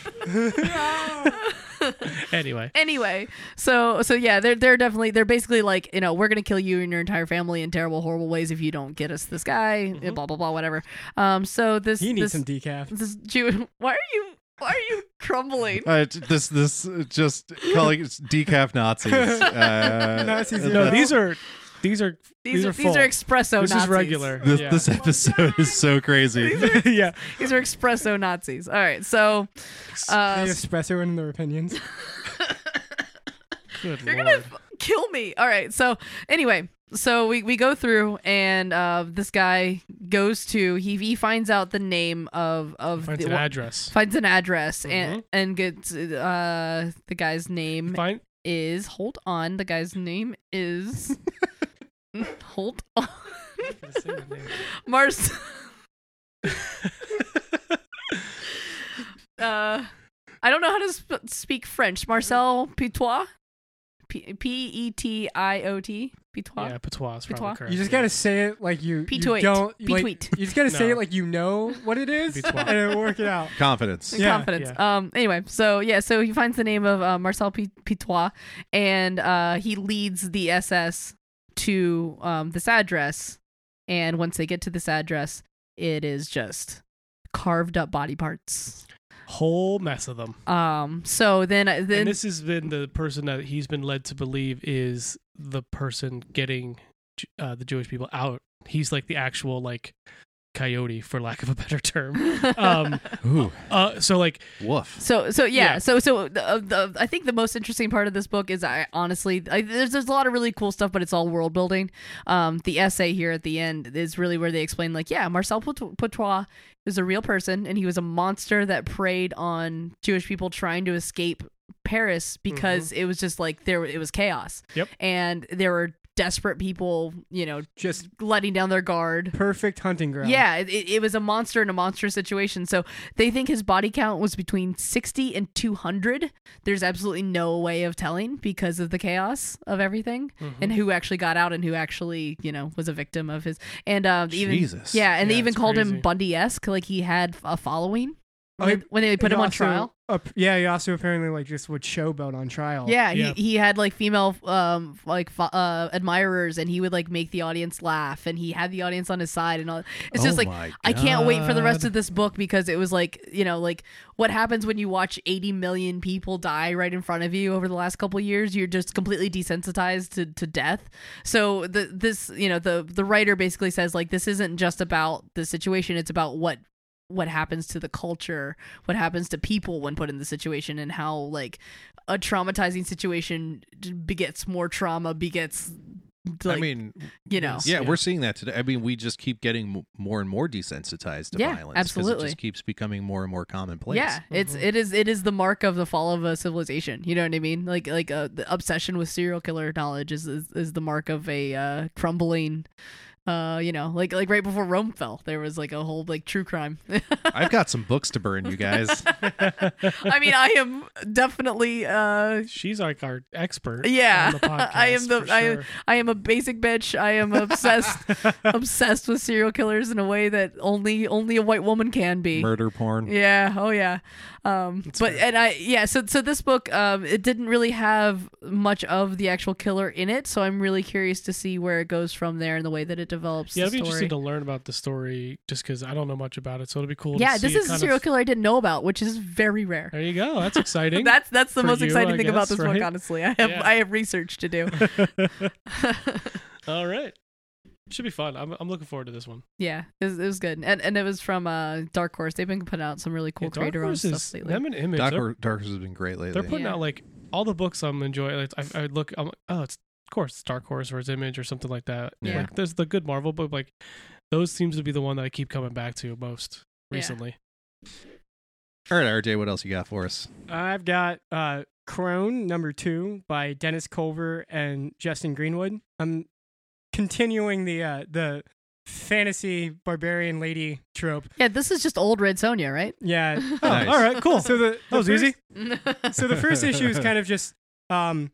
Speaker 4: anyway,
Speaker 1: anyway, so so yeah, they're they're definitely they're basically like you know we're gonna kill you and your entire family in terrible horrible ways if you don't get us this guy
Speaker 4: Mhm.
Speaker 1: blah blah blah whatever. Um, so this
Speaker 3: You need
Speaker 1: this,
Speaker 3: some decaf.
Speaker 1: this Jew. Why are you why are you crumbling?
Speaker 2: Uh, t- this this uh, just calling it's decaf Nazis. Uh,
Speaker 3: Nazis,
Speaker 2: uh,
Speaker 3: yeah.
Speaker 4: no,
Speaker 2: th-
Speaker 4: these are these are
Speaker 1: These,
Speaker 4: These
Speaker 1: are,
Speaker 4: are
Speaker 1: these
Speaker 4: full.
Speaker 1: are espresso.
Speaker 4: this
Speaker 1: Nazis.
Speaker 4: is regular.
Speaker 2: this,
Speaker 4: yeah.
Speaker 2: this episode is so crazy.
Speaker 4: yeah.
Speaker 1: These are espresso Nazis. All right, so uh,
Speaker 3: the espresso and their opinions.
Speaker 4: Good
Speaker 1: You're
Speaker 4: lord.
Speaker 1: gonna f- kill me. All right. So anyway, so we, we go through and uh, this guy goes to he he finds out the name of of
Speaker 4: Finds
Speaker 1: the,
Speaker 4: an address.
Speaker 1: finds an address and
Speaker 4: Mhm.
Speaker 1: and gets uh the guy's name
Speaker 4: Find
Speaker 1: is hold on the guy's name is hold on Mars. uh, I don't know how to sp- speak French. Marcel Petois. P E T I O T. Petois.
Speaker 4: yeah, patois is probably
Speaker 1: Patois?
Speaker 4: correct.
Speaker 3: You just
Speaker 4: yeah.
Speaker 3: gotta say it like you, you
Speaker 1: P-tweet.
Speaker 3: don't. Like,
Speaker 1: P-tweet.
Speaker 3: you just gotta say
Speaker 4: No.
Speaker 3: it like you know what it is,
Speaker 4: P-tweet.
Speaker 3: and it'll work it out.
Speaker 2: Confidence.
Speaker 3: Yeah,
Speaker 1: confidence. Um. Anyway, so yeah, so he finds the name of uh, Marcel P- Petois, and uh, he leads the SS to um this address, and once they get to this address, it is just carved up body parts.
Speaker 4: whole mess of them.
Speaker 1: Um. So then, then
Speaker 4: and this has been the person that he's been led to believe is the person getting Ju- uh, the Jewish people out. He's like the actual like coyote, for lack of a better term. Um,
Speaker 2: Ooh,
Speaker 4: uh, so like
Speaker 2: woof.
Speaker 1: So so yeah,
Speaker 4: Yeah.
Speaker 1: so so the, uh, the, I think the most interesting part of this book is I honestly I, there's there's a lot of really cool stuff, but it's all world building. Um, the essay here at the end is really where they explain like yeah, Marcel Pet- Petois is a real person and he was a monster that preyed on Jewish people trying to escape Paris because it was just like there it was chaos.
Speaker 4: Yep.
Speaker 1: and there were desperate people, you know,
Speaker 3: Just
Speaker 1: letting down their guard.
Speaker 3: perfect hunting ground.
Speaker 1: Yeah, it, it it was a monster in a monster situation. So they think his body count was between 60 and 200. There's absolutely no way of telling because of the chaos of everything
Speaker 4: Mm-hmm.
Speaker 1: and who actually got out and who actually, you know, was a victim of his. And uh, even
Speaker 2: Jesus.
Speaker 1: yeah, and they
Speaker 4: Yeah,
Speaker 1: even
Speaker 4: it's
Speaker 1: called him
Speaker 4: crazy.
Speaker 1: Bundy esque, like he had a following
Speaker 3: Oh,
Speaker 1: when, when they put
Speaker 3: He
Speaker 1: him on
Speaker 3: also-
Speaker 1: trial.
Speaker 3: ap- yeah, he also apparently like just would showboat on trial.
Speaker 1: Yeah,
Speaker 4: Yeah.
Speaker 1: He, he had like female um like fo- uh, admirers, and he would like make the audience laugh, and he had the audience on his side, and all. It's just
Speaker 2: Oh
Speaker 1: like
Speaker 2: my
Speaker 1: I can't wait for the rest
Speaker 2: God.
Speaker 1: of this book because it was like you know like what happens when you watch eighty million people die right in front of you over the last couple years. You're just completely desensitized to, to death. So the this you know the the writer basically says like this isn't just about the situation; it's about what what happens to the culture, what happens to people when put in the situation, and how like a traumatizing situation begets more trauma, begets like
Speaker 2: I mean,
Speaker 1: you know.
Speaker 2: yeah,
Speaker 4: Yeah.
Speaker 2: we're seeing that today. I mean, we just keep getting m- more and more desensitized to
Speaker 1: Yeah,
Speaker 2: violence. 'cause
Speaker 1: absolutely.
Speaker 2: It just keeps becoming more and more commonplace.
Speaker 1: Yeah, it's it is it is the mark of the fall of a civilization. You know what I mean? Like like uh, the obsession with serial killer knowledge is is, is the mark of a uh, crumbling. Uh, you know, like like right before Rome fell, there was like a whole like true crime.
Speaker 2: I've got some books to burn, you guys.
Speaker 1: I mean, I am definitely uh
Speaker 4: she's like our expert.
Speaker 1: Yeah.
Speaker 4: on the podcast,
Speaker 1: I am the-
Speaker 4: for
Speaker 1: I-
Speaker 4: sure.
Speaker 1: I am a basic bitch. I am obsessed obsessed with serial killers in a way that only only a white woman can be.
Speaker 2: Murder porn.
Speaker 1: Yeah. Oh yeah. Um, but and I yeah. So so this book um it didn't really have much of the actual killer in it. So I'm really curious to see where it goes from there and the way that it develops.
Speaker 4: yeah,
Speaker 1: the
Speaker 4: it'll be
Speaker 1: story.
Speaker 4: interesting to learn about the story just because I don't know much about it. So it'll be cool.
Speaker 1: yeah,
Speaker 4: to
Speaker 1: this
Speaker 4: see
Speaker 1: is a
Speaker 4: kind
Speaker 1: serial
Speaker 4: Of,
Speaker 1: killer I didn't know about, which is very rare.
Speaker 4: there you go. That's exciting.
Speaker 1: That's that's the
Speaker 4: for
Speaker 1: most
Speaker 4: you,
Speaker 1: exciting
Speaker 4: I
Speaker 1: thing about
Speaker 4: guess,
Speaker 1: this
Speaker 4: right?
Speaker 1: book. Honestly, I have
Speaker 4: Yeah.
Speaker 1: I have research to do.
Speaker 4: All right. Should be fun. I'm, I'm looking forward to this one.
Speaker 1: yeah, it was, it was good, and and it was from uh Dark Horse. They've been putting out some really cool
Speaker 4: Yeah, Dark
Speaker 1: creator owned
Speaker 4: Horse is-
Speaker 1: stuff lately.
Speaker 4: them and Image,
Speaker 2: Dark,
Speaker 4: they're
Speaker 2: Hor- Dark Horse has been great lately.
Speaker 4: They're putting
Speaker 1: Yeah.
Speaker 4: out like all the books I'm enjoying. Like I, I look, I'm like, oh, it's of course it's Dark Horse or it's Image or something like that.
Speaker 1: Yeah.
Speaker 4: Like there's the good Marvel book. Like those seems to be the one that I keep coming back to most
Speaker 1: Yeah.
Speaker 4: recently.
Speaker 2: All right, RJ, what else you got for us?
Speaker 3: I've got uh Crone number two by Dennis Culver and Justin Greenwood. I'm continuing the uh the fantasy barbarian lady trope.
Speaker 1: Yeah, this is just old Red Sonja, right?
Speaker 3: Yeah.
Speaker 2: Oh, Nice.
Speaker 3: All right, cool. So the that
Speaker 4: was easy.
Speaker 3: So the first issue is kind of just um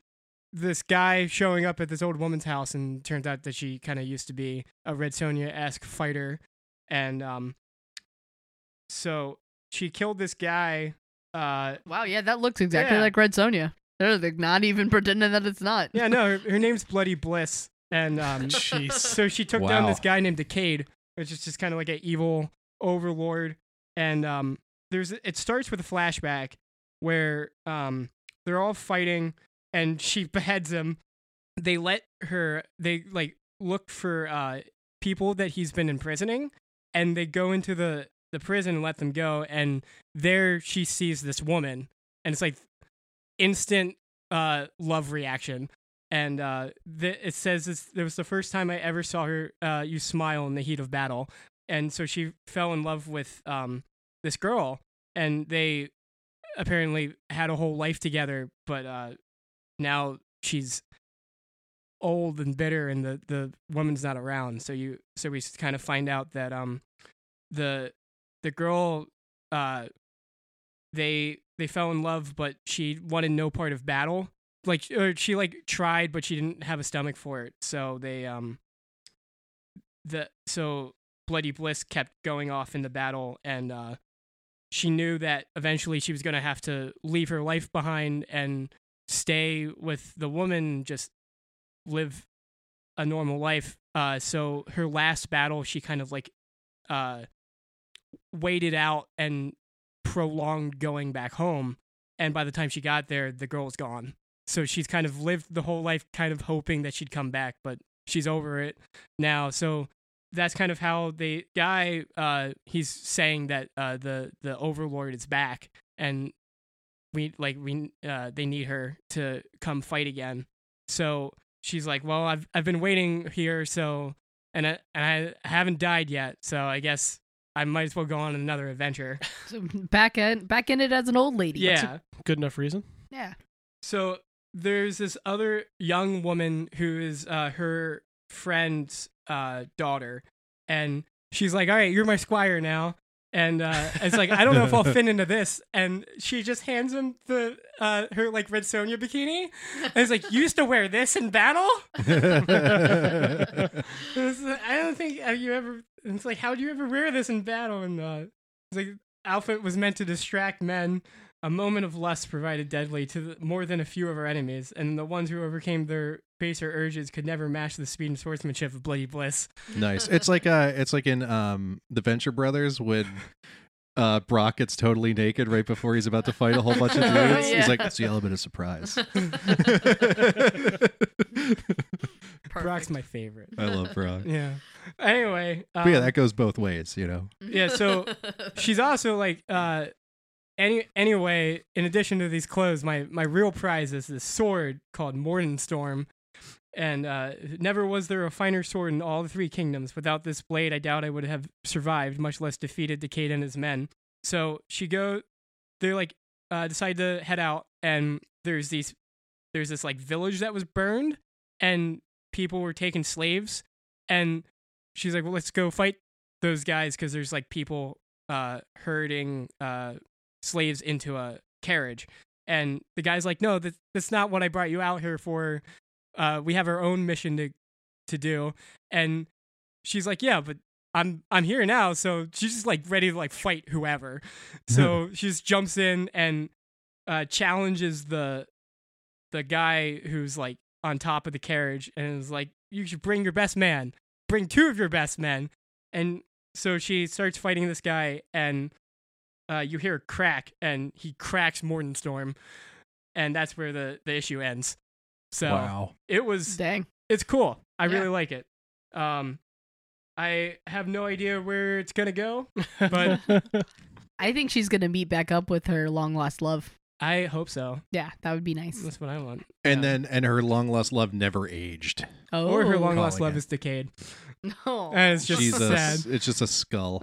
Speaker 3: this guy showing up at this old woman's house and turns out that she kind of used to be a Red Sonja esque fighter and um so she killed this guy Uh,
Speaker 1: Wow, yeah, that looks exactly
Speaker 3: Yeah.
Speaker 1: like Red Sonia. They're like not even pretending that it's not.
Speaker 3: yeah, no, her, her name's Bloody Bliss, and um,
Speaker 4: Jeez.
Speaker 3: so she took down
Speaker 2: Wow.
Speaker 3: this guy named Decade, which is just kind of like an evil overlord. And um, there's it starts with a flashback where um, they're all fighting, and she beheads him. They let her. They like look for uh, people that he's been imprisoning, and they go into the the prison and let them go. And there she sees this woman, and it's like instant uh, love reaction and uh, th- it says this, it was the first time I ever saw her uh, you smile in the heat of battle, and so she fell in love with um, this girl, and they apparently had a whole life together, but uh, now she's old and bitter, and the the woman's not around. So you so we s- kind of find out that um the the girl uh they they fell in love, but she wanted no part of battle like or she like tried but she didn't have a stomach for it so they um the so bloody bliss kept going off in the battle and uh she knew that eventually she was going to have to leave her life behind and stay with the woman just live a normal life uh so her last battle she kind of like uh waited out and prolonged going back home and by the time she got there the girl was gone so she's kind of lived the whole life kind of hoping that she'd come back but she's over it now so that's kind of how the guy uh he's saying that uh the the overlord is back and we like we uh they need her to come fight again so she's like well i've i've been waiting here so and I, and I haven't died yet so i guess i might as well go on another adventure
Speaker 1: So back in back in it as an old lady.
Speaker 3: yeah
Speaker 4: Good enough reason.
Speaker 1: yeah.
Speaker 3: So there's this other young woman who is uh, her friend's uh, daughter, and she's like, "All right, you're my squire now." And uh, it's like, I don't know if I'll fit into this. And she just hands him the uh, her like Red Sonia bikini, and it's like, "You used to wear this in battle." It's like, I don't think have you ever. It's like, how do you ever wear this in battle? And uh, it's like, outfit was meant to distract men. A moment of lust provided deadly to the, more than a few of our enemies, and the ones who overcame their baser urges could never match the speed and swordsmanship of Bloody Bliss.
Speaker 2: nice. It's like uh, it's like in um, the Venture Brothers when uh, Brock gets totally naked right before he's about to fight a whole bunch of dudes.
Speaker 1: Yeah.
Speaker 2: He's like, it's the element of surprise.
Speaker 3: Brock's my favorite.
Speaker 2: I love Brock.
Speaker 3: Yeah. Anyway.
Speaker 2: But yeah,
Speaker 3: um,
Speaker 2: that goes both ways, you know.
Speaker 3: yeah, so she's also like uh any anyway in addition to these clothes my my real prize is this sword called Mordenstorm and uh never was there a finer sword in all the three kingdoms without this blade I doubt I would have survived much less defeated Decade and his men so she go they're like uh decide to head out and there's these there's this like village that was burned and people were taking slaves and she's like well let's go fight those guys because there's like people uh herding uh slaves into a carriage and the guy's like no that, that's not what i brought you out here for uh we have our own mission to to do and she's like yeah but i'm i'm here now so she's just like ready to like fight whoever so she just jumps in and uh challenges the the guy who's like on top of the carriage and is like you should bring your best man bring two of your best men and so she starts fighting this guy, and uh, you hear a crack, and he cracks Mordenstorm, and that's where the, the issue ends. So
Speaker 2: Wow.
Speaker 3: it was
Speaker 1: Dang.
Speaker 3: it's cool. I
Speaker 1: Yeah.
Speaker 3: really like it. Um, I have no idea where it's gonna go, but
Speaker 1: I think she's gonna meet back up with her long lost love.
Speaker 3: I hope so.
Speaker 1: Yeah, that would be nice.
Speaker 3: That's what I want.
Speaker 2: And
Speaker 3: Yeah.
Speaker 2: then and her long lost love never aged.
Speaker 1: Oh,
Speaker 3: or her long lost
Speaker 2: Calling
Speaker 3: love
Speaker 2: it.
Speaker 3: is decayed,
Speaker 1: no.
Speaker 3: and it's just
Speaker 2: She's
Speaker 3: sad.
Speaker 2: a it's just a skull.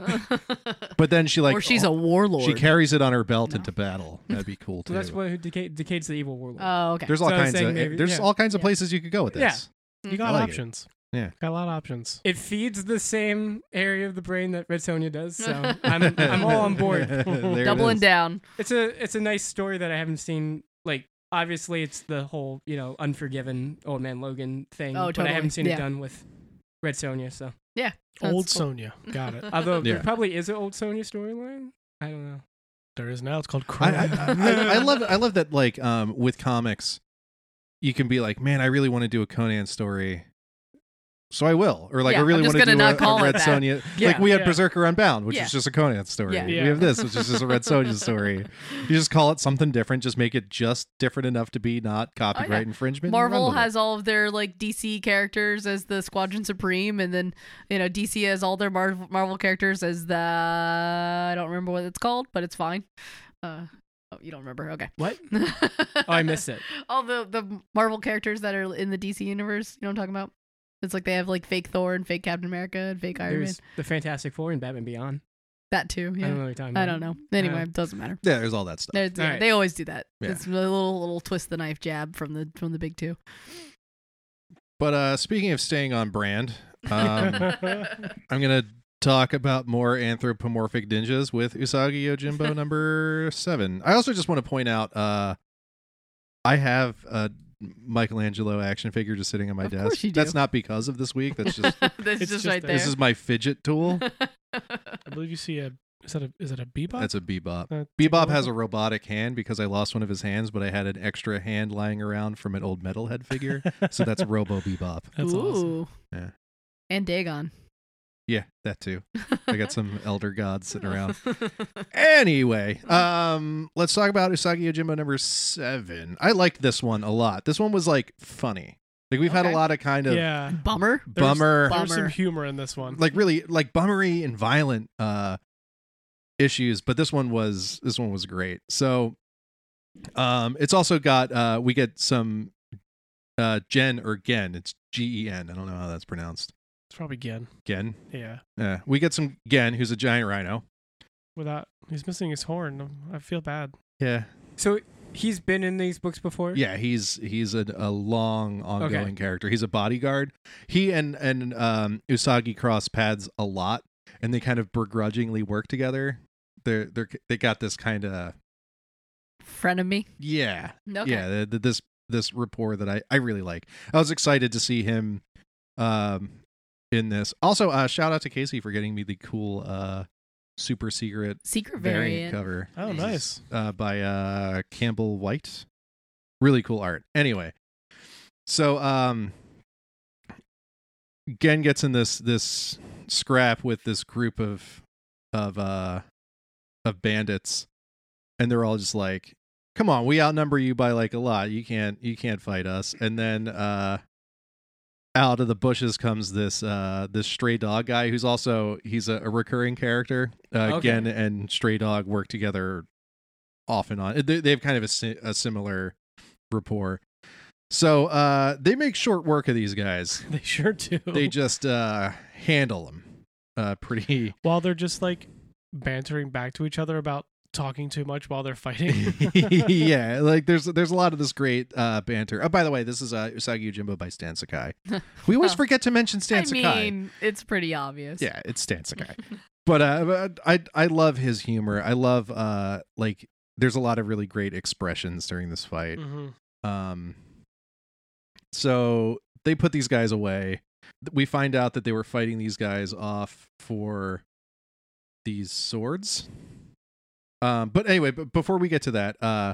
Speaker 2: But then she like
Speaker 1: or she's a warlord.
Speaker 2: she carries it on her belt
Speaker 1: No.
Speaker 2: into battle. That'd be cool too.
Speaker 3: So that's what decayed, decade's the evil warlord.
Speaker 1: oh, okay.
Speaker 2: there's all
Speaker 3: So I was
Speaker 2: kinds
Speaker 3: saying
Speaker 2: of
Speaker 3: maybe-
Speaker 2: there's
Speaker 3: yeah.
Speaker 2: all kinds of
Speaker 1: Yeah.
Speaker 2: places you could go with
Speaker 3: Yeah.
Speaker 2: this.
Speaker 1: Mm-hmm.
Speaker 4: you got
Speaker 2: I like it.
Speaker 4: options.
Speaker 2: Yeah.
Speaker 4: Got a lot of options.
Speaker 3: it feeds the same area of the brain that Red Sonia does, so I'm I'm all on board.
Speaker 2: There it
Speaker 1: Doubling
Speaker 2: is.
Speaker 1: down.
Speaker 3: It's a it's a nice story that I haven't seen. Like obviously, it's the whole you know Unforgiven Old Man Logan thing,
Speaker 1: Oh,
Speaker 3: but I
Speaker 1: totally.
Speaker 3: haven't seen
Speaker 1: Yeah.
Speaker 3: it done with Red Sonia. So
Speaker 1: Yeah.
Speaker 4: Old
Speaker 1: That's cool.
Speaker 4: Sonia. Got it.
Speaker 3: although
Speaker 2: Yeah.
Speaker 3: there probably is an Old Sonia storyline, I don't know.
Speaker 4: There is now. It's called
Speaker 2: I,
Speaker 4: Chrome.
Speaker 2: I, I, I love I love that like um with comics, you can be like, man, I really want to do a Conan story, so I will, or like
Speaker 1: Yeah,
Speaker 2: I really
Speaker 1: I'm just
Speaker 2: want
Speaker 1: gonna
Speaker 2: to do
Speaker 1: not
Speaker 2: a,
Speaker 1: call
Speaker 2: a
Speaker 1: it
Speaker 2: Red
Speaker 1: that.
Speaker 2: Sonja. like
Speaker 1: Yeah.
Speaker 2: we had
Speaker 4: Yeah.
Speaker 2: Berserker Unbound, which
Speaker 1: Yeah.
Speaker 2: is just a Conan story.
Speaker 1: Yeah.
Speaker 2: We
Speaker 4: Yeah.
Speaker 2: have this, which is just a Red Sonja story. You just call it something different. Just make it just different enough to be not copyright infringement. and
Speaker 1: Oh,
Speaker 2: run
Speaker 1: Marvel
Speaker 2: with it.
Speaker 1: has all of their like DC characters as the Squadron Supreme, and then you know DC has all their Marvel Marvel characters as the I don't remember what it's called, but it's fine. Uh, oh, you don't remember? Okay.
Speaker 3: What?
Speaker 1: oh,
Speaker 3: Oh, I missed it.
Speaker 1: all the the Marvel characters that are in the DC universe. You know what I'm talking about? It's like they have like fake Thor and fake Captain America and fake Iron Man.
Speaker 3: There's the Fantastic Four and Batman Beyond.
Speaker 1: That too.
Speaker 3: I don't
Speaker 1: Yeah.
Speaker 3: know what you're talking about.
Speaker 1: I don't know. Anyway,
Speaker 3: Yeah.
Speaker 1: it doesn't matter.
Speaker 2: yeah, there's all that stuff.
Speaker 1: They're- yeah,
Speaker 3: right.
Speaker 1: They always do that.
Speaker 2: Yeah.
Speaker 1: It's a little little twist the knife jab from the from the big two.
Speaker 2: But uh speaking of staying on brand, um, I'm gonna talk about more anthropomorphic ninjas with Usagi Yojimbo number seven. I also just want to point out, uh, I have a Michelangelo action figure just sitting on my
Speaker 1: Of
Speaker 2: desk.
Speaker 1: course you do.
Speaker 2: That's not because of this week. That's just
Speaker 1: That's
Speaker 4: It's
Speaker 1: just,
Speaker 4: just
Speaker 1: right
Speaker 4: there.
Speaker 1: there.
Speaker 2: this is my fidget tool.
Speaker 4: I believe you see a. Is that a? Is that a bebop?
Speaker 2: That's a bebop.
Speaker 4: Uh,
Speaker 2: Bebop has a robotic hand because I lost one of his hands, but I had an extra hand lying around from an old metalhead figure. so that's Robo Bebop.
Speaker 4: That's awesome.
Speaker 1: Ooh.
Speaker 2: Yeah.
Speaker 1: And Dagon.
Speaker 2: Yeah, that too. I got some elder gods sitting around. Anyway, um, let's talk about Usagi Yojimbo number seven. I liked this one a lot. This one was like funny. Like we've had a
Speaker 1: Okay.
Speaker 2: lot of kind of
Speaker 4: Yeah.
Speaker 1: Bummer.
Speaker 4: There's-
Speaker 2: bummer,
Speaker 1: Bum-
Speaker 4: There's some
Speaker 1: Bummer.
Speaker 4: humor in this one.
Speaker 2: like really like bummery and violent uh issues, but this one was this one was great. So, um, it's also got uh we get some uh Gen or Gen. It's G E N. I don't know how that's pronounced.
Speaker 4: It's probably Gen.
Speaker 2: Gen.
Speaker 4: Yeah.
Speaker 2: Yeah, we get some Gen, who's a giant rhino.
Speaker 4: Without he's missing his horn. I feel bad.
Speaker 2: Yeah,
Speaker 3: So he's been in these books before.
Speaker 2: Yeah, he's he's a, a long ongoing
Speaker 3: Okay.
Speaker 2: character. He's a bodyguard. He and and um, Usagi cross paths a lot, and they kind of begrudgingly work together. They're they're they got this kind of
Speaker 1: Frenemy.
Speaker 2: yeah
Speaker 1: Okay.
Speaker 2: yeah th th- this this rapport that I I really like. I was excited to see him um in this. Also, uh, shout out to Casey for getting me the cool uh super secret
Speaker 1: Secret
Speaker 2: variant
Speaker 1: variant.
Speaker 2: cover.
Speaker 4: Oh, nice.
Speaker 2: uh, by uh, Campbell White. Really cool art. Anyway, so um, Gen gets in this this scrap with this group of of uh of bandits, and they're all just like, "Come on, we outnumber you by like a lot. You can't you can't fight us." And then uh, out of the bushes comes this uh this stray dog guy who's also he's a, a recurring character. Uh,
Speaker 3: Okay.
Speaker 2: Gen and stray dog work together off and on. They, they have kind of a, si- a similar rapport. So uh, they make short work of these guys.
Speaker 4: They sure do.
Speaker 2: They just uh, handle them uh, pretty.
Speaker 4: while they're just like bantering back to each other about talking too much while they're fighting.
Speaker 2: yeah, like there's there's a lot of this great uh, banter. Oh, by the way, this is uh, Usagi Yojimbo by Stan Sakai. We always
Speaker 1: Huh.
Speaker 2: forget to mention Stan
Speaker 1: Oh. I
Speaker 2: Sakai.
Speaker 1: mean, it's pretty obvious.
Speaker 2: Yeah, it's Stan Sakai. but uh, but I I love his humor. I love uh like there's a lot of really great expressions during this fight.
Speaker 4: hmm
Speaker 2: Um, so they put these guys away. Th- We find out that they were fighting these guys off for these swords. Um, but anyway, but before we get to that, uh,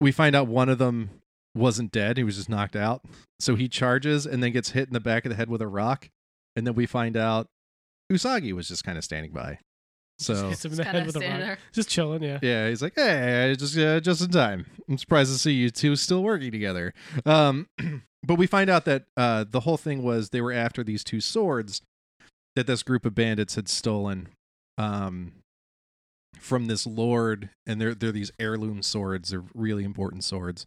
Speaker 2: we find out one of them wasn't dead; he was just knocked out. So he charges and then gets hit in the back of the head with a rock, and then we find out Usagi was just kind of standing by. So
Speaker 4: hits him
Speaker 1: Just
Speaker 4: in the
Speaker 1: kinda
Speaker 4: head with a rock.
Speaker 1: standing there.
Speaker 4: Just chilling. Yeah.
Speaker 2: yeah, he's like, hey, I just uh, just in time. I'm surprised to see you two still working together. Um, but we find out that uh, the whole thing was they were after these two swords that this group of bandits had stolen um, from this lord, and they're they're these heirloom swords. They're really important swords.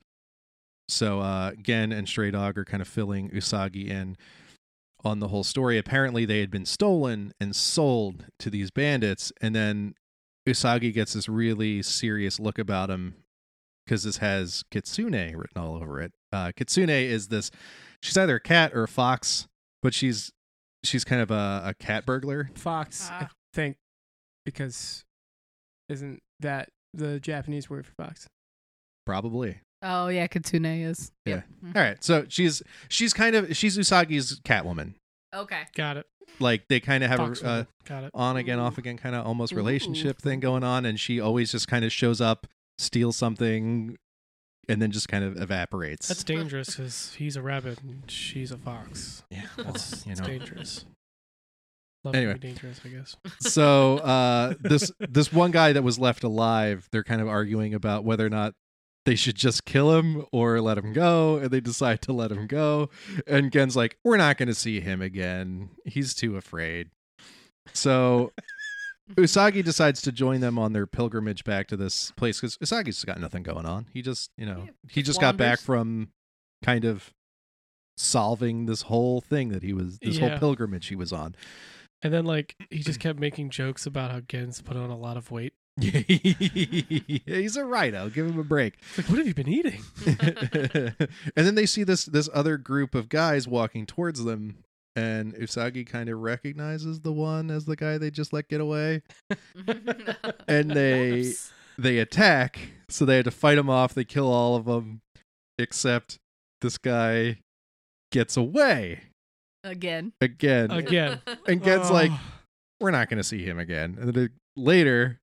Speaker 2: So uh, Gen and Stray Dog are kind of filling Usagi in on the whole story. Apparently, they had been stolen and sold to these bandits, and then Usagi gets this really serious look about him because this has Kitsune written all over it. Uh, Kitsune is this; she's either a cat or a fox, but she's she's kind of a, a cat burglar.
Speaker 3: Fox, I
Speaker 1: Ah.
Speaker 3: think, because isn't that the Japanese word for fox?
Speaker 2: Probably.
Speaker 1: Oh yeah, Kitsune is.
Speaker 2: Yeah. All right, so she's she's kind of she's Usagi's Catwoman.
Speaker 1: Okay.
Speaker 4: Got it.
Speaker 2: like they kind of have a
Speaker 4: Foxwood.
Speaker 2: uh,
Speaker 4: Got it.
Speaker 2: on again,
Speaker 1: Ooh.
Speaker 2: off again kind of almost
Speaker 1: Ooh.
Speaker 2: relationship thing going on, and she always just kind of shows up, steals something, and then just kind of evaporates.
Speaker 4: That's dangerous because he's a rabbit and she's a fox.
Speaker 2: yeah,
Speaker 4: That's,
Speaker 2: you
Speaker 4: that's
Speaker 2: know.
Speaker 4: dangerous. Love can
Speaker 2: Anyway.
Speaker 4: be dangerous, I guess.
Speaker 2: so uh, this this one guy that was left alive, they're kind of arguing about whether or not they should just kill him or let him go, and they decide to let him go. And Gen's like, "We're not going to see him again. He's too afraid." So Usagi decides to join them on their pilgrimage back to this place because Usagi's got nothing going on. He just, you know,
Speaker 1: Yeah,
Speaker 2: he just got back
Speaker 1: wanders.
Speaker 2: from kind of solving this whole thing that he was this
Speaker 4: Yeah.
Speaker 2: whole pilgrimage he was on
Speaker 4: And then like he just kept making jokes about how Gen's put on a lot of weight.
Speaker 2: He's a rhino. Give him a break.
Speaker 4: It's like, what have you been eating?
Speaker 2: and then they see this this other group of guys walking towards them, and Usagi kind of recognizes the one as the guy they just let get away,
Speaker 1: Mm-hmm.
Speaker 2: and they
Speaker 1: Oops.
Speaker 2: they attack. So they had to fight him off. They kill all of them, except this guy gets away
Speaker 1: again.
Speaker 2: again.
Speaker 4: Again.
Speaker 2: and Gen's like, we're not going to see him again. And then later,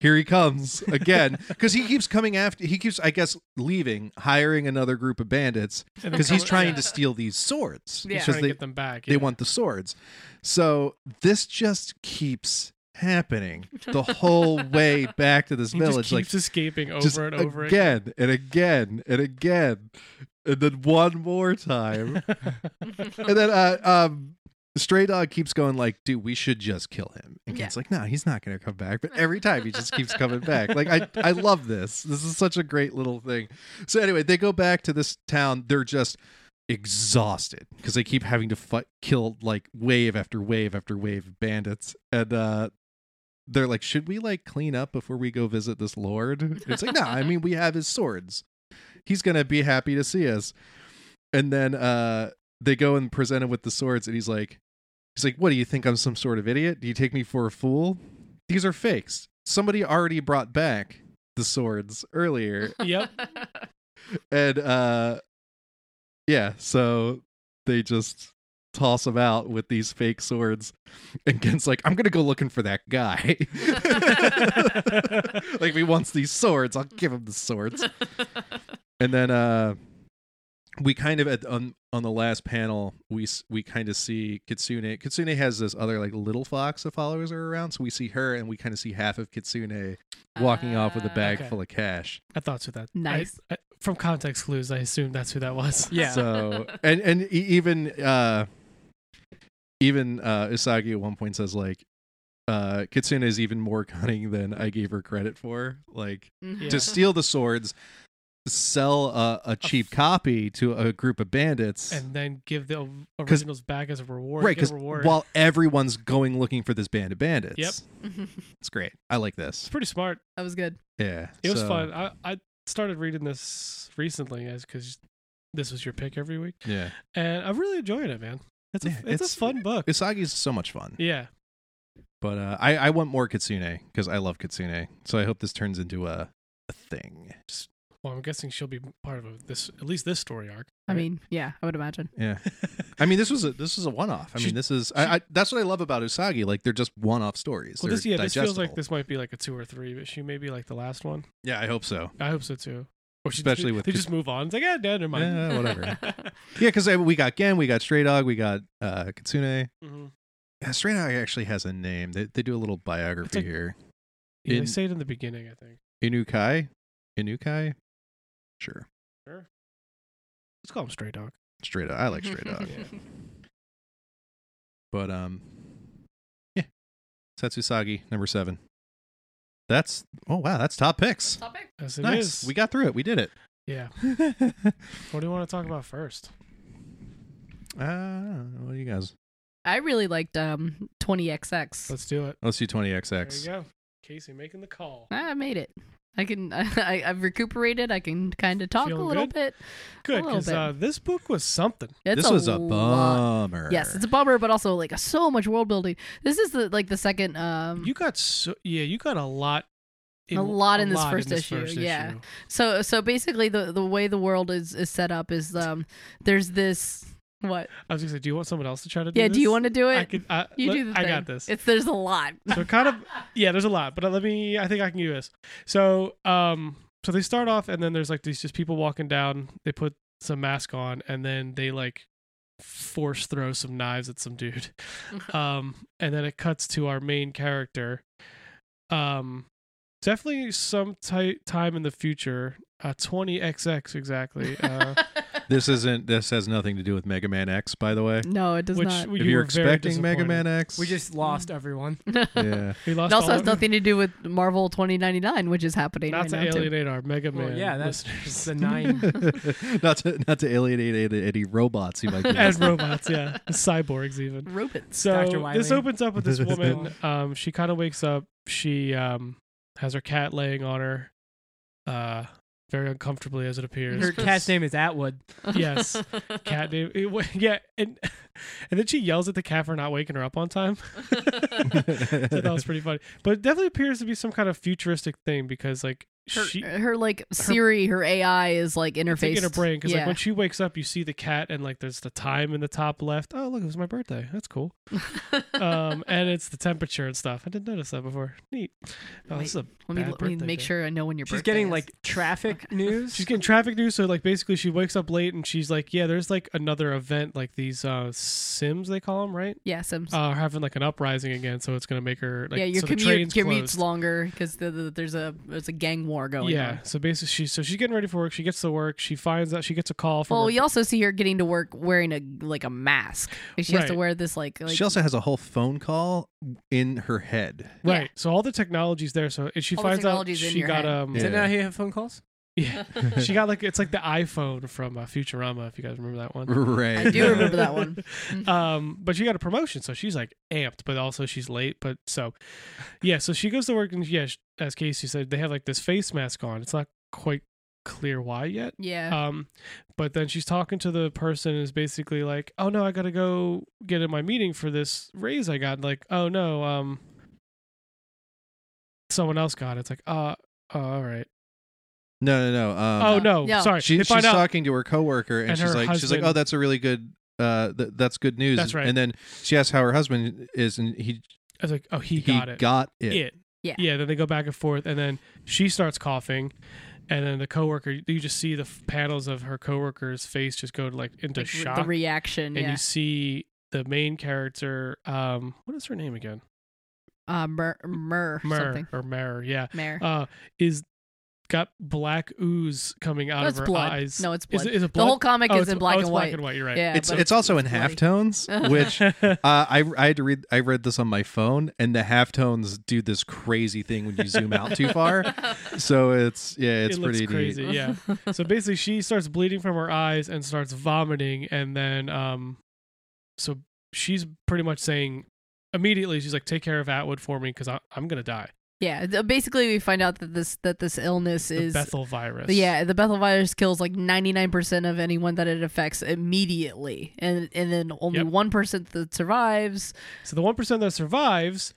Speaker 2: here he comes again because he keeps coming after. He keeps, I guess, leaving, hiring another group of bandits because he's trying to steal these swords
Speaker 1: Yeah.
Speaker 4: He's
Speaker 2: because
Speaker 4: trying to
Speaker 2: they
Speaker 4: get them back.
Speaker 2: they
Speaker 4: yeah.
Speaker 2: want the swords. So this just keeps happening the whole way back to this
Speaker 4: he
Speaker 2: village.
Speaker 4: just
Speaker 2: like
Speaker 4: keeps escaping over
Speaker 2: just
Speaker 4: and over
Speaker 2: again and again and again, and then one more time and then uh, um, Stray Dog keeps going like, dude, we should just kill him. And
Speaker 1: Yeah.
Speaker 2: Kent's like, no, he's not going to come back. But every time he just keeps coming back. Like, I, I love this. This is such a great little thing. So anyway, they go back to this town. They're just exhausted because they keep having to fight, kill like wave after wave after wave of bandits. And uh, they're like, should we like clean up before we go visit this lord? And it's like, no, I mean, we have his swords. He's going to be happy to see us. And then uh, they go and present him with the swords, and he's like, he's like, what do you think? I'm some sort of idiot? Do you take me for a fool? These are fakes. Somebody already brought back the swords earlier
Speaker 4: Yep.
Speaker 2: and uh yeah so they just toss him out with these fake swords and gen's like i'm gonna go looking for that guy like if he wants these swords i'll give him the swords and then uh we kind of at on on the last panel we s- we kind of see kitsune kitsune has this other like little fox that follows her around so we see her and we kind of see half of kitsune walking off with a
Speaker 1: Ah.
Speaker 2: bag
Speaker 4: Okay.
Speaker 2: full of cash
Speaker 4: I thought so that. I-
Speaker 1: Nice.
Speaker 4: I- from context clues, I assumed that's who that was.
Speaker 3: yeah.
Speaker 2: So and and e- even uh even uh Usagi at one point says like uh Kitsune is even more cunning than I gave her credit for. Like to
Speaker 4: Yeah.
Speaker 2: steal the swords, sell a, a cheap copy to a group of bandits.
Speaker 4: And then give the o-
Speaker 2: 'Cause-
Speaker 4: originals back as a reward.
Speaker 2: right,
Speaker 4: get
Speaker 2: because
Speaker 4: a reward.
Speaker 2: while everyone's going looking for this band of bandits.
Speaker 4: Yep.
Speaker 2: It's great. I like
Speaker 4: it's
Speaker 2: this.
Speaker 4: pretty smart.
Speaker 1: that was good.
Speaker 2: Yeah.
Speaker 4: It was
Speaker 2: so-
Speaker 4: fun. I, I started reading this recently as because this was your pick every week,
Speaker 2: Yeah.
Speaker 4: and I'm really enjoying it, man. It's a
Speaker 2: Yeah,
Speaker 4: it's,
Speaker 2: it's-
Speaker 4: a fun book.
Speaker 2: Usagi's so much fun.
Speaker 4: Yeah,
Speaker 2: But uh, I, I want more Kitsune because I love Kitsune. So I hope this turns into a, a thing.
Speaker 4: well, I'm guessing she'll be part of a- this at least this story arc.
Speaker 1: I
Speaker 4: right?
Speaker 1: mean, yeah, I would imagine.
Speaker 2: Yeah. I mean, this was a this was a one off. I
Speaker 4: She-
Speaker 2: mean, this is I, I, that's what I love about Usagi. Like they're just one off stories.
Speaker 4: well,
Speaker 2: They're
Speaker 4: this yeah, this feels like
Speaker 2: digestible.
Speaker 4: this might be like a two or three, but she may be like the last one.
Speaker 2: Yeah, I hope so.
Speaker 4: I hope so too. Or she,
Speaker 2: Especially
Speaker 4: they,
Speaker 2: with
Speaker 4: they
Speaker 2: Kit-
Speaker 4: just move on. It's like, yeah, never mind.
Speaker 2: Yeah, whatever. yeah, because we got Gen, we got Stray Dog, we got uh, Kitsune.
Speaker 4: Mhm.
Speaker 2: Yeah, Stray Dog actually has a name. They they do a little biography
Speaker 4: like-
Speaker 2: here.
Speaker 4: Yeah, they
Speaker 2: In-
Speaker 4: say it in the beginning, I think.
Speaker 2: Inukai, Inukai. Sure,
Speaker 4: Let's call him Stray Dog.
Speaker 2: Stray Dog. I like Stray Dog. But um, yeah, Satsusagi number seven. That's oh wow, that's top picks.
Speaker 1: Topic?
Speaker 4: Yes, it is.
Speaker 2: nice, we got through it. We did
Speaker 4: yeah.
Speaker 2: it.
Speaker 4: What do you want to talk about first?
Speaker 2: Uh, I don't know. what do you guys?
Speaker 1: I really liked um 20XX.
Speaker 4: Let's do it.
Speaker 2: Let's do
Speaker 4: There
Speaker 2: 20XX.
Speaker 4: you go. Casey making the call.
Speaker 1: I made it. I can. I, I've recuperated. I can kind of talk
Speaker 4: Feeling
Speaker 1: a little
Speaker 4: good?
Speaker 1: bit.
Speaker 4: Good,
Speaker 1: little
Speaker 4: because
Speaker 1: bit.
Speaker 4: uh, this book was something.
Speaker 1: It's
Speaker 2: this was a
Speaker 1: lot.
Speaker 2: bummer.
Speaker 1: Yes, it's a bummer, but also like so much world building. This is the like the second um
Speaker 4: You got so yeah, you got a lot.
Speaker 1: A lot in this first issue, yeah.
Speaker 4: issue.
Speaker 1: so so basically the the way the world is is set up is um there's this What?
Speaker 4: I was gonna say, do you want someone else to try to do
Speaker 1: Yeah,
Speaker 4: this?
Speaker 1: do you want to do it?
Speaker 4: I could, I,
Speaker 1: you
Speaker 4: let-
Speaker 1: do the
Speaker 4: I
Speaker 1: thing.
Speaker 4: got this.
Speaker 1: It's there's a lot.
Speaker 4: so kind of yeah there's a lot but let me i think i can do this so um so they start off and then there's like these just people walking down they put some mask on and then they like force throw some knives at some dude um and then it cuts to our main character um definitely some ti- time in the future uh 20xx exactly uh
Speaker 2: This isn't. This has nothing to do with Mega Man X, by the way.
Speaker 1: no, it does
Speaker 4: which
Speaker 1: not.
Speaker 4: we-
Speaker 2: if
Speaker 4: you
Speaker 2: you're
Speaker 4: were very
Speaker 2: expecting Mega
Speaker 4: disappointed.
Speaker 2: Man X,
Speaker 3: We just lost
Speaker 1: Mm.
Speaker 3: everyone.
Speaker 2: yeah.
Speaker 4: we
Speaker 1: It
Speaker 4: lost
Speaker 1: also
Speaker 4: all
Speaker 1: has
Speaker 4: of-
Speaker 1: nothing to do with Marvel 2099, which is happening
Speaker 4: not
Speaker 1: right
Speaker 4: to
Speaker 1: now too.
Speaker 4: alienate our Mega Man
Speaker 3: Well, yeah, that's
Speaker 4: listeners.
Speaker 3: the nine.
Speaker 2: not to not to alienate any, any robots he might be.
Speaker 4: as robots, yeah, cyborgs even.
Speaker 1: Robots.
Speaker 3: Dr.
Speaker 4: So
Speaker 3: Wiley.
Speaker 4: this opens up with this woman. Um, she kind of wakes up. She um has her cat laying on her, uh, very uncomfortably as it appears.
Speaker 3: Her cat's name is Atwood.
Speaker 4: Yes. Cat name, it wa- yeah, and and then she yells at the cat for not waking her up on time. so that was pretty funny. But it definitely appears to be some kind of futuristic thing because like
Speaker 1: her,
Speaker 4: she.
Speaker 1: her like Siri, her AI is like
Speaker 4: It's like
Speaker 1: interface
Speaker 4: in her brain because
Speaker 1: yeah.
Speaker 4: like when she wakes up, you see the cat and like there's the time in the top left. Oh look, it was my birthday. That's cool. um, and it's the temperature and stuff. I didn't notice that before. Neat. Oh, this is a
Speaker 1: let me
Speaker 4: bad
Speaker 1: let me
Speaker 4: birthday
Speaker 1: make
Speaker 4: day.
Speaker 1: sure I know when your
Speaker 3: She's
Speaker 1: birthday
Speaker 3: getting
Speaker 1: is.
Speaker 3: like traffic news.
Speaker 4: She's getting traffic news, so like basically she wakes up late and she's like, yeah, there's like another event, like these uh Sims they call them, right?
Speaker 1: yeah, Sims.
Speaker 4: Uh, are having like an uprising again, so it's gonna make her like
Speaker 1: yeah, your
Speaker 4: so the
Speaker 1: commute
Speaker 4: train's
Speaker 1: commute's
Speaker 4: closed.
Speaker 1: longer because the, the, there's a there's a gang war going
Speaker 4: yeah,
Speaker 1: on.
Speaker 4: so basically she's so she's getting ready for work. She gets to work. She finds out she gets a call from.
Speaker 1: Well,
Speaker 4: her-
Speaker 1: you also see her getting to work wearing a like a mask. Like, She has to
Speaker 4: Right.
Speaker 1: wear this like, like
Speaker 2: she also has a whole phone call in her head.
Speaker 4: right.
Speaker 1: yeah.
Speaker 4: So all the technology's there. So and she
Speaker 1: All the
Speaker 4: finds out
Speaker 1: technology's in
Speaker 4: she
Speaker 1: your
Speaker 4: got
Speaker 1: head.
Speaker 4: um
Speaker 3: Is
Speaker 2: Yeah.
Speaker 3: it now you have phone calls?
Speaker 4: yeah. she got like it's like the iPhone from uh, Futurama if you guys remember that one.
Speaker 2: Right.
Speaker 1: I do remember that one.
Speaker 4: um but she got a promotion so she's like amped but also she's late but so yeah so she goes to work and yeah sh- as casey said they have like this face mask on it's not quite clear why yet
Speaker 1: Yeah.
Speaker 4: um but then she's talking to the person and is basically like oh no i gotta go get in my meeting for this raise i got like oh no um someone else got it. it's like uh, uh all right
Speaker 2: No, no, no. Um,
Speaker 4: oh no,
Speaker 1: No.
Speaker 4: sorry
Speaker 2: She,
Speaker 4: they
Speaker 2: she's
Speaker 4: find out
Speaker 2: talking to her coworker, and,
Speaker 4: And
Speaker 2: she's
Speaker 4: her
Speaker 2: like, she's like,
Speaker 4: husband-
Speaker 2: oh, that's a really good, uh, th- that's good news.
Speaker 4: That's right.
Speaker 2: And then she asks how her husband is, and he
Speaker 4: i was like oh he, got it it.
Speaker 1: Yeah.
Speaker 4: Yeah. Then they go back and forth, and then she starts coughing, and then the coworker, you just see the f- panels of her coworker's face just go like into
Speaker 1: Like,
Speaker 4: shock,
Speaker 1: the reaction.
Speaker 4: and
Speaker 1: Yeah.
Speaker 4: you see the main character. Um, what is her name again?
Speaker 1: uh, myrrh, myrrh,
Speaker 4: Mer
Speaker 1: something.
Speaker 4: or Mer? Yeah.
Speaker 1: Mare.
Speaker 4: Uh, is got black ooze coming out
Speaker 1: No,
Speaker 4: of
Speaker 1: it's
Speaker 4: her
Speaker 1: blood.
Speaker 4: eyes.
Speaker 1: No, it's
Speaker 4: Is
Speaker 1: blood.
Speaker 4: it, is it
Speaker 1: the
Speaker 4: blood?
Speaker 1: whole comic
Speaker 4: oh,
Speaker 1: is
Speaker 4: it's-
Speaker 1: in black
Speaker 4: oh,
Speaker 1: and
Speaker 4: it's
Speaker 1: white.
Speaker 4: black and white. You're right.
Speaker 1: Yeah,
Speaker 2: it's
Speaker 1: but
Speaker 2: it's also in
Speaker 1: bloody.
Speaker 2: halftones, which Uh, I I had to read. I read this on my phone, and the halftones do this crazy thing when you zoom out too far. So it's yeah, it's
Speaker 4: it
Speaker 2: pretty
Speaker 4: looks crazy.
Speaker 2: neat.
Speaker 4: Yeah. so basically, she starts bleeding from her eyes and starts vomiting, and then um, so she's pretty much saying immediately she's like, "Take care of Atwood for me because I'm gonna die."
Speaker 1: yeah. th- Basically, we find out that this that this illness
Speaker 4: The
Speaker 1: is
Speaker 4: Bethel virus.
Speaker 1: yeah the Bethel virus kills like ninety nine percent of anyone that it affects immediately, and and then only
Speaker 4: Yep.
Speaker 1: one percent that survives
Speaker 4: So the one percent that survives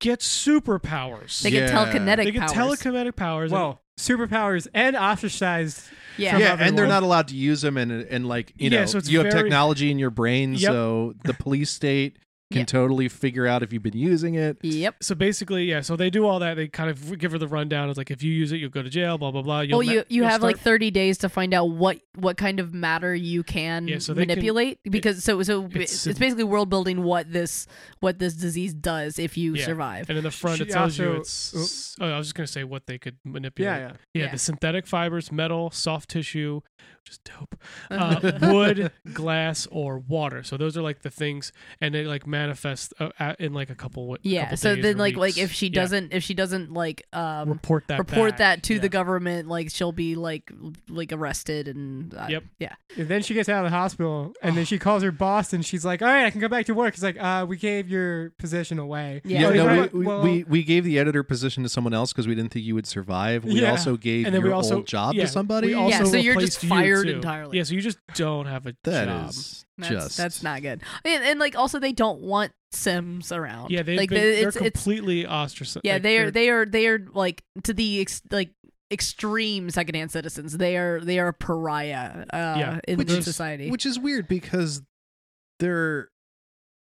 Speaker 4: gets superpowers.
Speaker 1: they
Speaker 4: They,
Speaker 1: get
Speaker 2: Yeah.
Speaker 1: telekinetic
Speaker 4: get
Speaker 1: powers.
Speaker 4: telekinetic powers. and-
Speaker 3: Whoa, superpowers and ostracized.
Speaker 1: yeah.
Speaker 2: Yeah,
Speaker 4: Yeah.
Speaker 2: and they're not allowed to use them, and and like you
Speaker 4: Yeah,
Speaker 2: know,
Speaker 4: so it's
Speaker 2: you have
Speaker 4: very-
Speaker 2: technology in your brain,
Speaker 4: Yep.
Speaker 2: so the police state can
Speaker 1: Yeah.
Speaker 2: totally figure out if you've been using it.
Speaker 1: Yep.
Speaker 4: so basically, yeah. So they do all that. They kind of give her the rundown. It's like if you use it, you'll go to jail. Blah blah blah. You'll
Speaker 1: well, you
Speaker 4: ma-
Speaker 1: you
Speaker 4: you'll
Speaker 1: have
Speaker 4: start-
Speaker 1: like thirty days to find out what what kind of matter you can
Speaker 4: Yeah, so they can-
Speaker 1: manipulate because so so it's,
Speaker 4: it's
Speaker 1: it's,
Speaker 4: sim-
Speaker 1: basically world building what this what this disease does if you
Speaker 4: Yeah.
Speaker 1: survive.
Speaker 4: And in the front, it
Speaker 3: She
Speaker 4: tells you
Speaker 3: also-
Speaker 4: it's. Oh, I was just gonna say what they could manipulate.
Speaker 3: Yeah, yeah.
Speaker 4: Yeah,
Speaker 1: Yeah.
Speaker 4: the synthetic fibers, metal, soft tissue, which is dope, uh, wood, glass, or water. So those are like the things, and they like manifest uh, at- in like a couple. a
Speaker 1: yeah.
Speaker 4: couple
Speaker 1: So
Speaker 4: days
Speaker 1: then
Speaker 4: or
Speaker 1: like like
Speaker 4: weeks.
Speaker 1: if she
Speaker 4: Yeah.
Speaker 1: doesn't if she doesn't like um
Speaker 4: report that,
Speaker 1: report
Speaker 4: back.
Speaker 1: that to
Speaker 3: Yeah.
Speaker 1: the government, like she'll be like like arrested and uh,
Speaker 4: Yep.
Speaker 1: yeah.
Speaker 3: And then she gets out of the hospital, and then she calls her boss, and she's like, "All right, I can go back to work." It's like, uh, "We gave your position away."
Speaker 1: Yeah.
Speaker 2: Yeah,
Speaker 3: Like,
Speaker 2: no,
Speaker 3: what-
Speaker 2: we, we,
Speaker 3: well,
Speaker 2: we, we gave the editor position to someone else because we didn't think you would survive. We
Speaker 3: Yeah.
Speaker 2: also gave
Speaker 4: And then
Speaker 2: your
Speaker 4: we also
Speaker 2: old job
Speaker 4: yeah,
Speaker 2: to somebody.
Speaker 4: We
Speaker 1: Yeah,
Speaker 4: also
Speaker 1: so you're just
Speaker 4: replaced you,
Speaker 1: fired
Speaker 4: too.
Speaker 1: entirely.
Speaker 4: Yeah, so you just don't have a
Speaker 2: That
Speaker 4: job.
Speaker 2: is
Speaker 1: That's,
Speaker 2: just
Speaker 1: that's not good. And, and like also they don't want Sims around.
Speaker 4: Yeah, they've
Speaker 1: like
Speaker 4: been,
Speaker 1: they-
Speaker 4: they're
Speaker 1: it's it's
Speaker 4: completely ostracized.
Speaker 1: yeah,
Speaker 4: like,
Speaker 1: they are they are they are like to the ex- like extreme secondhand citizens. They are they are a pariah uh,
Speaker 4: Yeah.
Speaker 1: in
Speaker 2: Which
Speaker 1: the
Speaker 2: is-
Speaker 1: society.
Speaker 2: Which is weird because they're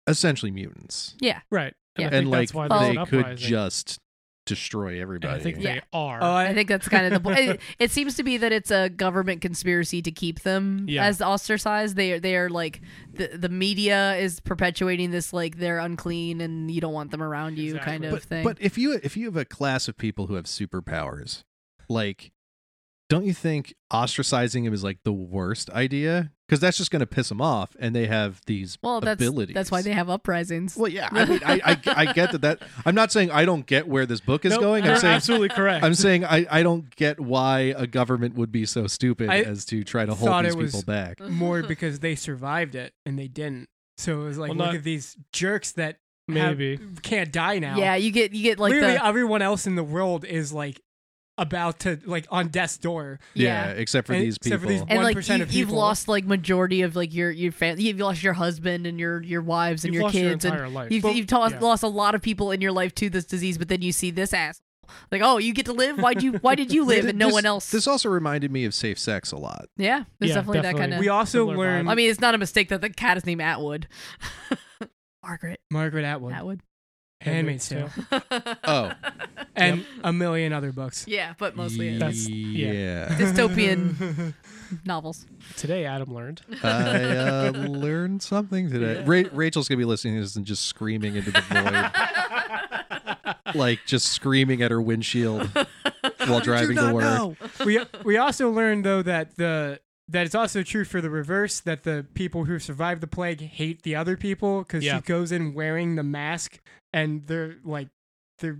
Speaker 2: essentially mutants.
Speaker 1: yeah,
Speaker 4: right. And, I
Speaker 1: Yeah.
Speaker 4: think
Speaker 2: and like
Speaker 4: that's why there's
Speaker 2: they
Speaker 4: an
Speaker 2: could
Speaker 4: uprising.
Speaker 2: just destroy
Speaker 4: And I
Speaker 2: everybody.
Speaker 4: think
Speaker 1: Yeah.
Speaker 4: they are.
Speaker 3: Oh,
Speaker 1: I think that's kind of the point. It, it seems to be that it's a government conspiracy to keep them
Speaker 4: Yeah.
Speaker 1: as ostracized. They are they are like the the media is perpetuating this like they're unclean and you don't want them around you kind
Speaker 4: Exactly.
Speaker 1: of
Speaker 2: but,
Speaker 1: thing.
Speaker 2: but if you if you have a class of people who have superpowers, like don't you think ostracizing him is like the worst idea? Because that's just going to piss them off, and they have these
Speaker 1: well, that's
Speaker 2: abilities.
Speaker 1: that's why they have uprisings.
Speaker 2: Well, yeah, I mean, I, I, I get that. That I'm not saying I don't get where this book is
Speaker 4: Nope,
Speaker 2: going. I'm
Speaker 4: you're
Speaker 2: saying
Speaker 4: absolutely correct.
Speaker 2: I'm saying I, I don't get why a government would be so stupid
Speaker 3: I
Speaker 2: as to try to hold
Speaker 3: thought
Speaker 2: these
Speaker 3: it was-
Speaker 2: people back.
Speaker 1: Mm,
Speaker 3: more because they survived it and they didn't. So it was like,
Speaker 4: Well,
Speaker 3: look
Speaker 4: not-
Speaker 3: at these jerks that have-
Speaker 4: Maybe.
Speaker 3: can't die now.
Speaker 1: yeah, you get you get like
Speaker 3: Literally
Speaker 1: the
Speaker 3: everyone else in the world is like about to like on death's door.
Speaker 2: Yeah,
Speaker 1: yeah.
Speaker 2: except for
Speaker 3: And-
Speaker 2: these people.
Speaker 3: except for these
Speaker 1: and like
Speaker 3: 1%
Speaker 1: you,
Speaker 3: of
Speaker 1: you've
Speaker 3: people.
Speaker 1: lost like majority of like your your family you've lost your husband and your your wives and
Speaker 4: You've
Speaker 1: your
Speaker 4: lost your
Speaker 1: kids and
Speaker 4: entire life.
Speaker 1: you've,
Speaker 4: Well,
Speaker 1: you've ta-
Speaker 4: yeah.
Speaker 1: lost a lot of people in your life to this disease but then you see this ass like oh you get to live why would you why did you live and no
Speaker 2: This-
Speaker 1: one else
Speaker 2: This also reminded me of safe sex a lot.
Speaker 1: yeah there's
Speaker 4: Yeah,
Speaker 1: definitely, that
Speaker 4: definitely.
Speaker 1: kind
Speaker 3: We
Speaker 1: of
Speaker 3: also
Speaker 4: Similar
Speaker 3: learned
Speaker 4: vibe.
Speaker 1: i mean it's not a mistake that the cat is named atwood margaret
Speaker 3: Margaret Atwood
Speaker 1: atwood
Speaker 3: Handmaid's Tale.
Speaker 2: Oh.
Speaker 3: and a million other books.
Speaker 1: yeah but mostly it.
Speaker 4: That's- yeah.
Speaker 2: yeah.
Speaker 1: dystopian novels
Speaker 4: Today, Adam learned.
Speaker 2: I uh, learned something today. Ra- Rachel's gonna be listening to this and just screaming into the void, like just screaming at her windshield while driving to work.
Speaker 3: we we also learned though that the that it's also true for the reverse that the people who survived the plague hate the other people because
Speaker 4: Yeah.
Speaker 3: she goes in wearing the mask and they're like they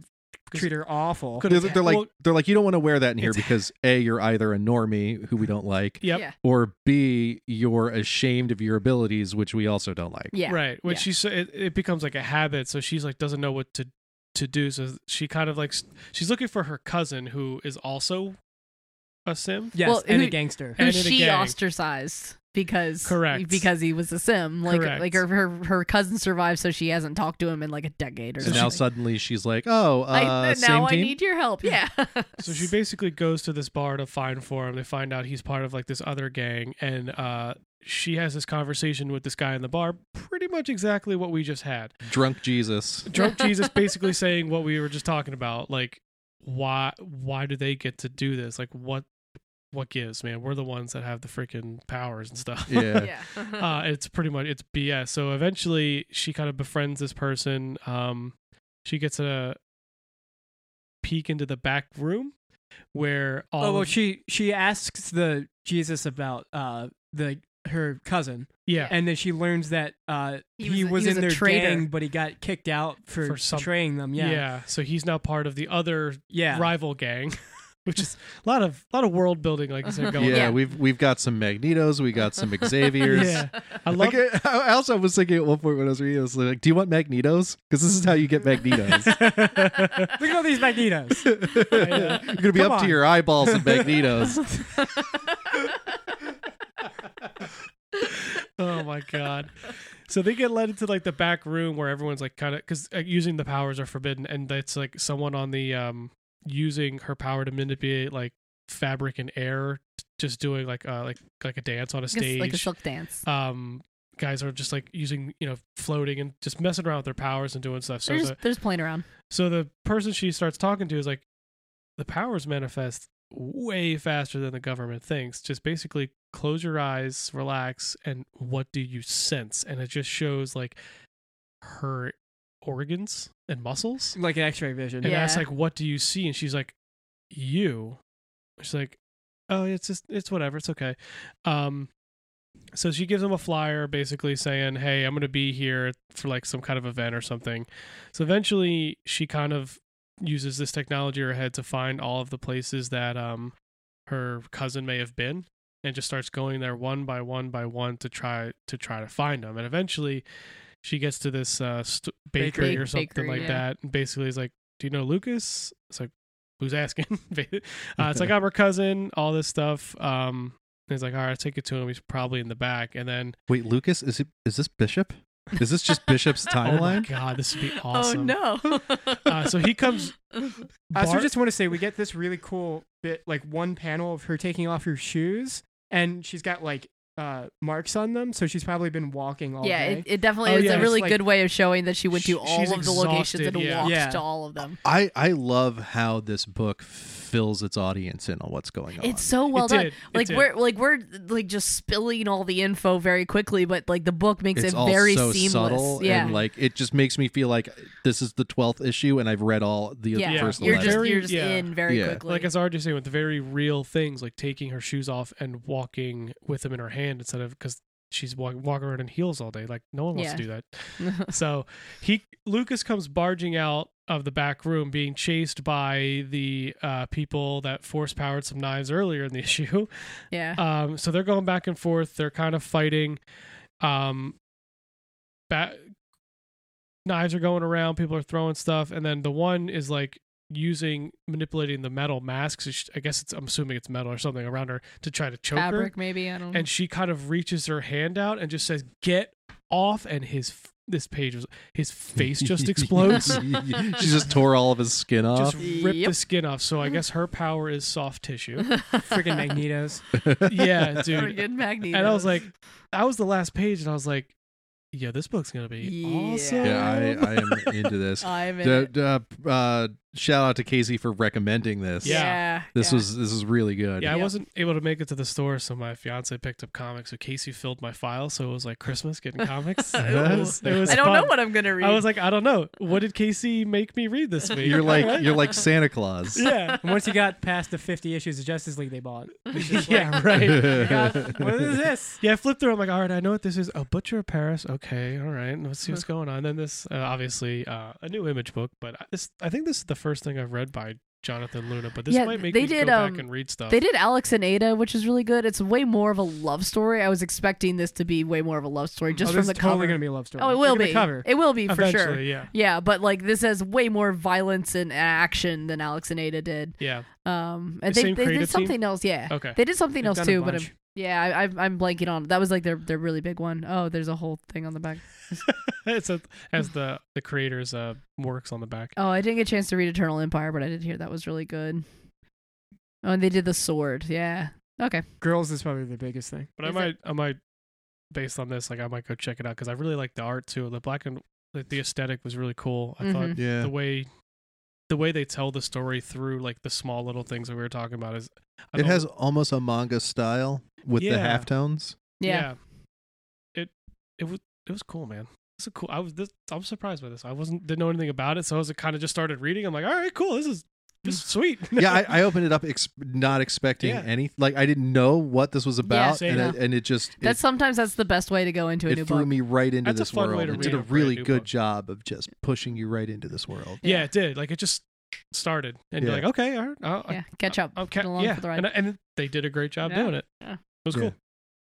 Speaker 3: treat her awful.
Speaker 4: Could-
Speaker 2: They're, they're like
Speaker 4: Well-
Speaker 2: they're like you don't want to wear that in here
Speaker 4: It's-
Speaker 2: because a you're either a normie who we don't like
Speaker 4: Yep.
Speaker 1: yeah
Speaker 2: or b you're ashamed of your abilities which we also don't like.
Speaker 1: yeah
Speaker 4: Right. When
Speaker 1: Yeah.
Speaker 4: she's it, it becomes like a habit, so she's like doesn't know what to to do. So she kind of like s- she's looking for her cousin who is also a sim.
Speaker 3: Yes,
Speaker 1: Well,
Speaker 3: and a
Speaker 1: who-
Speaker 3: gangster.
Speaker 1: who
Speaker 4: And in a
Speaker 1: she
Speaker 4: gang.
Speaker 1: ostracized because
Speaker 4: Correct.
Speaker 1: because he was a sim like
Speaker 4: Correct.
Speaker 1: like her, her her cousin survived so she hasn't talked to him in like a decade or
Speaker 2: So
Speaker 1: something.
Speaker 2: now suddenly she's like, oh, uh,
Speaker 1: I,
Speaker 2: same
Speaker 1: now I
Speaker 2: team.
Speaker 1: need your help yeah
Speaker 4: So she basically goes to this bar to find for him. They find out he's part of like this other gang, and uh, she has this conversation with this guy in the bar, pretty much exactly what we just had.
Speaker 2: Drunk Jesus.
Speaker 4: Drunk Jesus basically saying what we were just talking about, like why why do they get to do this? Like what what gives, man? We're the ones that have the freaking powers and stuff.
Speaker 2: Yeah.
Speaker 1: yeah
Speaker 4: uh, it's pretty much it's BS. So eventually, she kind of befriends this person. Um, she gets a peek into the back room where all
Speaker 3: oh well,
Speaker 4: of-
Speaker 3: she she asks the Jesus about uh the her cousin,
Speaker 4: yeah
Speaker 3: and then she learns that uh
Speaker 1: He
Speaker 3: he
Speaker 1: was a- he was
Speaker 3: was, in
Speaker 1: a
Speaker 3: their
Speaker 1: traitor.
Speaker 3: gang, but he got kicked out for,
Speaker 4: For some-
Speaker 3: betraying them. Yeah, yeah,
Speaker 4: So he's now part of the other
Speaker 3: yeah.
Speaker 4: rival gang, which is a lot of lot of world building, like I said,
Speaker 2: Yeah,
Speaker 4: going. on.
Speaker 2: we've we've got some Magnetos, we got some Xavier's.
Speaker 4: Yeah. I love
Speaker 2: Like, I, I also was thinking at one point when I was reading this, like, do you want Magnetos? Because this is how you get Magnetos.
Speaker 3: Look at all these Magnetos.
Speaker 2: You're gonna be
Speaker 3: Come
Speaker 2: up to
Speaker 3: on.
Speaker 2: your eyeballs in Magnetos.
Speaker 4: oh my god so they get led into like the back room where everyone's like kind of because uh, using the powers are forbidden and that's like someone on the um using her power to manipulate like fabric and air t- just doing like uh like like a dance on a
Speaker 1: Like a-
Speaker 4: stage
Speaker 1: like a silk dance
Speaker 4: um guys are just like using you know floating and just messing around with their powers and doing stuff so
Speaker 1: there's
Speaker 4: the,
Speaker 1: there's playing around
Speaker 4: so the person she starts talking to is like the powers manifest way faster than the government thinks. Just basically close your eyes, relax, and what do you sense? And it just shows like her organs and muscles.
Speaker 3: like an X-ray vision.
Speaker 4: And
Speaker 1: Yeah.
Speaker 4: asks like, what do you see? And she's like, you. She's like, oh, it's just it's whatever, it's okay. Um so she gives him a flyer basically saying, Hey, I'm gonna be here for like some kind of event or something. So eventually she kind of uses this technology in her head to find all of the places that um her cousin may have been and just starts going there one by one by one to try to try to find them. And eventually she gets to this uh st- bakery
Speaker 3: Bakery.
Speaker 4: or something
Speaker 1: Bakery,
Speaker 4: like
Speaker 1: yeah.
Speaker 4: that and basically is like, "Do you know Lucas?" It's like, "Who's asking?" uh, it's like, "I'm her cousin." All this stuff. Um, and he's like, "All right, I'll take it to him. He's probably in the back." And then
Speaker 2: Wait, Lucas, is it is this Bishop? Is this just Bishop's
Speaker 4: Oh my
Speaker 2: timeline?
Speaker 4: god, this would be awesome.
Speaker 1: Oh no.
Speaker 4: Uh, so he comes.
Speaker 1: Uh,
Speaker 3: I also
Speaker 4: Bart-
Speaker 3: just want to say we get this really cool bit, like one panel of her taking off her shoes, and she's got like uh, marks on them, so she's probably been walking all
Speaker 1: yeah,
Speaker 3: day.
Speaker 1: it, it definitely
Speaker 4: Oh,
Speaker 1: is
Speaker 4: yeah,
Speaker 1: a
Speaker 4: it's
Speaker 1: really
Speaker 3: like-
Speaker 1: good way of showing that she went
Speaker 4: Sh-
Speaker 1: to all
Speaker 4: she's
Speaker 1: of the locations
Speaker 4: exhausted,
Speaker 1: and
Speaker 4: yeah.
Speaker 1: walked
Speaker 3: Yeah.
Speaker 1: to all of them.
Speaker 2: I I love how this book fills its audience in on what's going on.
Speaker 1: It's so well
Speaker 4: It
Speaker 1: done.
Speaker 4: did, it
Speaker 1: Like
Speaker 4: did.
Speaker 1: we're like we're like just spilling all the info very quickly, but like the book makes
Speaker 2: It's
Speaker 1: it
Speaker 2: all
Speaker 1: very
Speaker 2: so
Speaker 1: seamless.
Speaker 2: subtle
Speaker 1: yeah.
Speaker 2: and like it just makes me feel like this is the twelfth issue and I've read all the
Speaker 1: yeah.
Speaker 2: first
Speaker 1: you're
Speaker 2: 11
Speaker 1: just
Speaker 4: Very-
Speaker 1: you're just
Speaker 4: yeah.
Speaker 1: in very
Speaker 2: Yeah.
Speaker 1: quickly.
Speaker 4: like as already saying, with the very real things, like taking her shoes off and walking with them in her hand instead of because she's walk, walking around in heels all day. Like no one wants
Speaker 1: Yeah.
Speaker 4: to do that. So he Lucas comes barging out of the back room, being chased by the uh, people that force powered some knives earlier in the issue.
Speaker 1: yeah.
Speaker 4: Um, so they're going back and forth. They're kind of fighting. Um, ba- knives are going around. People are throwing stuff, and then the one is like using manipulating the metal masks. It's- I guess it's I'm assuming it's metal or something around her to try to choke
Speaker 1: Fabric Mm-hmm. maybe, I don't
Speaker 4: her.
Speaker 1: know.
Speaker 4: And she kind of reaches her hand out and just says, "Get off!" And his f- this page was his face just explodes.
Speaker 2: she just tore all of his skin off.
Speaker 4: Just rip the
Speaker 1: Yep.
Speaker 4: skin off. So I guess her power is soft tissue.
Speaker 3: Freaking Magneto's.
Speaker 4: yeah, dude.
Speaker 1: Friggin' Magneto.
Speaker 4: and I was like, that was the last page, and I was like, yeah, this book's gonna be
Speaker 1: Yeah.
Speaker 4: awesome.
Speaker 2: yeah, I, I am into this.
Speaker 1: I'm in
Speaker 2: D-
Speaker 1: it.
Speaker 2: d- uh, uh, shout out to Casey for recommending this.
Speaker 4: Yeah.
Speaker 2: This
Speaker 1: yeah.
Speaker 2: was this is really good.
Speaker 4: Yeah, I
Speaker 1: Yeah.
Speaker 4: wasn't able to make it to the store, so my fiance picked up comics. So Casey filled my file, so it was like Christmas getting comics. it was, it was
Speaker 1: I don't
Speaker 4: fun.
Speaker 1: know what I'm gonna read.
Speaker 4: I was like, I don't know. What did Casey make me read this week?
Speaker 2: You're like you're like Santa Claus.
Speaker 4: yeah,
Speaker 3: And once you got past the 50 issues of Justice League they bought,
Speaker 4: yeah, right.
Speaker 3: what is this?
Speaker 4: Yeah, I flipped through. I'm like, all right, I know what this is. Oh, Butcher of Paris. Okay, all right. Let's see what's going on. Then this, uh, obviously, uh, a new image book, but I- this, I think this is the first thing I've read by Jonathan Luna. But this
Speaker 1: Yeah,
Speaker 4: might make
Speaker 1: they
Speaker 4: me
Speaker 1: did,
Speaker 4: go
Speaker 1: um,
Speaker 4: back and read stuff.
Speaker 1: They did Alex and Ada, which is really good. It's way more of a love story. I was expecting this to be way more of a love story just
Speaker 3: oh,
Speaker 1: from
Speaker 3: this
Speaker 1: the
Speaker 3: is totally
Speaker 1: cover.
Speaker 3: gonna be a love story.
Speaker 1: oh, it
Speaker 3: Look
Speaker 1: will
Speaker 3: at the
Speaker 1: be.
Speaker 3: cover.
Speaker 1: It will be for
Speaker 4: Eventually,
Speaker 1: sure.
Speaker 4: yeah,
Speaker 1: Yeah, but like this has way more violence and action than Alex and Ada did.
Speaker 4: yeah.
Speaker 1: Um, and
Speaker 4: The
Speaker 1: they,
Speaker 4: same
Speaker 1: they did
Speaker 4: creative team?
Speaker 1: something else. Yeah,
Speaker 4: Okay,
Speaker 1: they did something
Speaker 3: They've
Speaker 1: else
Speaker 3: done a
Speaker 1: too. But I'm,
Speaker 3: bunch.
Speaker 1: yeah, I, I'm I'm blanking on that was like their their really big one. Oh, there's a whole thing on the back.
Speaker 4: it's a, as the the creator's uh, works on the back.
Speaker 1: Oh, I didn't get a chance to read Eternal Empire, but I did hear that was really good. Oh, and they did the sword. Yeah. Okay.
Speaker 3: Girls is probably the biggest thing.
Speaker 4: But I
Speaker 1: Is
Speaker 4: might, I might, based on this, like I might go check it out because I really like the art too. The black and like the aesthetic was really cool. I thought
Speaker 1: Mhm.
Speaker 2: Yeah.
Speaker 4: the way the way they tell the story through like the small little things that we were talking about is
Speaker 2: It
Speaker 4: I don't-
Speaker 2: has almost a manga style with the
Speaker 4: Yeah.
Speaker 2: half tones.
Speaker 1: Yeah.
Speaker 4: it it was it was cool man it's a cool i was this i'm surprised by this i wasn't didn't know anything about it so i was kind of just started reading i'm like all right cool this is this
Speaker 1: Mm.
Speaker 4: is sweet
Speaker 2: yeah, I, I opened it up ex- not expecting
Speaker 4: Yeah.
Speaker 2: any. Like I didn't know what this was about,
Speaker 4: same.
Speaker 2: and, it, and it just it,
Speaker 1: That's sometimes that's the best way to go into a
Speaker 2: it
Speaker 1: new
Speaker 2: threw
Speaker 1: book.
Speaker 2: me right into
Speaker 4: That's a
Speaker 2: this
Speaker 4: fun way
Speaker 2: world.
Speaker 4: to
Speaker 2: It
Speaker 4: read
Speaker 2: did a
Speaker 4: a brand
Speaker 2: really
Speaker 4: new
Speaker 2: good
Speaker 4: book.
Speaker 2: job of just pushing you right into this world.
Speaker 4: yeah it did like it just started and you're
Speaker 2: Yeah.
Speaker 4: like okay all right I'll,
Speaker 1: yeah. Catch up.
Speaker 4: I'll ca-
Speaker 1: Get along
Speaker 4: yeah
Speaker 1: for the ride.
Speaker 4: and, and they did a great job
Speaker 1: Yeah.
Speaker 4: doing it
Speaker 1: Yeah.
Speaker 4: it was
Speaker 2: Yeah.
Speaker 4: cool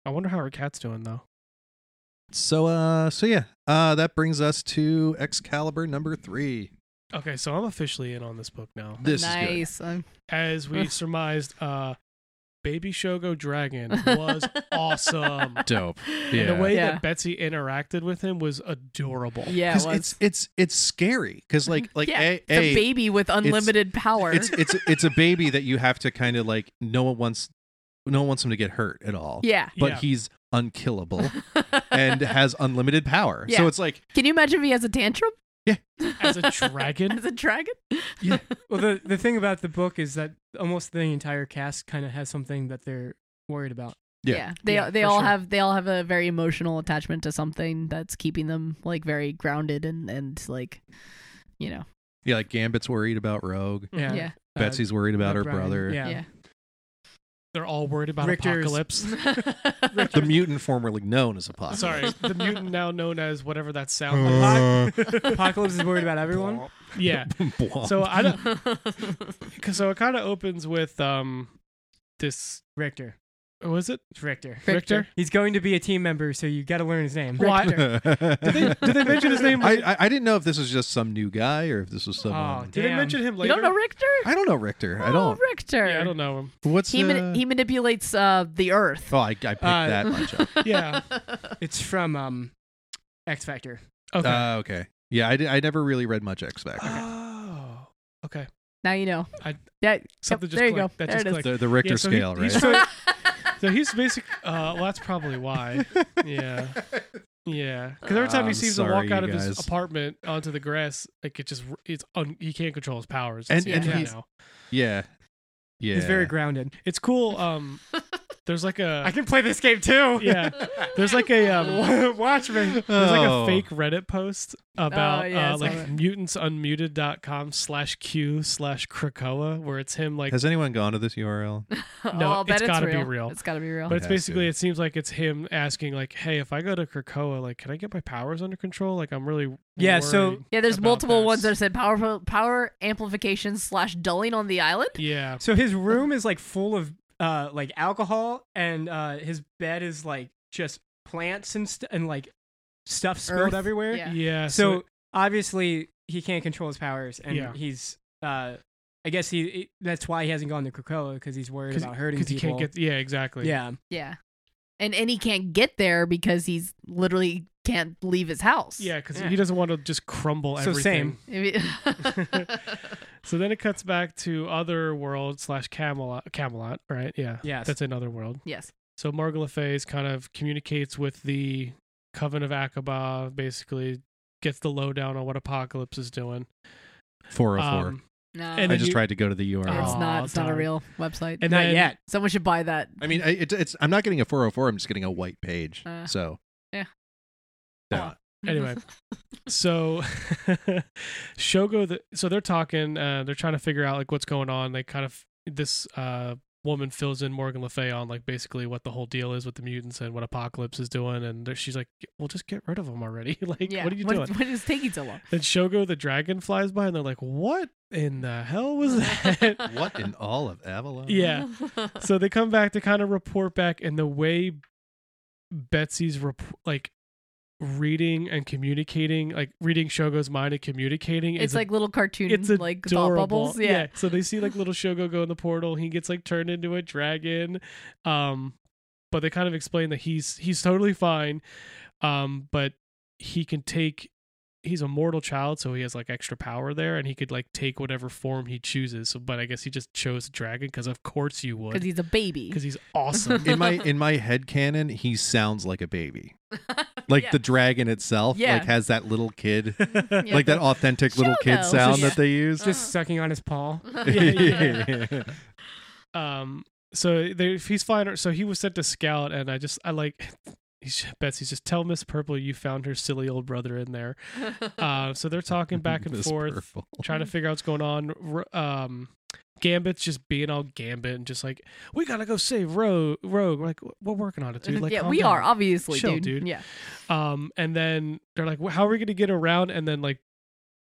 Speaker 4: i wonder how her cat's doing though
Speaker 2: So uh, so yeah, uh, that brings us to Excalibur number three.
Speaker 4: okay so i'm officially in on this book now
Speaker 2: This is
Speaker 1: nice. Um,
Speaker 4: as we surmised uh baby shogo dragon was awesome
Speaker 2: good. dope.
Speaker 4: And the
Speaker 2: Yeah.
Speaker 4: way
Speaker 1: Yeah.
Speaker 4: that Betsy interacted with him was adorable.
Speaker 1: yeah. It
Speaker 2: Because
Speaker 1: was. Mm-hmm.
Speaker 2: it's it's it's scary. Because like like
Speaker 1: yeah.
Speaker 2: a,
Speaker 1: it's a baby with unlimited power.
Speaker 2: it's it's it's a baby that you have to kind of like no one wants no one wants him to get hurt at all.
Speaker 1: yeah.
Speaker 2: But
Speaker 4: Yeah.
Speaker 2: he's unkillable and has unlimited power.
Speaker 1: Yeah.
Speaker 2: So it's like
Speaker 1: Can you imagine if he has a tantrum?
Speaker 2: Yeah.
Speaker 4: As a dragon?
Speaker 1: As a dragon?
Speaker 3: Well, the the thing about the book is that almost the entire cast kind of has something that they're worried about.
Speaker 2: Yeah.
Speaker 1: They
Speaker 3: Yeah,
Speaker 1: they
Speaker 3: for
Speaker 1: all
Speaker 3: sure.
Speaker 1: have they all have a very emotional attachment to something that's keeping them like very grounded and and like you know.
Speaker 2: yeah, like Gambit's worried about Rogue.
Speaker 3: Yeah.
Speaker 1: Yeah.
Speaker 3: Uh,
Speaker 2: Betsy's worried about her
Speaker 3: Brian,
Speaker 2: brother.
Speaker 3: Yeah.
Speaker 1: Yeah.
Speaker 4: They're all worried about
Speaker 3: Richter's-
Speaker 4: apocalypse.
Speaker 2: The mutant formerly known as Apocalypse.
Speaker 4: Sorry, the mutant now known as whatever that sound.
Speaker 2: Oh.
Speaker 3: Apocalypse is worried about everyone.
Speaker 4: yeah. So I don't. Cause so it kind of opens with um, this
Speaker 3: Richter.
Speaker 4: was it
Speaker 3: It's Richter.
Speaker 1: Richter.
Speaker 4: Richter?
Speaker 3: He's going to be a team member, so you got to learn his name.
Speaker 4: Well, I-
Speaker 2: did,
Speaker 4: they- did they mention his name?
Speaker 2: I, I I didn't know if this was just some new guy or if this was someone.
Speaker 3: Oh,
Speaker 4: Did they
Speaker 3: Damn.
Speaker 4: mention him
Speaker 1: You
Speaker 4: later?
Speaker 1: don't know Richter?
Speaker 2: I don't know Richter. I
Speaker 1: Oh,
Speaker 2: don't.
Speaker 1: Richter.
Speaker 4: Yeah, I don't know him.
Speaker 2: What's
Speaker 1: He
Speaker 2: the?
Speaker 1: man- he manipulates uh the earth.
Speaker 2: oh, I, I picked
Speaker 3: Uh,
Speaker 2: that much up.
Speaker 4: Yeah,
Speaker 3: It's from um, X Factor.
Speaker 4: Okay.
Speaker 2: Ah, okay. Yeah, I, di- I never really read much X Factor.
Speaker 4: Oh. Okay.
Speaker 1: Now you know.
Speaker 4: I-
Speaker 1: yeah,
Speaker 4: Something
Speaker 1: yep,
Speaker 4: just
Speaker 1: there you go.
Speaker 4: clicked. That
Speaker 1: there
Speaker 4: just
Speaker 1: it is.
Speaker 4: clicked.
Speaker 2: The, the Richter
Speaker 4: Yeah, so he-
Speaker 2: scale, right?
Speaker 4: he's so- So he's basic. Uh, well, that's probably why. Yeah. Yeah. Because every time
Speaker 2: I'm
Speaker 4: he seems to
Speaker 2: sorry,
Speaker 4: walk out
Speaker 2: you
Speaker 4: of his
Speaker 2: guys.
Speaker 4: apartment onto the grass, like it just it's un, he can't control his powers.
Speaker 2: And-
Speaker 4: It's-
Speaker 1: and
Speaker 4: yeah, I
Speaker 2: he's-
Speaker 4: know.
Speaker 2: yeah. Yeah.
Speaker 3: He's very grounded.
Speaker 4: it's cool. Um, there's like
Speaker 3: I
Speaker 4: a
Speaker 3: can play this game too.
Speaker 4: yeah. There's like a um.
Speaker 3: Watch me.
Speaker 4: There's like a
Speaker 2: Oh.
Speaker 4: fake Reddit post about
Speaker 1: Oh, yeah, I
Speaker 4: uh,
Speaker 1: saw
Speaker 4: like
Speaker 1: that.
Speaker 4: mutantsunmuted.com slash q slash krakoa where it's him like
Speaker 2: Has anyone gone to this URL?
Speaker 4: No,
Speaker 1: oh, I'll bet
Speaker 4: it's
Speaker 1: it's
Speaker 4: gotta be
Speaker 1: real.
Speaker 4: real.
Speaker 1: It's gotta be real.
Speaker 4: But it's
Speaker 2: Okay, I see.
Speaker 4: basically, it seems like it's him asking, like, "Hey, if I go to Krakoa, like, can I get my powers under control? Like, I'm really
Speaker 3: Yeah, so-
Speaker 4: worried
Speaker 1: yeah, there's
Speaker 4: about
Speaker 1: multiple
Speaker 4: this."
Speaker 1: ones that said power power amplification slash dulling on the island.
Speaker 4: yeah,
Speaker 3: So his room is like full of uh like alcohol, and uh his bed is like just plants and st- and like stuff spilled
Speaker 1: Earth.
Speaker 3: everywhere.
Speaker 4: yeah.
Speaker 1: Yeah.
Speaker 3: So obviously he can't control his powers, and
Speaker 4: Yeah.
Speaker 3: he's uh I guess he, he- that's why he hasn't gone to Krakoa because he's worried
Speaker 4: because
Speaker 3: about hurting
Speaker 4: he
Speaker 3: people.
Speaker 4: can't get, yeah, exactly,
Speaker 3: yeah,
Speaker 1: Yeah, and and he can't get there because he's literally can't leave his house.
Speaker 4: yeah, because
Speaker 3: Yeah.
Speaker 4: he doesn't want to just crumble
Speaker 3: So
Speaker 4: everything.
Speaker 3: same.
Speaker 1: If he-
Speaker 4: So then it cuts back to other world slash Camelot, Camelot, right? Yeah,
Speaker 3: Yes.
Speaker 4: that's another world.
Speaker 1: yes.
Speaker 4: So Margot LaFace kind of communicates with the Coven of Akaba, basically gets the lowdown on what Apocalypse is doing.
Speaker 2: 404.
Speaker 4: Um,
Speaker 1: No.
Speaker 4: And
Speaker 2: I
Speaker 4: then
Speaker 2: just
Speaker 4: you-
Speaker 2: tried to go to the URL.
Speaker 1: it's
Speaker 4: Oh,
Speaker 1: not. It's not a
Speaker 4: darn.
Speaker 1: real website.
Speaker 4: and
Speaker 3: not
Speaker 4: then-
Speaker 3: yet.
Speaker 1: Someone should buy that.
Speaker 2: I mean, I, it, it's I'm not getting a 404. I'm just getting a white page.
Speaker 1: Uh,
Speaker 2: so
Speaker 1: yeah.
Speaker 2: Yeah.
Speaker 4: anyway so shogo the, so they're talking uh they're trying to figure out like what's going on they kind of this uh woman fills in morgan le fay on like basically what the whole deal is with the mutants and what apocalypse is doing and there- she's like well just get rid of them already like
Speaker 1: yeah.
Speaker 4: what are you doing
Speaker 1: What is taking so long?
Speaker 4: then shogo the dragon flies by and they're like what in the hell was that
Speaker 2: What in all of Avalon?
Speaker 4: yeah so they come back to kind of report back and the way betsy's rep- like reading and communicating like reading shogo's mind and communicating
Speaker 1: It's
Speaker 4: is a
Speaker 1: like little cartoon,
Speaker 4: it's
Speaker 1: like thought
Speaker 4: adorable.
Speaker 1: bubbles. Yeah.
Speaker 4: So they see like little Shogo go in the portal. He gets like turned into a dragon. Um, but they kind of explain that he's he's totally fine. Um, but he can take he's a mortal child, so he has like extra power there, and he could like take whatever form he chooses. So, but I guess he just chose dragon because of course you
Speaker 1: Because
Speaker 4: would
Speaker 1: he's a baby.
Speaker 4: because he's awesome.
Speaker 2: In my in my head canon, he sounds like a baby. Like
Speaker 1: Yeah.
Speaker 2: the dragon itself,
Speaker 1: Yeah.
Speaker 2: like has that little kid,
Speaker 1: Yeah.
Speaker 2: like that authentic little kid
Speaker 1: Shogo.
Speaker 2: sound
Speaker 1: Yeah.
Speaker 2: that they used.
Speaker 3: Just
Speaker 1: Uh-huh.
Speaker 3: sucking on his paw.
Speaker 4: yeah, um so they he's flying so he was sent to scout and i just i like he's betsy's just tell miss purple you found her silly old brother in there uh so they're talking back and
Speaker 2: Miss
Speaker 4: forth
Speaker 2: Purple.
Speaker 4: trying to figure out what's going on R- um gambit's just being all gambit and just like we gotta go save rogue rogue we're like we're working on it dude like
Speaker 1: yeah,
Speaker 4: calm
Speaker 1: we
Speaker 4: down."
Speaker 1: are obviously,
Speaker 4: Chill,
Speaker 1: dude.
Speaker 4: dude.
Speaker 1: Yeah.
Speaker 4: um and then they're like "Well, how are we gonna get around and then like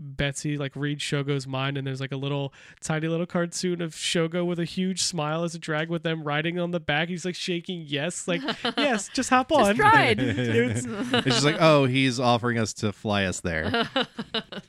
Speaker 4: betsy like reads shogo's mind and there's like a little tiny little cartoon of shogo with a huge smile as a drag with them riding on the back he's like shaking yes like yes just hop on
Speaker 1: Just tried.
Speaker 2: It's- it's just like, oh, he's offering us to fly us
Speaker 4: Uh,
Speaker 2: there.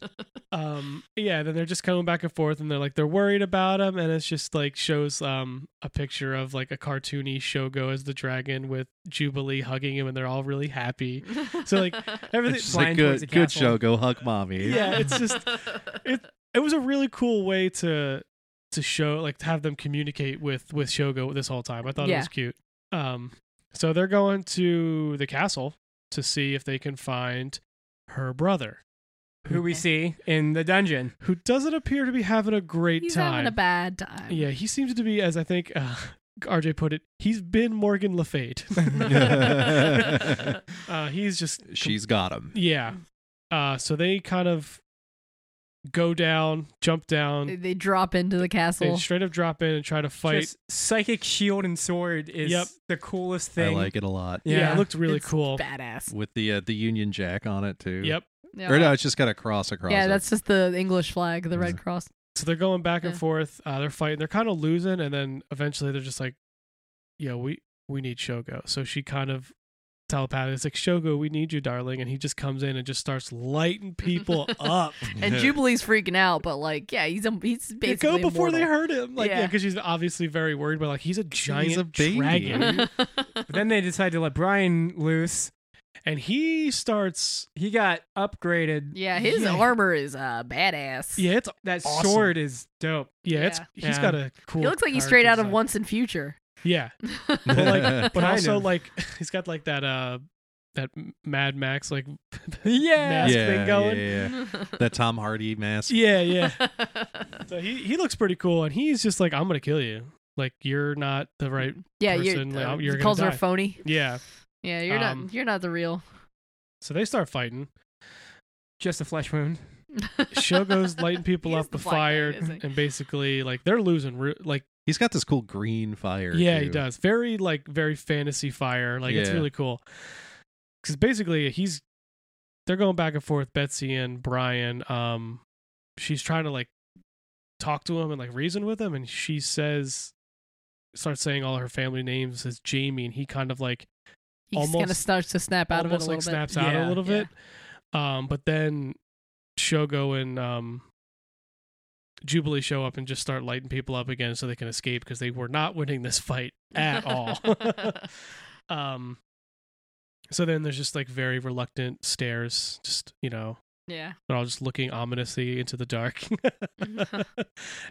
Speaker 4: um yeah then they're just coming back and forth and they're like they're worried about him and it's just like shows um a picture of like a cartoony shogo as the dragon with jubilee hugging him and they're all really happy so like everything
Speaker 2: It's just like,
Speaker 3: flying
Speaker 2: good,
Speaker 3: towards the
Speaker 2: good
Speaker 3: castle.
Speaker 2: show. Go hug mommy.
Speaker 4: yeah it's just it it was a really cool way to to show like to have them communicate with with shogo this whole time i thought it
Speaker 1: Yeah.
Speaker 4: was cute um so they're going to the castle to see if they can find her brother
Speaker 3: Who we see in the dungeon.
Speaker 4: who doesn't appear to be having a great
Speaker 1: He's
Speaker 4: time
Speaker 1: having a bad time.
Speaker 4: yeah he seems to be as i think uh, rj put it he's been morgan le fate uh he's just
Speaker 2: She's got him.
Speaker 4: yeah uh so they kind of go down jump down
Speaker 1: They, they drop into the
Speaker 4: They
Speaker 1: castle.
Speaker 4: straight up drop in and try to fight.
Speaker 3: Just psychic shield and sword is
Speaker 4: Yep.
Speaker 3: the coolest
Speaker 2: I
Speaker 3: thing.
Speaker 2: like it a lot.
Speaker 4: yeah.
Speaker 3: yeah.
Speaker 4: it looked really
Speaker 1: It's
Speaker 4: cool.
Speaker 1: Badass.
Speaker 2: With the uh, the Union Jack on it too.
Speaker 4: Yep.
Speaker 1: Yeah.
Speaker 2: Or no, it's just got a cross across.
Speaker 1: yeah,
Speaker 2: it.
Speaker 1: that's just the English flag, the Red Cross.
Speaker 4: So they're going back and
Speaker 1: Yeah.
Speaker 4: forth. Uh, they're fighting. They're kind of losing, and then eventually they're just like, "Yo, we we need Shogo." So she kind of telepathically is like, "Shogo, we need you, darling." And he just comes in and just starts lighting people up.
Speaker 1: And Jubilee's freaking out, but like, yeah, he's a, he's
Speaker 4: Yeah,
Speaker 1: basically
Speaker 4: go before they
Speaker 1: immortal.
Speaker 4: hurt him. Like, yeah,
Speaker 1: Yeah.
Speaker 4: because she's obviously very worried. But like, he's a giant
Speaker 2: baby.
Speaker 4: dragon.
Speaker 3: But then they decide to let Brian loose.
Speaker 4: and he starts.
Speaker 3: He got upgraded.
Speaker 1: Yeah, his
Speaker 4: Yeah.
Speaker 1: armor is uh, badass.
Speaker 4: Yeah, it's
Speaker 3: That
Speaker 4: Awesome.
Speaker 3: sword is dope.
Speaker 4: yeah, it's he's
Speaker 3: Yeah.
Speaker 4: got a cool.
Speaker 1: He looks like he's
Speaker 4: card
Speaker 1: straight out of
Speaker 4: design.
Speaker 1: Once in Future.
Speaker 4: Yeah, Well, like- but
Speaker 3: Kind
Speaker 4: also
Speaker 3: of.
Speaker 4: like he's got like that uh that Mad Max like
Speaker 3: Yeah.
Speaker 4: Mask
Speaker 2: yeah,
Speaker 4: thing going.
Speaker 2: yeah, yeah. That Tom Hardy mask.
Speaker 4: Yeah, yeah. so he he looks pretty cool, and he's just like, I'm gonna kill you. Like you're not the right.
Speaker 1: yeah,
Speaker 4: Person,
Speaker 1: you're,
Speaker 4: like,
Speaker 1: uh,
Speaker 4: you're
Speaker 1: he
Speaker 4: gonna
Speaker 1: calls her
Speaker 4: die.
Speaker 1: phony.
Speaker 4: Yeah.
Speaker 1: Yeah, you're
Speaker 4: Um,
Speaker 1: not you're not the real.
Speaker 4: So they start fighting.
Speaker 3: Just a flesh wound.
Speaker 4: Shogo's lighting people
Speaker 1: He's
Speaker 4: up
Speaker 1: the
Speaker 4: with
Speaker 1: black guy,
Speaker 4: fire,
Speaker 1: isn't he?
Speaker 4: and basically like they're losing. Re- like
Speaker 2: He's got this cool green fire.
Speaker 4: yeah, he
Speaker 2: too.
Speaker 4: does. Very like very fantasy fire. Like it's
Speaker 2: Yeah.
Speaker 4: really cool. Because basically he's they're going back and forth. Betsy and Brian. Um, she's trying to like talk to him and like reason with him, and she says starts saying all her family names as Jamie, and he kind of like
Speaker 1: He just kind of
Speaker 4: almost-
Speaker 1: starts to snap out of it a
Speaker 4: almost
Speaker 1: little
Speaker 4: like
Speaker 1: bit.
Speaker 4: snaps out a
Speaker 3: Yeah.
Speaker 4: little
Speaker 1: Yeah.
Speaker 4: bit. Um, but then Shogo and um, Jubilee show up and just start lighting people up again so they can escape because they were not winning this fight at all. um, so then there's just like very reluctant stares, just you know,
Speaker 1: yeah.
Speaker 4: they're all just looking ominously into the dark.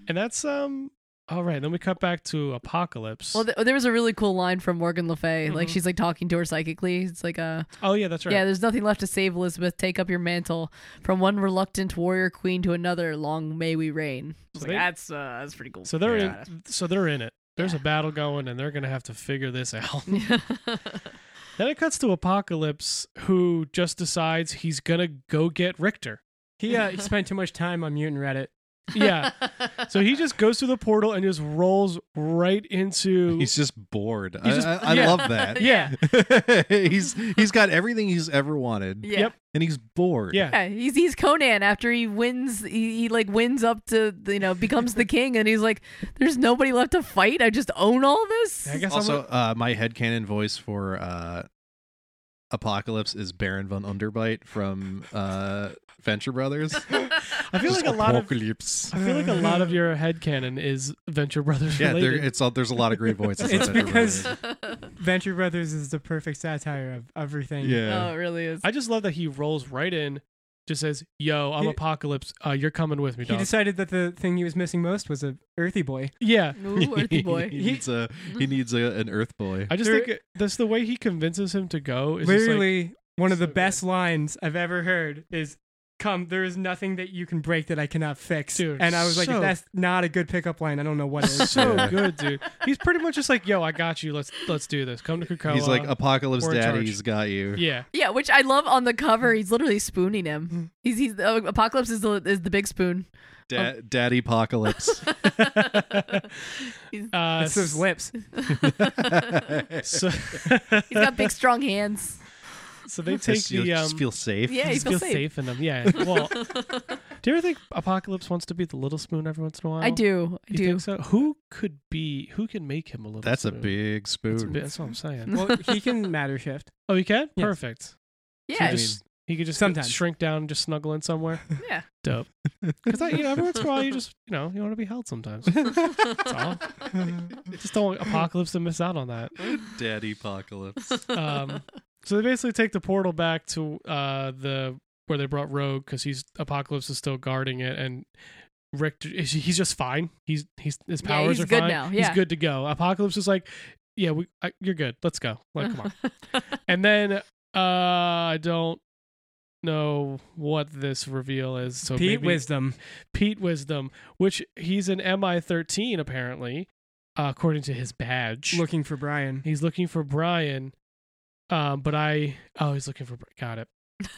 Speaker 4: and that's um all right. Then we cut back to Apocalypse.
Speaker 1: Well, th- there was a really cool line from Morgan Le Fay. Like
Speaker 4: Mhm.
Speaker 1: she's like talking to her psychically. It's like, uh,
Speaker 4: oh yeah, that's right.
Speaker 1: yeah, there's nothing left to save, Elizabeth. Take up your mantle from one reluctant warrior queen to another. Long may we reign. I was
Speaker 4: So
Speaker 1: like,
Speaker 4: they-
Speaker 1: that's uh, that's pretty cool.
Speaker 4: So they're
Speaker 2: Yeah.
Speaker 4: in, so they're in it. There's a
Speaker 1: Yeah.
Speaker 4: battle going, and they're gonna have to figure this out. then it cuts to Apocalypse, who just decides he's gonna go get Richter.
Speaker 3: He uh, he spent too much time on mutant Reddit.
Speaker 4: Yeah. so he just goes through the portal and just rolls right into.
Speaker 2: He's just bored. I,
Speaker 4: He's just-
Speaker 2: I, I
Speaker 4: yeah.
Speaker 2: love that.
Speaker 1: yeah.
Speaker 2: he's he's got everything he's ever wanted,
Speaker 1: Yeah.
Speaker 4: Yep.
Speaker 2: and he's bored.
Speaker 4: yeah.
Speaker 1: Yeah, he's he's Conan after he wins he, he like wins up to you know becomes the king and he's like there's nobody left to fight I just own all this
Speaker 4: I guess
Speaker 2: Also, uh, my headcanon voice for uh, Apocalypse is Baron von Underbite from uh, Venture Brothers.
Speaker 4: I'm, I feel
Speaker 2: Just
Speaker 4: like a lot of
Speaker 2: Apocalypse.
Speaker 4: I feel like a lot of your headcanon is Venture Brothers
Speaker 2: yeah, there,
Speaker 4: related.
Speaker 2: it's all, there's a lot of great voices.
Speaker 3: It's
Speaker 2: on Venture
Speaker 3: because-
Speaker 2: Brothers.
Speaker 3: Venture Brothers is the perfect satire of everything.
Speaker 1: oh
Speaker 2: yeah,
Speaker 1: it really is
Speaker 4: I just love that he rolls right in, just says, "Yo, I'm
Speaker 3: He-
Speaker 4: Apocalypse. Uh, you're coming with me,
Speaker 3: He
Speaker 4: dog."
Speaker 3: decided that the thing he was missing most was a earthy boy.
Speaker 4: yeah.
Speaker 1: Ooh, earthy boy
Speaker 2: he needs a he needs a, an Earth boy.
Speaker 4: I just
Speaker 3: There-
Speaker 4: think that's the way he convinces him to go. Is just like-
Speaker 3: Literally, one of the
Speaker 4: so good.
Speaker 3: best lines I've ever heard is, "Come, there is nothing that you can break that I cannot fix."
Speaker 4: Dude,
Speaker 3: and I was like,
Speaker 4: so-
Speaker 3: if "That's not a good pickup line. I don't know what is."
Speaker 4: so
Speaker 2: Yeah.
Speaker 4: good, dude. He's pretty much just like, "Yo, I got you. Let's let's do this. Come to Krakoa."
Speaker 2: He's like Apocalypse
Speaker 4: We're in
Speaker 2: Daddy's got you.
Speaker 4: uh, yeah,
Speaker 1: yeah which I love on the cover he's literally spooning
Speaker 4: Mm.
Speaker 1: him he's he's oh, Apocalypse is the is the big spoon
Speaker 2: Da-
Speaker 4: um,
Speaker 2: Daddy Apocalypse.
Speaker 1: he's,
Speaker 4: uh,
Speaker 3: it's those lips.
Speaker 2: Just-
Speaker 4: so,
Speaker 1: he's got big strong hands
Speaker 4: so they take
Speaker 2: you'll
Speaker 4: the um,
Speaker 2: just feel safe.
Speaker 1: yeah he
Speaker 4: just
Speaker 1: feels
Speaker 4: feel
Speaker 1: safe.
Speaker 4: safe in them. Yeah. Well, do you ever think Apocalypse wants to be the little spoon every once in a while?
Speaker 1: I do I
Speaker 4: You
Speaker 1: do
Speaker 4: think so? Who could be? Who can make him a little?
Speaker 2: That's a
Speaker 4: spoon?
Speaker 2: big
Speaker 4: That's, a
Speaker 2: spoon.
Speaker 4: bit- that's what I'm saying.
Speaker 3: Well, he can matter shift.
Speaker 4: Oh, he can.
Speaker 3: Yes.
Speaker 4: Perfect. So
Speaker 1: yeah
Speaker 4: he, just, he could just
Speaker 3: Sometimes.
Speaker 4: shrink down and just snuggle in somewhere.
Speaker 1: yeah
Speaker 4: Dope. Because you know, every once in a while, you just you know you want to be held sometimes. That's all. Just don't want apocalypse to miss out on that.
Speaker 2: Daddy Apocalypse.
Speaker 4: Um, so they basically take the portal back to uh, the where they brought Rogue because he's apocalypse is still guarding it, and Rick he's just fine. He's he's his
Speaker 1: Yeah,
Speaker 4: powers
Speaker 1: he's
Speaker 4: are
Speaker 1: good
Speaker 4: fine.
Speaker 1: now,
Speaker 4: He's
Speaker 1: yeah.
Speaker 4: good to go. Apocalypse is like, yeah, we I, you're good. Let's go. Like, come on. and then uh, I don't know what this reveal is. So
Speaker 3: Pete
Speaker 4: maybe-
Speaker 3: Wisdom.
Speaker 4: Pete Wisdom, which he's an MI13 apparently, uh, according to his badge.
Speaker 3: looking for Brian.
Speaker 4: he's looking for Brian, um, but I oh he's looking for Bri- got it,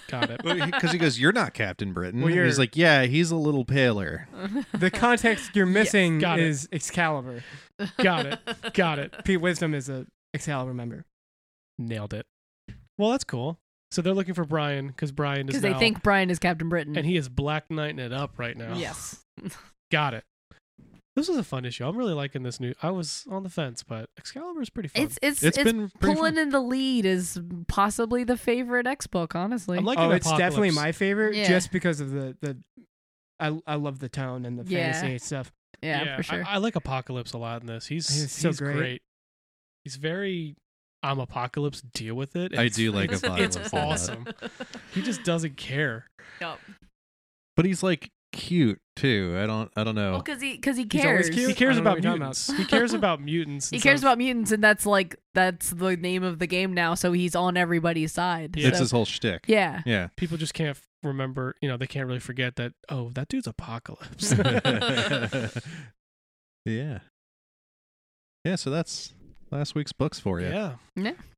Speaker 4: got it.
Speaker 2: Because he goes, You're not Captain Britain.
Speaker 3: Well,
Speaker 2: And he's
Speaker 3: you're-
Speaker 2: like, Yeah, he's a little paler.
Speaker 3: The context you're missing
Speaker 4: Got it.
Speaker 3: is Excalibur.
Speaker 4: Got it. Got it.
Speaker 3: Pete Wisdom is a Excalibur member.
Speaker 4: Nailed it. Well, that's cool. So they're looking for Brian because Brian is
Speaker 1: because they
Speaker 4: now-
Speaker 1: think Brian is Captain Britain
Speaker 4: and he is Black Knighting it up right now.
Speaker 1: yes
Speaker 4: got it. This was a fun issue. I'm really liking this new. I was on the fence, but Excalibur's pretty fun.
Speaker 1: it's it's
Speaker 2: it's been pretty
Speaker 1: pulling
Speaker 2: fun.
Speaker 1: in the lead is possibly the favorite X book, honestly.
Speaker 4: I'm liking
Speaker 3: oh, it's
Speaker 4: Apocalypse.
Speaker 3: definitely my favorite,
Speaker 1: Yeah.
Speaker 3: just because of the the. I I love the tone and the
Speaker 1: Yeah.
Speaker 3: fantasy stuff.
Speaker 1: yeah, for
Speaker 4: I-
Speaker 1: sure.
Speaker 4: I, like Apocalypse a lot in this. He's
Speaker 3: He's so
Speaker 4: he's great.
Speaker 3: great.
Speaker 4: He's very I'm Apocalypse, deal with it.
Speaker 2: I do like
Speaker 4: it's-
Speaker 2: Apocalypse
Speaker 4: It's
Speaker 2: a lot.
Speaker 4: awesome. he just doesn't care.
Speaker 1: Yup.
Speaker 2: But he's like cute too. I don't. I don't know.
Speaker 1: Well, because he because he
Speaker 3: He's always
Speaker 1: cares.
Speaker 3: cute.
Speaker 4: Oh. He cares
Speaker 3: I don't know
Speaker 4: about
Speaker 3: what you're talking
Speaker 4: mutants. He cares about mutants.
Speaker 1: He
Speaker 4: and
Speaker 1: cares
Speaker 4: stuff.
Speaker 1: about mutants, and that's like that's the name of the game now. So he's on everybody's side.
Speaker 4: Yeah.
Speaker 2: It's
Speaker 1: So-
Speaker 2: his whole shtick.
Speaker 1: yeah.
Speaker 2: Yeah.
Speaker 4: people. Just can't f- remember. You know, they can't really forget that. Oh, that dude's Apocalypse.
Speaker 2: yeah. Yeah. So that's last week's books for you.
Speaker 4: yeah.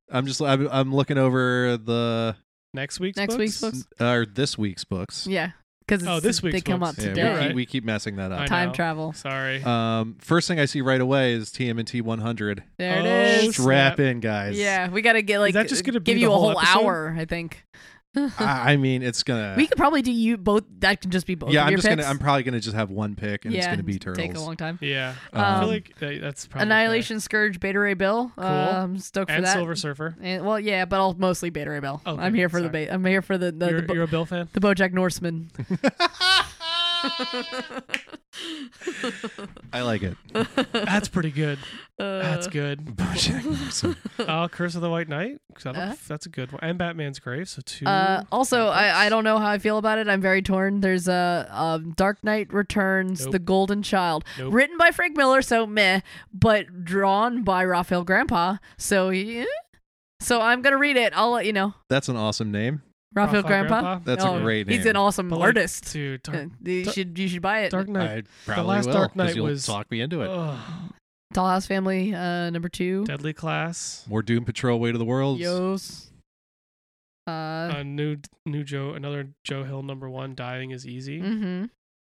Speaker 2: I'm just. I'm, I'm looking over the
Speaker 4: Next week's
Speaker 1: Next
Speaker 4: books?
Speaker 1: week's books.
Speaker 2: or this week's books.
Speaker 1: Yeah. Because
Speaker 4: Oh, this
Speaker 1: they
Speaker 4: week's
Speaker 1: come out
Speaker 4: books.
Speaker 2: Yeah, we,
Speaker 1: today.
Speaker 4: You're
Speaker 2: keep,
Speaker 4: right.
Speaker 2: we keep messing that
Speaker 4: I
Speaker 2: up.
Speaker 1: Time
Speaker 4: know.
Speaker 1: travel.
Speaker 4: Sorry.
Speaker 2: Um, first thing I see right away is TMNT 100.
Speaker 1: There
Speaker 4: Oh,
Speaker 1: it is.
Speaker 4: snap.
Speaker 2: Strap in, guys.
Speaker 1: Yeah, we gotta get like
Speaker 4: that just gonna be
Speaker 1: give
Speaker 4: the
Speaker 1: you
Speaker 4: whole
Speaker 1: a whole
Speaker 4: episode?
Speaker 1: hour. I think
Speaker 2: I, I mean, it's gonna.
Speaker 1: we could probably do you both. That can just be both.
Speaker 2: yeah,
Speaker 1: of
Speaker 2: I'm
Speaker 1: your
Speaker 2: just
Speaker 1: picks.
Speaker 2: gonna. I'm probably gonna just have one pick, and it's
Speaker 1: Yeah,
Speaker 2: gonna be
Speaker 1: it'll
Speaker 2: turtles.
Speaker 1: Take a long time.
Speaker 4: Yeah. I
Speaker 1: Um,
Speaker 4: feel like that, that's probably
Speaker 1: Annihilation, Scourge, Beta Ray Bill.
Speaker 4: Cool.
Speaker 1: Um, stoked for
Speaker 4: fair. and
Speaker 1: that.
Speaker 4: Silver Surfer.
Speaker 1: And- well, yeah, but all mostly Beta Ray Bill.
Speaker 4: Okay,
Speaker 1: I'm here for the
Speaker 4: sorry.
Speaker 1: ba- I'm here for the the,
Speaker 4: you're,
Speaker 1: the, Bo-
Speaker 4: you're a Bill fan.
Speaker 1: the BoJack Norseman.
Speaker 2: I like it.
Speaker 4: That's pretty good.
Speaker 1: Uh,
Speaker 4: That's good.
Speaker 2: Bojack Horseman.
Speaker 4: Uh, Curse of the White Knight. 'cause I don't-
Speaker 1: Uh-huh.
Speaker 4: That's a good one. And Batman's Grave. So two.
Speaker 1: Uh, also, I, I
Speaker 4: Netflix.
Speaker 1: don't know how I feel about it. I'm very torn. There's a uh, um, Dark Knight Returns,
Speaker 4: Nope.
Speaker 1: The Golden Child,
Speaker 4: Nope.
Speaker 1: written by Frank Miller, so meh, but drawn by Raphael Grandpa, so yeah. So I'm gonna read it. I'll let you know.
Speaker 2: That's an awesome name.
Speaker 1: Raphael, Grandpa.
Speaker 2: That's
Speaker 1: Oh,
Speaker 2: a great name.
Speaker 1: He's an awesome
Speaker 4: But, like,
Speaker 1: artist.
Speaker 4: Dude, Dark,
Speaker 1: Uh, you
Speaker 4: Dark-
Speaker 1: should you should buy it.
Speaker 4: Dark
Speaker 2: I
Speaker 4: Knight.
Speaker 2: probably
Speaker 4: last
Speaker 2: will,
Speaker 4: Dark
Speaker 2: 'cause
Speaker 4: Knight
Speaker 2: you'll
Speaker 4: was- Oh.
Speaker 2: talk me into it.
Speaker 4: Ugh.
Speaker 1: Dollhouse Family uh, number two.
Speaker 4: Deadly Class.
Speaker 2: More Doom Patrol, Way to the World.
Speaker 1: Yos. Uh,
Speaker 4: A new new Joe, another Joe Hill number one. Dying is easy.
Speaker 1: mm-hmm.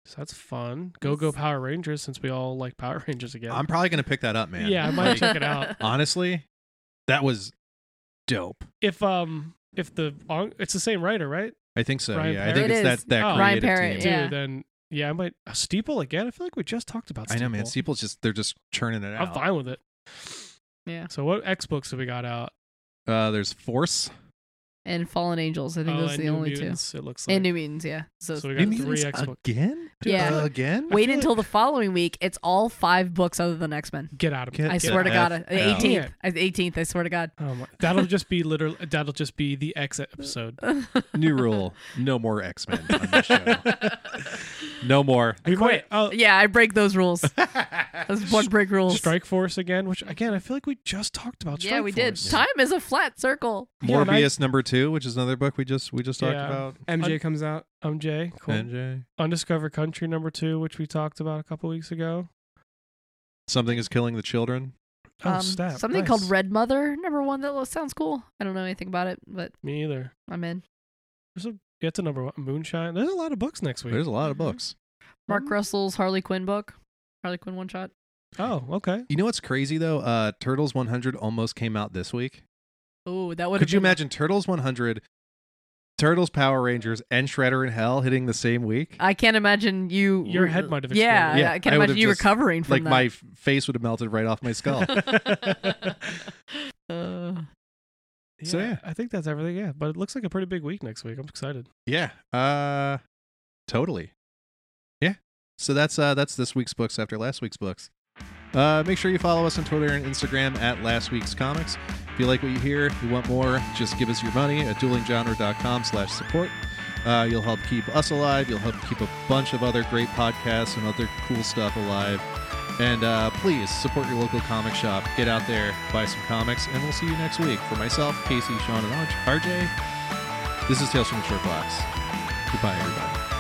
Speaker 4: So that's fun. Go go Power Rangers since we all like Power Rangers again.
Speaker 2: I'm probably gonna pick that up, man.
Speaker 4: Yeah, I might
Speaker 2: Like,
Speaker 4: check it out.
Speaker 2: honestly, that was dope.
Speaker 4: if um if the on- it's the same writer, right?
Speaker 2: I think so.
Speaker 4: Ryan
Speaker 2: yeah, I
Speaker 4: Parrott?
Speaker 2: think
Speaker 1: It
Speaker 2: it's
Speaker 1: is.
Speaker 2: that that
Speaker 4: Oh.
Speaker 1: Ryan
Speaker 2: creative
Speaker 1: Parrott,
Speaker 2: team.
Speaker 4: Dude,
Speaker 1: Yeah.
Speaker 4: then yeah, I might a Steeple again. I feel like we just talked about.
Speaker 2: I
Speaker 4: Steeple.
Speaker 2: know, man. Steeple's just they're just churning it out.
Speaker 4: I'm fine with it.
Speaker 1: Yeah.
Speaker 4: So what X books have we got out?
Speaker 2: Uh, there's Force.
Speaker 1: and Fallen Angels. I think
Speaker 4: oh,
Speaker 1: those are
Speaker 4: and
Speaker 1: the
Speaker 4: New
Speaker 1: only
Speaker 4: Mutants, It looks
Speaker 1: two.
Speaker 4: like.
Speaker 1: and New Mutants, yeah. So,
Speaker 4: so we
Speaker 2: New
Speaker 4: got three
Speaker 2: Mutants
Speaker 4: X books.
Speaker 2: again.
Speaker 1: Yeah.
Speaker 2: Uh, again.
Speaker 1: wait
Speaker 4: feel
Speaker 1: until
Speaker 4: like-
Speaker 1: the following week. It's all five books other than X Men.
Speaker 4: Get out of
Speaker 2: Get
Speaker 4: here.
Speaker 1: I
Speaker 2: the
Speaker 1: swear to God, Uh,
Speaker 2: F out.
Speaker 1: eighteenth, eighteenth. I swear to God.
Speaker 4: Oh my, that'll just be literal. That'll just be the X episode.
Speaker 2: New rule: no more X Men on this show. no more.
Speaker 4: We might. Oh,
Speaker 1: yeah, I break those rules. Those one break rules.
Speaker 4: Strike Force again, which again I feel like we just talked about.
Speaker 1: yeah, we did.
Speaker 4: Strikeforce.
Speaker 1: Time is a flat circle.
Speaker 4: Yeah, and I-
Speaker 2: Morbius number two, which is another book we just we just talked
Speaker 4: Yeah.
Speaker 2: about.
Speaker 3: MJ comes out.
Speaker 4: Um, Jay, cool.
Speaker 2: NJ.
Speaker 4: Undiscovered Country number two, which we talked about a couple weeks ago.
Speaker 2: Something is killing the children.
Speaker 4: Oh,
Speaker 1: Um,
Speaker 4: snap.
Speaker 1: something
Speaker 4: Nice.
Speaker 1: called Red Mother. Number one. That lo- sounds cool. I don't know anything about it, but
Speaker 4: Me either.
Speaker 1: I'm in.
Speaker 4: There's a yeah, it's a number one. Moonshine. There's a lot of books next week.
Speaker 2: There's a lot of
Speaker 1: Mhm.
Speaker 2: books.
Speaker 1: Mark
Speaker 4: Mhm.
Speaker 1: Russell's Harley Quinn book. Harley Quinn one shot.
Speaker 4: oh, okay.
Speaker 2: You know what's crazy though? Uh, Turtles 100 almost came out this week.
Speaker 1: Oh, that would.
Speaker 2: Could you imagine Turtles 100, Turtles Power Rangers, and Shredder in Hell hitting the same week?
Speaker 1: I can't imagine you.
Speaker 4: Your head might have
Speaker 1: Yeah,
Speaker 2: exploded.
Speaker 1: I can't
Speaker 2: I would
Speaker 1: imagine
Speaker 2: have
Speaker 1: you
Speaker 2: just,
Speaker 1: recovering
Speaker 2: like
Speaker 1: from
Speaker 2: my
Speaker 1: that.
Speaker 2: f- face would have melted right off my skull.
Speaker 1: Uh,
Speaker 2: So, yeah.
Speaker 4: I think that's everything. Yeah, but it looks like a pretty big week next week. I'm excited.
Speaker 2: yeah. Uh, totally. Yeah. So that's uh that's this week's books after last week's books. Uh, make sure you follow us on Twitter and Instagram at Last Week's Comics. If you like what you hear, you want more, just give us your money at duelinggenre.com slash support. Uh, you'll help keep us alive. You'll help keep a bunch of other great podcasts and other cool stuff alive. And uh, please support your local comic shop. Get out there, buy some comics, and we'll see you next week. For myself, Casey, Sean, and RJ, this is Tales from the Short Box. Goodbye, everybody.